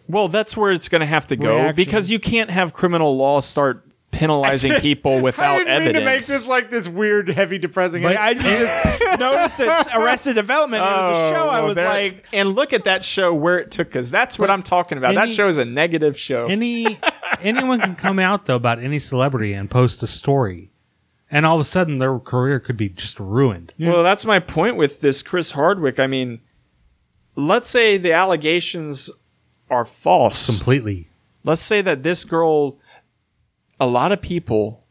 S2: Well, that's where it's going to have to go
S1: Reaction.
S2: because you can't have criminal law start penalizing people without evidence.
S1: like this weird, heavy, depressing.
S3: But- I
S1: just Oh, noticed it's Arrested Development.
S2: Oh, well, there- and look at that show where it took us. That's what I'm talking about.
S3: any-
S2: that show is a negative show.
S3: any anyone can come out though about any celebrity and post a story, and all of a sudden their career could be just ruined.
S2: Well, that's my point with this Chris Hardwick. I mean, let's say the allegations are false.
S3: completely.
S2: let's say that this girl, a lot of people,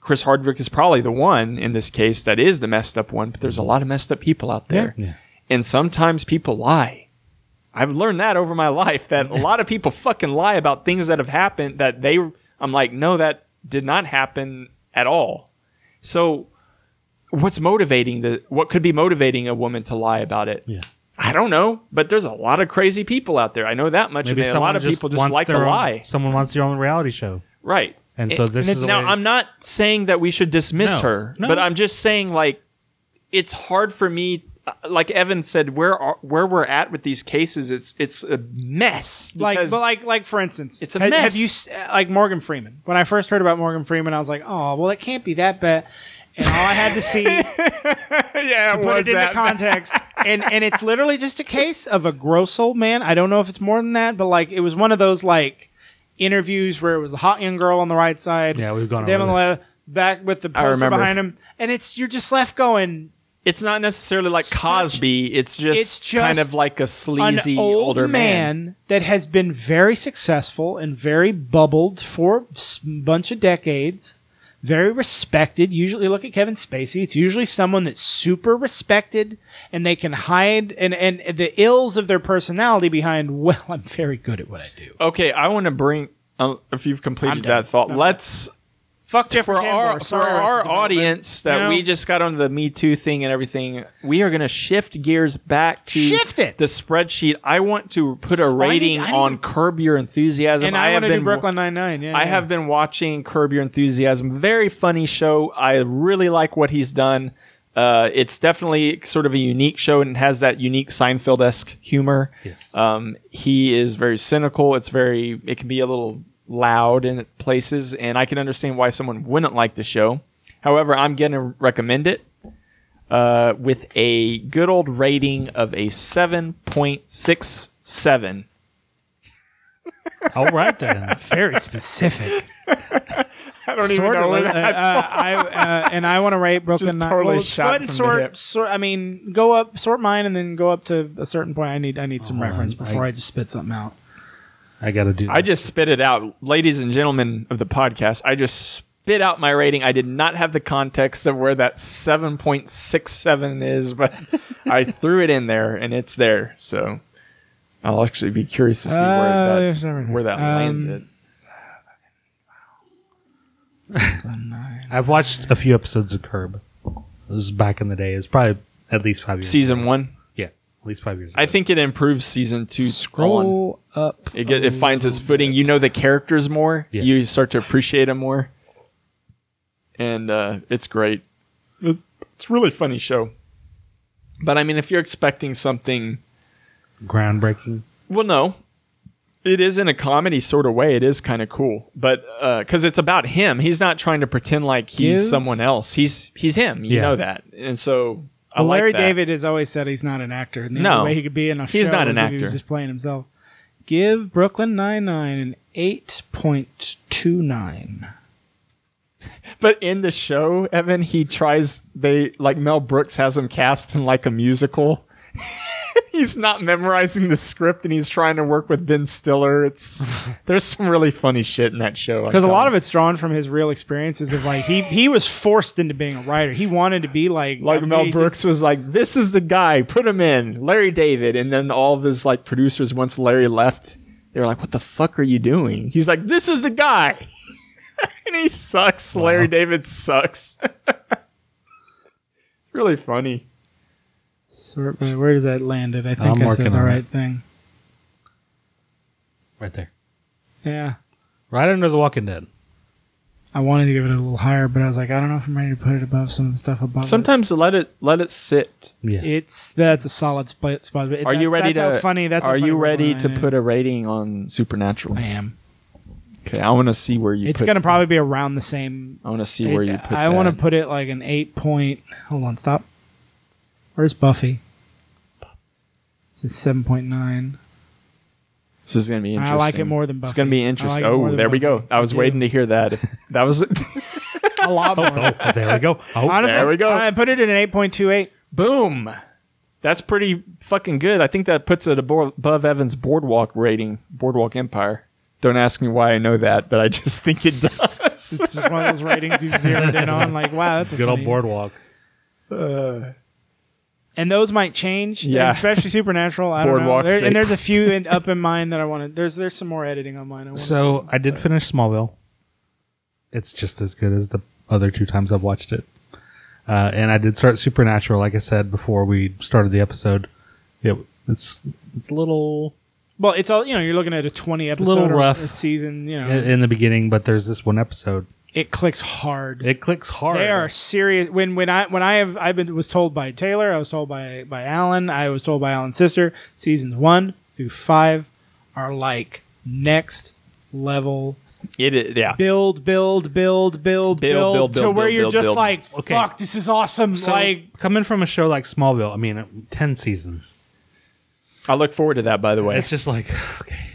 S2: Chris Hardwick is probably the one in this case that is the messed up one, but there's a lot of messed up people out there.
S3: Yeah.
S2: And sometimes people lie. I've learned that over my life that a lot of people fucking lie about things that have happened that they, I'm like, no, that did not happen at all. So what's motivating the, what could be motivating a woman to lie about it?
S3: Yeah.
S2: I don't know, but there's a lot of crazy people out there. I know that much. and a lot of people just like to
S3: their own-
S2: lie.
S3: Someone wants their own reality show,
S2: Right.
S3: and so
S2: And-
S3: this
S2: and
S3: is
S2: it's-
S3: a
S2: now
S3: way-
S2: I'm not saying that we should dismiss
S3: No,
S2: her,
S3: no.
S2: but I'm just saying like it's hard for me. uh, Like Evan said, where are, where we're at with these cases, it's it's a mess.
S1: like
S2: because-
S1: but like like for instance
S2: It's a
S1: ha- have, uh,
S2: mess.
S1: you s- like morgan freeman when i first heard about morgan freeman i was like oh well it can't be that bad and all I had to see to
S2: yeah,
S1: put
S2: it
S1: it
S2: was
S1: into
S2: that.
S1: context. and and it's literally just a case of a gross old man. I don't know if it's more than that, but like it was one of those like interviews where it was the hot young girl on the right side.
S3: Yeah, we've gone
S1: them on
S3: over
S1: the
S3: this.
S1: left, back with the poster
S2: remember.
S1: behind him, and it's you're just left going
S2: it's not necessarily like Cosby. It's just,
S1: it's just
S2: kind of like a sleazy
S1: an old
S2: older man.
S1: that has been very successful and very bubbled for a bunch of decades. Very respected. Usually, look at Kevin Spacey. It's usually someone that's super respected, and they can hide and and the ills of their personality behind. Well, I'm very good at what I do.
S2: Okay, I want to bring. Um, if you've completed that thought, let's
S1: Fuck Jeffrey
S2: for
S1: Tambor.
S2: our
S1: Sorry, I
S2: for
S1: said
S2: our
S1: that, but-
S2: audience that
S1: No.
S2: we just got onto the Me Too thing and everything. We are going to shift gears back to
S1: Shift it!
S2: the spreadsheet. I want to put a
S1: I need-
S2: rating
S1: I need-
S2: on Curb Your Enthusiasm.
S1: And I,
S2: have
S1: want to
S2: been
S1: do Brooklyn Nine Nine. Yeah,
S2: I
S1: yeah.
S2: have been watching Curb Your Enthusiasm. Very funny show. I really like what he's done. Uh, it's definitely sort of a unique show and has that unique Seinfeld esque humor.
S3: Yes.
S2: Um, he is very cynical. It's very, it can be a little loud in places, and I can understand why someone wouldn't like the show. However, I'm going to recommend it uh, with a good old rating of a 7.67.
S3: All right then.
S1: very specific.
S2: I don't
S1: Uh, I, uh, and I want to rate Brooklyn
S2: Just
S1: Nine.
S2: totally
S1: well,
S2: shot
S1: go ahead and
S2: from the
S1: sort,
S2: hip.
S1: sort. I mean, go up, sort mine, and then go up to a certain point. I need, I need some reference
S3: on,
S1: before I,
S3: I-
S1: just spit something out.
S3: I gotta do. That.
S2: I just spit it out. Ladies and gentlemen of the podcast, I just spit out my rating. I did not have the context of where that 7.67 is, but I threw it in there and it's there. So I'll actually be curious to see
S1: Uh,
S2: where
S1: there's
S2: that,
S1: everything.
S2: where that lands
S1: Um,
S2: it.
S3: I've watched a few episodes of Curb. It was back in the day. It was probably at least five years.
S2: Season one.
S3: Yeah, at least five years.
S2: I
S3: ago.
S2: think it improves season two. on.
S1: Scroll up.
S2: It, get, it finds its footing. You know the characters more.
S3: Yes.
S2: You start to appreciate them more. And uh, it's great. It- It's a really funny show. But I mean, if you're expecting something,
S3: groundbreaking.
S2: well, no, it is in a comedy sort of way. It is kind of cool, but because it's about him, he's not trying to pretend like he's
S1: Give-
S2: someone else. He's he's him. You
S3: Yeah.
S2: know that. And so I
S1: Well,
S2: like
S1: Larry
S2: that.
S1: David has always said he's not an actor. And the
S2: No.
S1: only way he could be in a
S2: He's
S1: show
S2: not an
S1: is if He was
S2: actor.
S1: just playing himself. Give Brooklyn Nine Nine an eight point two nine.
S2: But in the show, Evan, he tries they like Mel Brooks has him cast in like a musical. he's not memorizing the script and he's trying to work with Ben Stiller. It's there's some really funny shit in that show.
S1: Because a lot of it's drawn from his real experiences of like he he was forced into being a writer. He wanted to be like
S2: like
S1: he
S2: Mel
S1: just-
S2: Brooks was like, "This is the guy. Put him in." Larry David, and then all of his like producers once Larry left, they were like, "What the fuck are you doing?" He's like, "This is the guy," and he sucks. Larry David sucks. really funny.
S1: Sort by- Where does that land? It I think
S3: I'm
S1: I said
S3: working
S1: the
S3: on it.
S1: right thing.
S3: Right there.
S1: Yeah.
S3: Right under The Walking Dead.
S1: I wanted to give it a little higher, but I was like, I don't know if I'm ready to put it above some of the stuff above. it.
S2: Sometimes let it let it sit.
S3: Yeah.
S1: it's that's a solid split spot. but it-
S2: Are you
S1: that's-
S2: ready
S1: that's
S2: to
S1: how funny? That's how
S2: Are
S1: funny
S2: you
S1: we're
S2: ready
S1: going,
S2: to
S1: yeah.
S2: put a rating on Supernatural?
S1: I am.
S2: Okay, I want to see where you.
S1: It's
S2: put-
S1: gonna probably be around the same.
S2: I want to see where you
S1: it-
S2: put.
S1: I want to
S2: that.
S1: put it like an eight point. Hold on, stop. Where's Buffy? This is seven point nine.
S2: This is gonna be
S1: I
S2: interesting.
S1: like it more than
S2: It's
S1: Buffy.
S2: gonna be
S1: I like
S2: interesting.
S1: it more
S2: oh,
S1: than
S2: there we go.
S1: Buffy.
S2: I was
S1: I do.
S2: waiting to hear that. If that was
S1: A
S2: Um,
S1: lot more.
S3: Oh, there we go. Oh,
S1: Honestly,
S2: There we go.
S1: I put it in an eight point two eight.
S2: boom. That's pretty fucking good. I think that puts it abo- above Evan's Boardwalk rating, Boardwalk Empire. Don't ask me why I know that, but I just think it does.
S1: It's just one of those ratings you zeroed in on. Like, wow, that's a
S3: good old
S1: funny-
S3: boardwalk.
S1: and those might change. and
S2: Yeah.
S1: especially Supernatural. I don't know.
S2: Boardwalk
S1: There,
S2: safe.
S1: and there's a few in, up in mine that I want to. There's there's some more editing on mine. I wanna,
S3: So I did finish Smallville. It's just as good as the other two times I've watched it. Uh, and I did start Supernatural, like I said before we started the episode. It, it's it's a little
S1: well, it's all you know. You're looking at a 20
S3: a
S1: episode
S3: little
S1: or
S3: rough.
S1: a season. You know,
S3: in,
S1: it,
S3: in the beginning, but there's this one episode.
S1: clicks hard.
S3: It clicks hard.
S1: they are serious. When when I when I have I've been was told by Taylor, I was told by by Alan, I was told by Alan's sister. Seasons one through five are like next level
S2: It is, yeah.
S1: Build, build, build, build, build,
S2: build,
S1: to
S2: build,
S1: where
S2: build,
S1: you're
S2: build,
S1: just
S2: build.
S1: like,
S3: Okay.
S1: fuck, this is awesome.
S3: So,
S1: like,
S3: coming from a show like Smallville, I mean, ten seasons.
S2: I look forward to that. By the way,
S3: It's just like okay,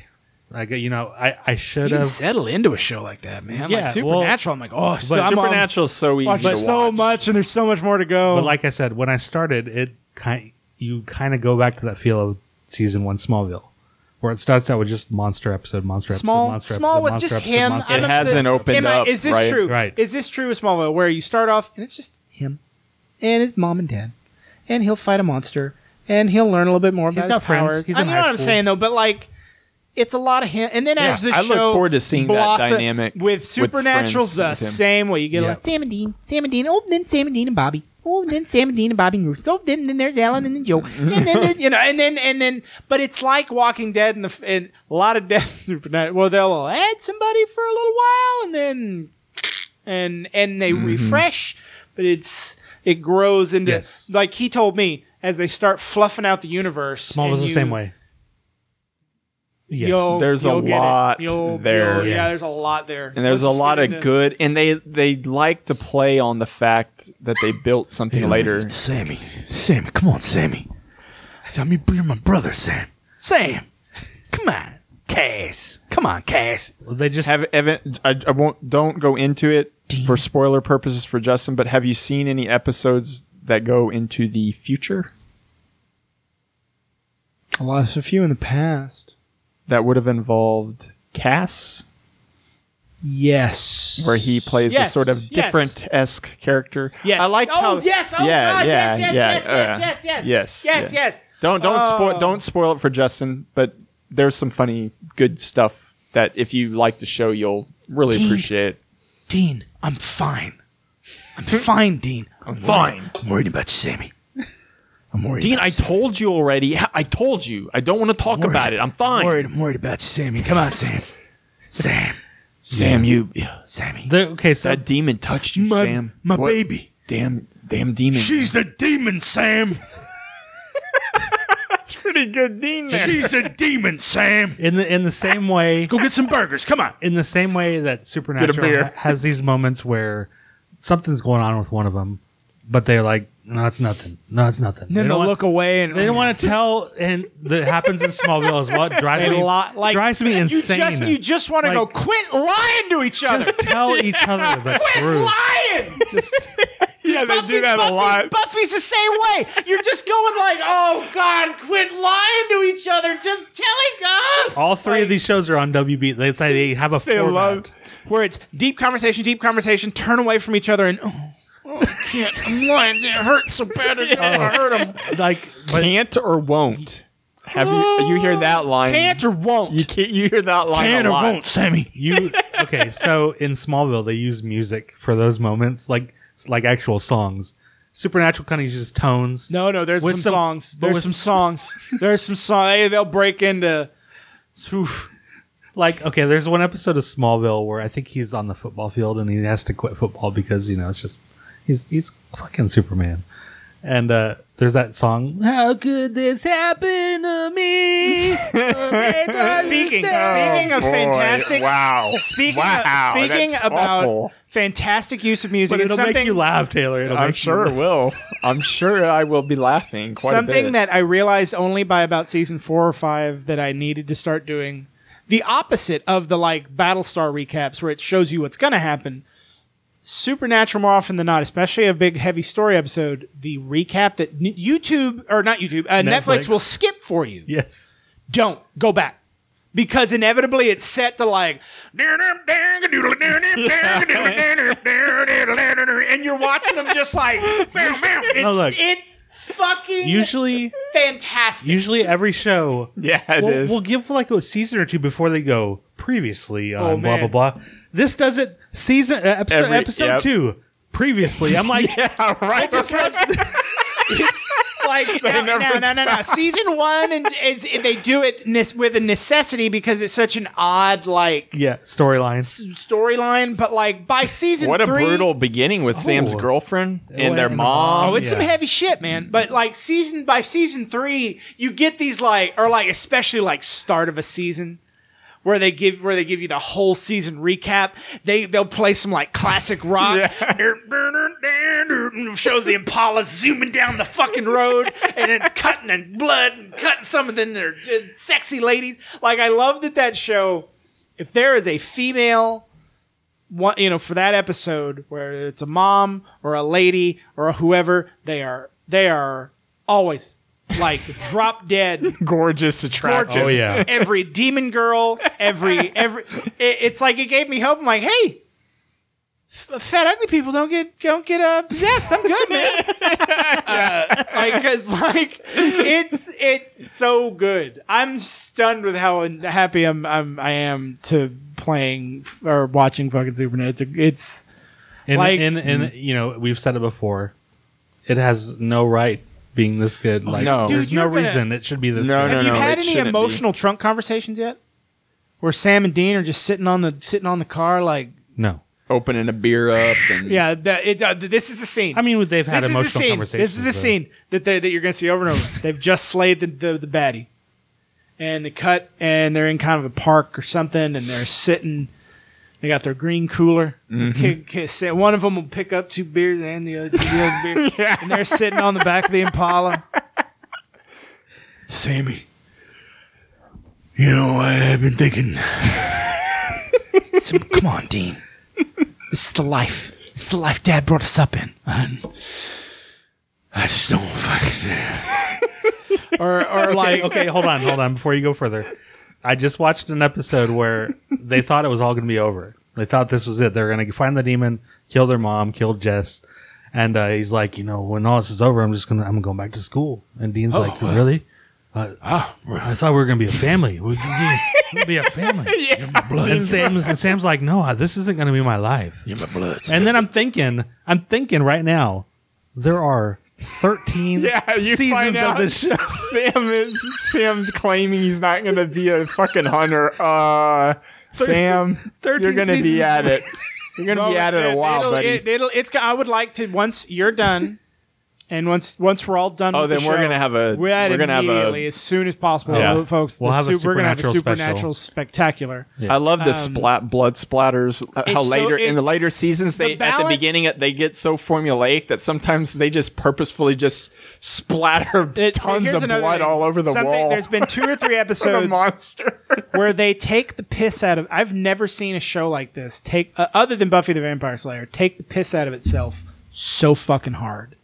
S3: like you know, I I should
S4: You can
S3: have.
S4: settle into a show like that, man.
S3: Yeah,
S4: like
S3: well-
S4: Supernatural, I'm like, oh, so
S3: But-
S4: I'm on-
S2: Supernatural is so easy
S1: watch
S2: to watch.
S1: so much, and there's so much more to go.
S3: But like I said, when I started, it kind you kind of go back to that feel of season one Smallville, where it starts out with just monster episode, monster
S1: small,
S3: episode, monster
S1: small
S3: episode,
S1: with
S3: monster
S1: just
S3: episode,
S1: him.
S3: monster
S1: I
S2: It
S3: episode.
S1: remember
S2: hasn't
S1: the-
S2: opened
S1: am I-
S2: up,
S1: Is this
S2: right?
S1: true?
S3: Right.
S1: Is this true with Smallville, where you start off and it's just him and his mom and dad, and he'll fight a monster, and he'll learn a little bit more
S3: He's
S1: about
S3: got
S1: his
S3: friends.
S1: powers.
S3: He's
S1: I
S3: in
S1: know
S3: high
S1: what I'm
S3: school.
S1: saying though, but like. It's a lot of him, and then as the
S2: I
S1: show,
S2: look forward to seeing that
S1: blossom-
S2: dynamic
S1: with
S2: with
S1: Supernatural's
S2: friends
S1: the
S2: with him.
S1: same way. You get
S3: Yeah.
S1: like
S6: Sam and Dean, Sam and Dean. Oh, and then Sam and Dean and Bobby. Oh, and then Sam and Dean and Bobby and Ruth. Oh, then then there's Alan and then Joe. And then there's
S1: you know, and then and then, but it's like Walking Dead and the f- and a lot of death supernatural. Well, they'll add somebody for a little while, and then and and
S2: Mm-hmm.
S1: they refresh, but it's it grows into
S3: Yes.
S1: like he told me as they start fluffing out the universe. and
S3: Smallville's the
S1: you-
S3: same way. Yes.
S1: you'll-
S2: There's a
S1: you'll get it.
S2: lot
S1: You'll-
S2: there.
S1: you'll- yeah,
S3: Yes.
S1: there's a lot there,
S2: and there's
S1: Let's
S2: a
S1: just
S2: lot
S1: get
S2: of
S1: into-
S2: good, and they they like to play on the fact that they built something later.
S8: Sammy, Sammy, come on, Sammy. Sammy, you're my brother, Sam. Sam, come on, Cass. Come on, Cass.
S3: They just
S2: Have Evan, I, I won't. Don't go into it for spoiler purposes for Justin. But have you seen any episodes that go into the future
S1: I lost a few in the past.
S2: that would have involved Cass,
S1: Yes,
S2: where he plays a
S1: Yes,
S2: sort of
S1: yes.
S2: different esque character?
S1: Yes.
S2: I like
S1: oh,
S2: how.
S1: yes. Oh
S2: yeah,
S1: God.
S2: yeah,
S1: yes, yes,
S2: yeah,
S1: yes,
S2: uh,
S1: yes, yes, yes,
S2: yes,
S1: yes,
S2: yeah.
S1: yes.
S2: Don't don't
S1: Oh.
S2: spoil don't spoil it for Justin, but there's some funny good stuff that if you like the show, you'll really
S8: Dean.
S2: appreciate.
S8: Dean, I'm fine. I'm fine, Dean. I'm
S2: Hmm? Fine,
S8: I'm worried about you, Sammy. I'm worried.
S2: Dean.
S8: about
S2: I
S8: you, Sammy.
S2: told you already. I told you. I don't want to talk
S8: Worried.
S2: about it. I'm
S8: I'm
S2: fine.
S8: worried. I'm worried about you, Sammy. Come on, Sam. Sam,
S2: Sam, you
S8: Sammy.
S3: they- okay. So
S2: that demon touched you,
S8: my
S2: Sam.
S8: my
S2: What
S8: baby.
S2: Damn, damn demon.
S8: She's a demon, Sam.
S2: That's pretty good, Dean.
S8: She's a demon, Sam.
S3: in the in the same way,
S8: Go get some burgers. Come on.
S3: in the same way that Supernatural
S2: beer.
S3: ha- has these moments where something's going on with one of them, but they're like, no, it's nothing. No, it's nothing. They
S1: Then
S3: don't
S1: they'll
S3: want-
S1: look away and
S3: They don't want to tell, and that happens in Smallville is what drives me
S1: lot- like,
S3: drives me
S1: You
S3: insane.
S1: just you just want to
S3: Like-
S1: go quit lying to each other.
S3: Just tell each other the truth.
S1: lying.
S2: yeah, they do that a lot.
S1: Buffy's the same way. You're just going like, oh God, quit lying to each other. Just telling them.
S3: All three of these shows are on WB. They say they have a
S1: They
S3: format.
S1: love where it's deep conversation, deep conversation. Turn away from each other and oh,
S3: like but
S2: Can't or won't. Have you you hear that line?
S1: can't or won't.
S2: you Oh, can't, you hear that line
S8: Can
S2: a
S8: or
S2: lot.
S8: won't, Sammy.
S3: you. Okay, so in Smallville they use music for those moments, like like actual songs. Supernatural kind of uses tones.
S1: No, no. There's some,
S3: With some-
S1: songs.
S3: but
S1: There's
S3: with-
S1: some songs. There's some songs. They, they'll break into.
S3: Oof. Like, okay, there's one episode of Smallville where I think he's on the football field and he has to quit football because, you know, it's just he's he's fucking Superman. And uh there's that song. How could this happen to me? Uh,
S1: Speaking, speaking of fantastic.
S2: Oh, Wow.
S1: Speaking,
S2: Wow,
S1: of, speaking
S2: that's
S1: about
S2: awful.
S1: fantastic use of music,
S3: but
S1: and
S3: it'll
S1: something
S3: make you laugh, Taylor. It'll
S2: I'm
S3: make
S2: sure
S3: You
S2: it will. I'm sure I will be laughing quite a
S1: something
S2: bit.
S1: that I realized only by about season four or five that I needed to start doing the opposite of the like Battlestar recaps where it shows you what's going to happen. Supernatural more often than not, especially a big heavy story episode, the recap that n- YouTube or not YouTube, uh, Netflix.
S3: Netflix.
S1: will skip for you.
S3: yes.
S1: Don't go back. Because inevitably it's set to like, and you're watching them just like, it's,
S3: No, Oh, look.
S1: it's fucking
S3: Usually
S1: fantastic.
S3: usually every show
S2: yeah, it
S3: we'll,
S2: is.
S3: we'll give like a season or two before they go previously on
S1: Oh,
S3: blah
S1: man.
S3: blah blah. This does it season uh, episode
S2: Every-
S3: episode
S2: yep.
S3: two. Previously, I'm like,
S2: yeah, right.
S1: it's like no, no,
S2: never
S1: no, no, no. Season one, and is they do it nes- with a necessity because it's such an odd like
S3: yeah, storylines.
S1: storyline. But like by season,
S2: What a
S1: three-
S2: brutal beginning with Sam's girlfriend and
S3: Oh,
S2: their
S3: and the
S2: mom.
S1: Oh, it's some
S3: Yeah.
S1: heavy shit, man. But like season by season three, you get these like, or like especially like start of a season, where they give where they give you the whole season recap. They they'll play some like classic rock. Shows the Impala zooming down the fucking road and then cutting and blood and cutting some of them. They're just sexy ladies. Like I love that that show. If there is a female one, you know, for that episode where it's a mom or a lady or whoever, they are they are always like drop dead
S2: Gorgeous, attractive.
S1: gorgeous.
S3: Oh, yeah.
S1: Every demon girl, every every. It, it's like it gave me hope. I'm like, hey, f- fat ugly people don't get don't get uh, possessed. I'm good, man. uh, like, cause like it's it's so good. I'm stunned with how happy I'm, I'm I am to playing or watching fucking Supernatural. It's
S3: And,
S1: Like- mm.
S3: and, and you know, we've said it before. It has no right being this good. Like,
S2: no.
S3: there's
S1: Dude,
S3: no
S1: you're gonna-
S3: reason it should be this.
S2: No,
S3: good.
S2: no,
S1: Have you had
S2: it
S1: any
S2: shouldn't be.
S1: emotional trunk conversations yet? Where Sam and Dean are just sitting on the sitting on the car, like
S3: no.
S2: Opening a beer up. And
S1: yeah, that, it, uh, this is the scene.
S3: I mean, they've had
S1: this
S3: emotional
S1: is the scene.
S3: conversations.
S1: This is
S3: though.
S1: the scene that they, that you're going to see over and over. They've just slayed the, the the baddie, and they cut, and they're in kind of a park or something, and they're sitting. They got their green cooler.
S2: Mm-hmm.
S1: Kid- kid said one of them will pick up two beers and the other, the other beer, and they're sitting on the back of the Impala.
S8: Sammy. You know, I- I've been thinking. Some- come on, Dean. This is the life. This is the life Dad brought us up in. I, I just don't fucking.
S1: Or or like
S3: Okay, okay, hold on, hold on. Before you go further, I just watched an episode where they thought it was all going to be over. They thought this was it. They're going to find the demon, kill their mom, kill Jess, and uh, he's like, you know, when all this is over, I'm just gonna, I'm going back to school. And Dean's
S2: Oh,
S3: like, really? Uh,
S2: Ah,
S3: I thought we were going to be a family. We can be, be a family. And Sam's, and Sam's like, no, I- this isn't going to be my life.
S8: You're my blood.
S3: And then I'm thinking, I'm thinking right now, there are 13
S2: Yeah, you
S3: seasons
S2: find
S3: of
S2: out
S3: this show.
S2: Sam is Sam's claiming he's not going to be a fucking hunter. Uh, Sam, you're
S3: 13
S2: going to
S3: seasons.
S2: be at it. You're going to be at it a while,
S1: Oh, it'll,
S2: buddy.
S1: It, it'll, it's. I would like to once you're done, and once once we're all done.
S2: oh,
S1: with
S2: then
S1: the
S2: we're
S1: show,
S2: going to have a.
S1: We're at
S2: We're going to have
S1: immediately
S2: a.
S1: as soon as possible,
S3: Yeah.
S1: folks.
S3: We'll
S1: the
S3: have a
S1: super- we're gonna have a
S3: supernatural
S1: supernatural spectacular.
S2: I love the
S1: Um,
S2: splat blood splatters. uh, How
S1: it's so-
S2: later
S1: it-
S2: in the later seasons,
S1: the
S2: they at
S1: balance-
S2: the beginning uh, they get so formulaic that sometimes they just purposefully just splatter
S1: It-
S2: tons
S1: here's
S2: of
S1: another
S2: blood
S1: thing.
S2: all over the
S1: Something-
S2: wall.
S1: There's been two or three
S2: a
S1: episodes
S2: monster.
S1: where they take the piss out of. I've never seen a show like this take uh, other than Buffy the Vampire Slayer take the piss out of itself so fucking hard.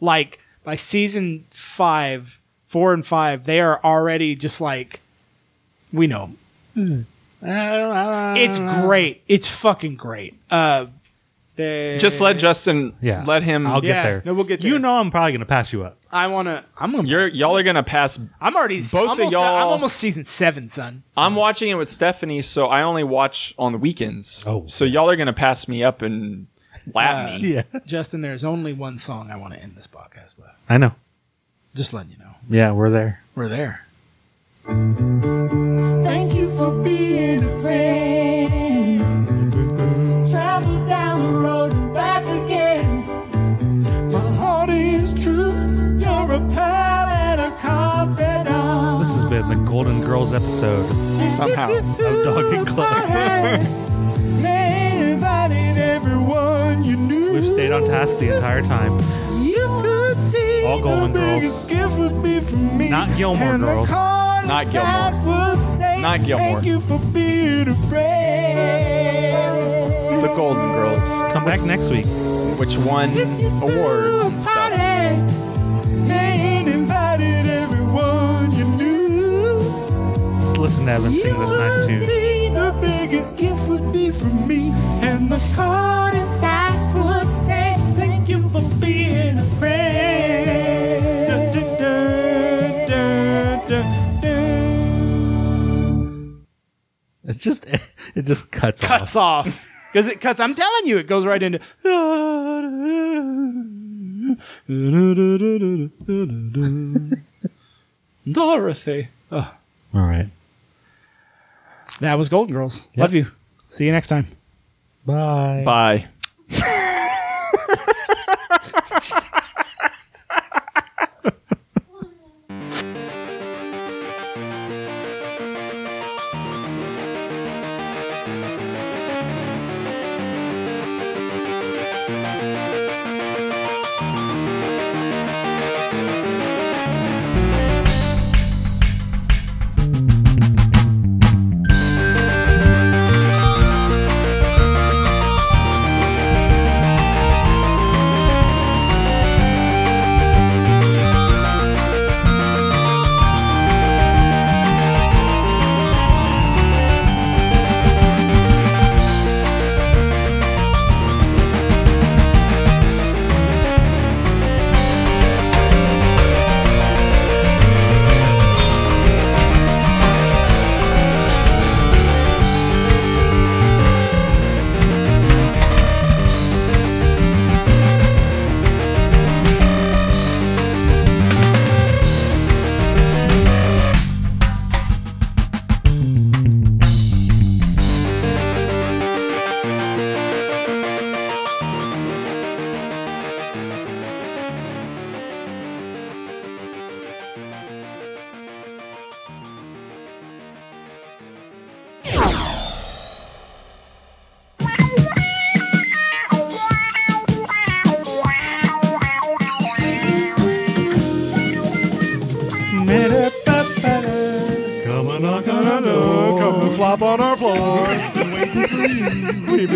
S1: Like by season five, four and five, they are already just like we know.
S2: Hmm.
S1: It's great. It's fucking great. Uh, they,
S2: Just let Justin.
S3: Yeah.
S2: Let him.
S3: I'll get
S1: Yeah,
S3: there.
S1: no, we'll get
S3: You
S1: there.
S3: know I'm probably going to pass you up.
S1: I want to. I'm gonna.
S2: You're y'all are gonna pass.
S1: I'm already.
S2: of
S1: Both of
S2: y'all-
S1: y'all. I'm almost season seven, son.
S2: I'm watching it with Stephanie, so I only watch on the weekends.
S3: Oh.
S2: so y'all are gonna pass me up and lap me.
S3: Yeah.
S1: Justin, there's only one song I want to end this podcast with.
S3: I know.
S1: Just letting you know,
S3: Yeah, we're there.
S1: we're there.
S9: Thank you for being a friend. Travel down the road and back again. My heart is true. You're a pal and a confidant.
S3: This has been the Golden Girls episode
S2: Somehow.
S3: of Dog and Club.
S9: They invited everyone you knew.
S3: We've stayed on task the entire time.
S9: You could see
S3: All Golden
S9: the
S3: Girls.
S9: biggest gift would be from me.
S3: Not Gilmore
S9: and the
S3: Girls.
S9: call
S2: Not
S9: inside would say,
S2: Not Gilmore.
S9: Thank you for being a friend.
S2: The Golden Girls,
S3: Come back next week.
S2: which won awards and stuff.
S3: Just listen to Evan sing this nice tune.
S9: The biggest gift would be from me, and the card inside would say, Thank you for being a friend. Dun, dun, dun, dun, dun.
S3: It just it just cuts,
S1: Cuts
S3: off.
S1: off because it cuts. I'm telling you, it goes right into. Dorothy.
S3: All right.
S1: That was Golden Girls. Love you. See you next time.
S3: Bye.
S2: Bye.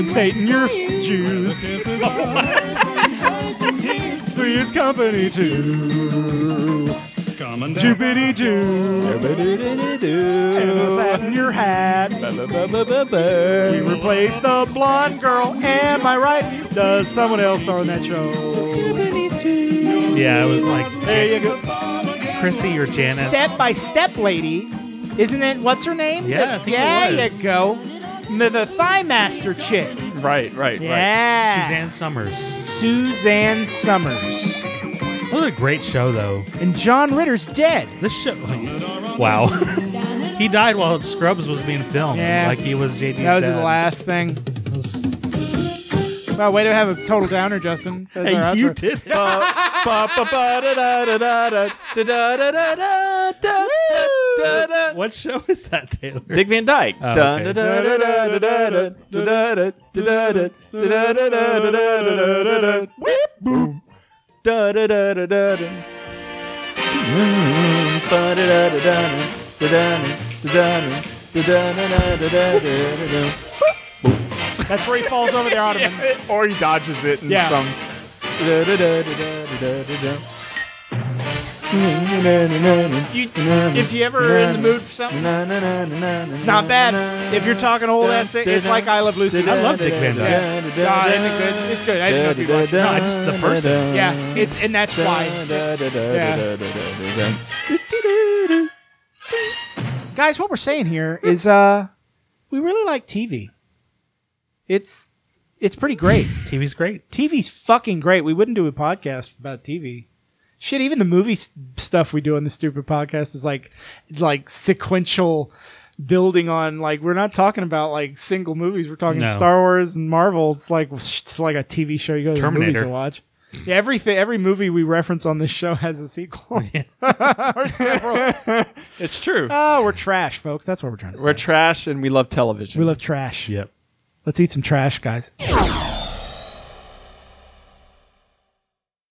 S1: Satan, you're Jews. Three's company too. Jupity Jews. And the satin your hat. We replaced the blonde girl. Am I right? Does someone else star in that show?
S3: Yeah, it was like
S1: There you go.
S3: Chrissy or Janet.
S1: Step by step lady. Isn't it? What's her name?
S3: Yeah, I think it
S1: there
S3: was.
S1: you go. The, the Thigh Master chick.
S2: Right, right, right.
S1: Yeah.
S3: Suzanne Summers.
S1: Suzanne Summers.
S3: That was a great show, though.
S1: And John Ritter's dead.
S3: This show. Wow. he died while Scrubs was being filmed.
S1: Yeah.
S3: Like he was JD's
S1: That was
S3: dad.
S1: the last thing. Well, way to have a total downer, Justin. That's our
S3: Hey, you
S1: outro.
S3: did. it. What show is that, Taylor?
S2: Dick Van Dyke.
S3: Oh,
S2: Dun,
S3: okay.
S2: dun, dun, dun, dun, dun, dun, dun, dun, dun, dun, dun, dun, dun, dun, dun, dun, dun, dun, dun. Whip, boom. Dun, dun, dun, dun, dun, dun. Dun, dun, dun, dun, dun, dun, dun, dun, dun, dun, dun, dun, dun, dun, dun, dun, dun.
S1: That's where he falls over the ottoman.
S5: Or he dodges it in
S1: Yeah.
S5: some.
S2: Dun, dun, dun, dun, dun, dun, dun. You- If you ever are in the mood for something, it's
S1: It's not bad. If you're talking old ass, it's like I Love Lucy.
S3: I love Dick Van Dyke.
S1: Ah, isn't it good? It's good. I didn't know if you'd watch it.
S3: No, it's just the person.
S1: Yeah, it's and that's why. Guys, what we're saying here is uh we really like TV. It's it's pretty great.
S3: TV's great.
S1: TV's fucking great. We wouldn't do a podcast about TV. Shit, even the movie s- stuff we do on the stupid podcast is like like sequential building on like we're not talking about like single movies. We're talking
S3: No.
S1: Star Wars and Marvel. It's like it's like a TV show you go to the movies
S3: Terminator.
S1: to watch. Yeah, everything every movie we reference on this show has a sequel. Or several.
S2: It's true.
S1: oh, we're trash, folks. That's what we're trying to say.
S2: We're trash and we love television.
S1: we love trash.
S3: Yep.
S1: Let's eat some trash, guys.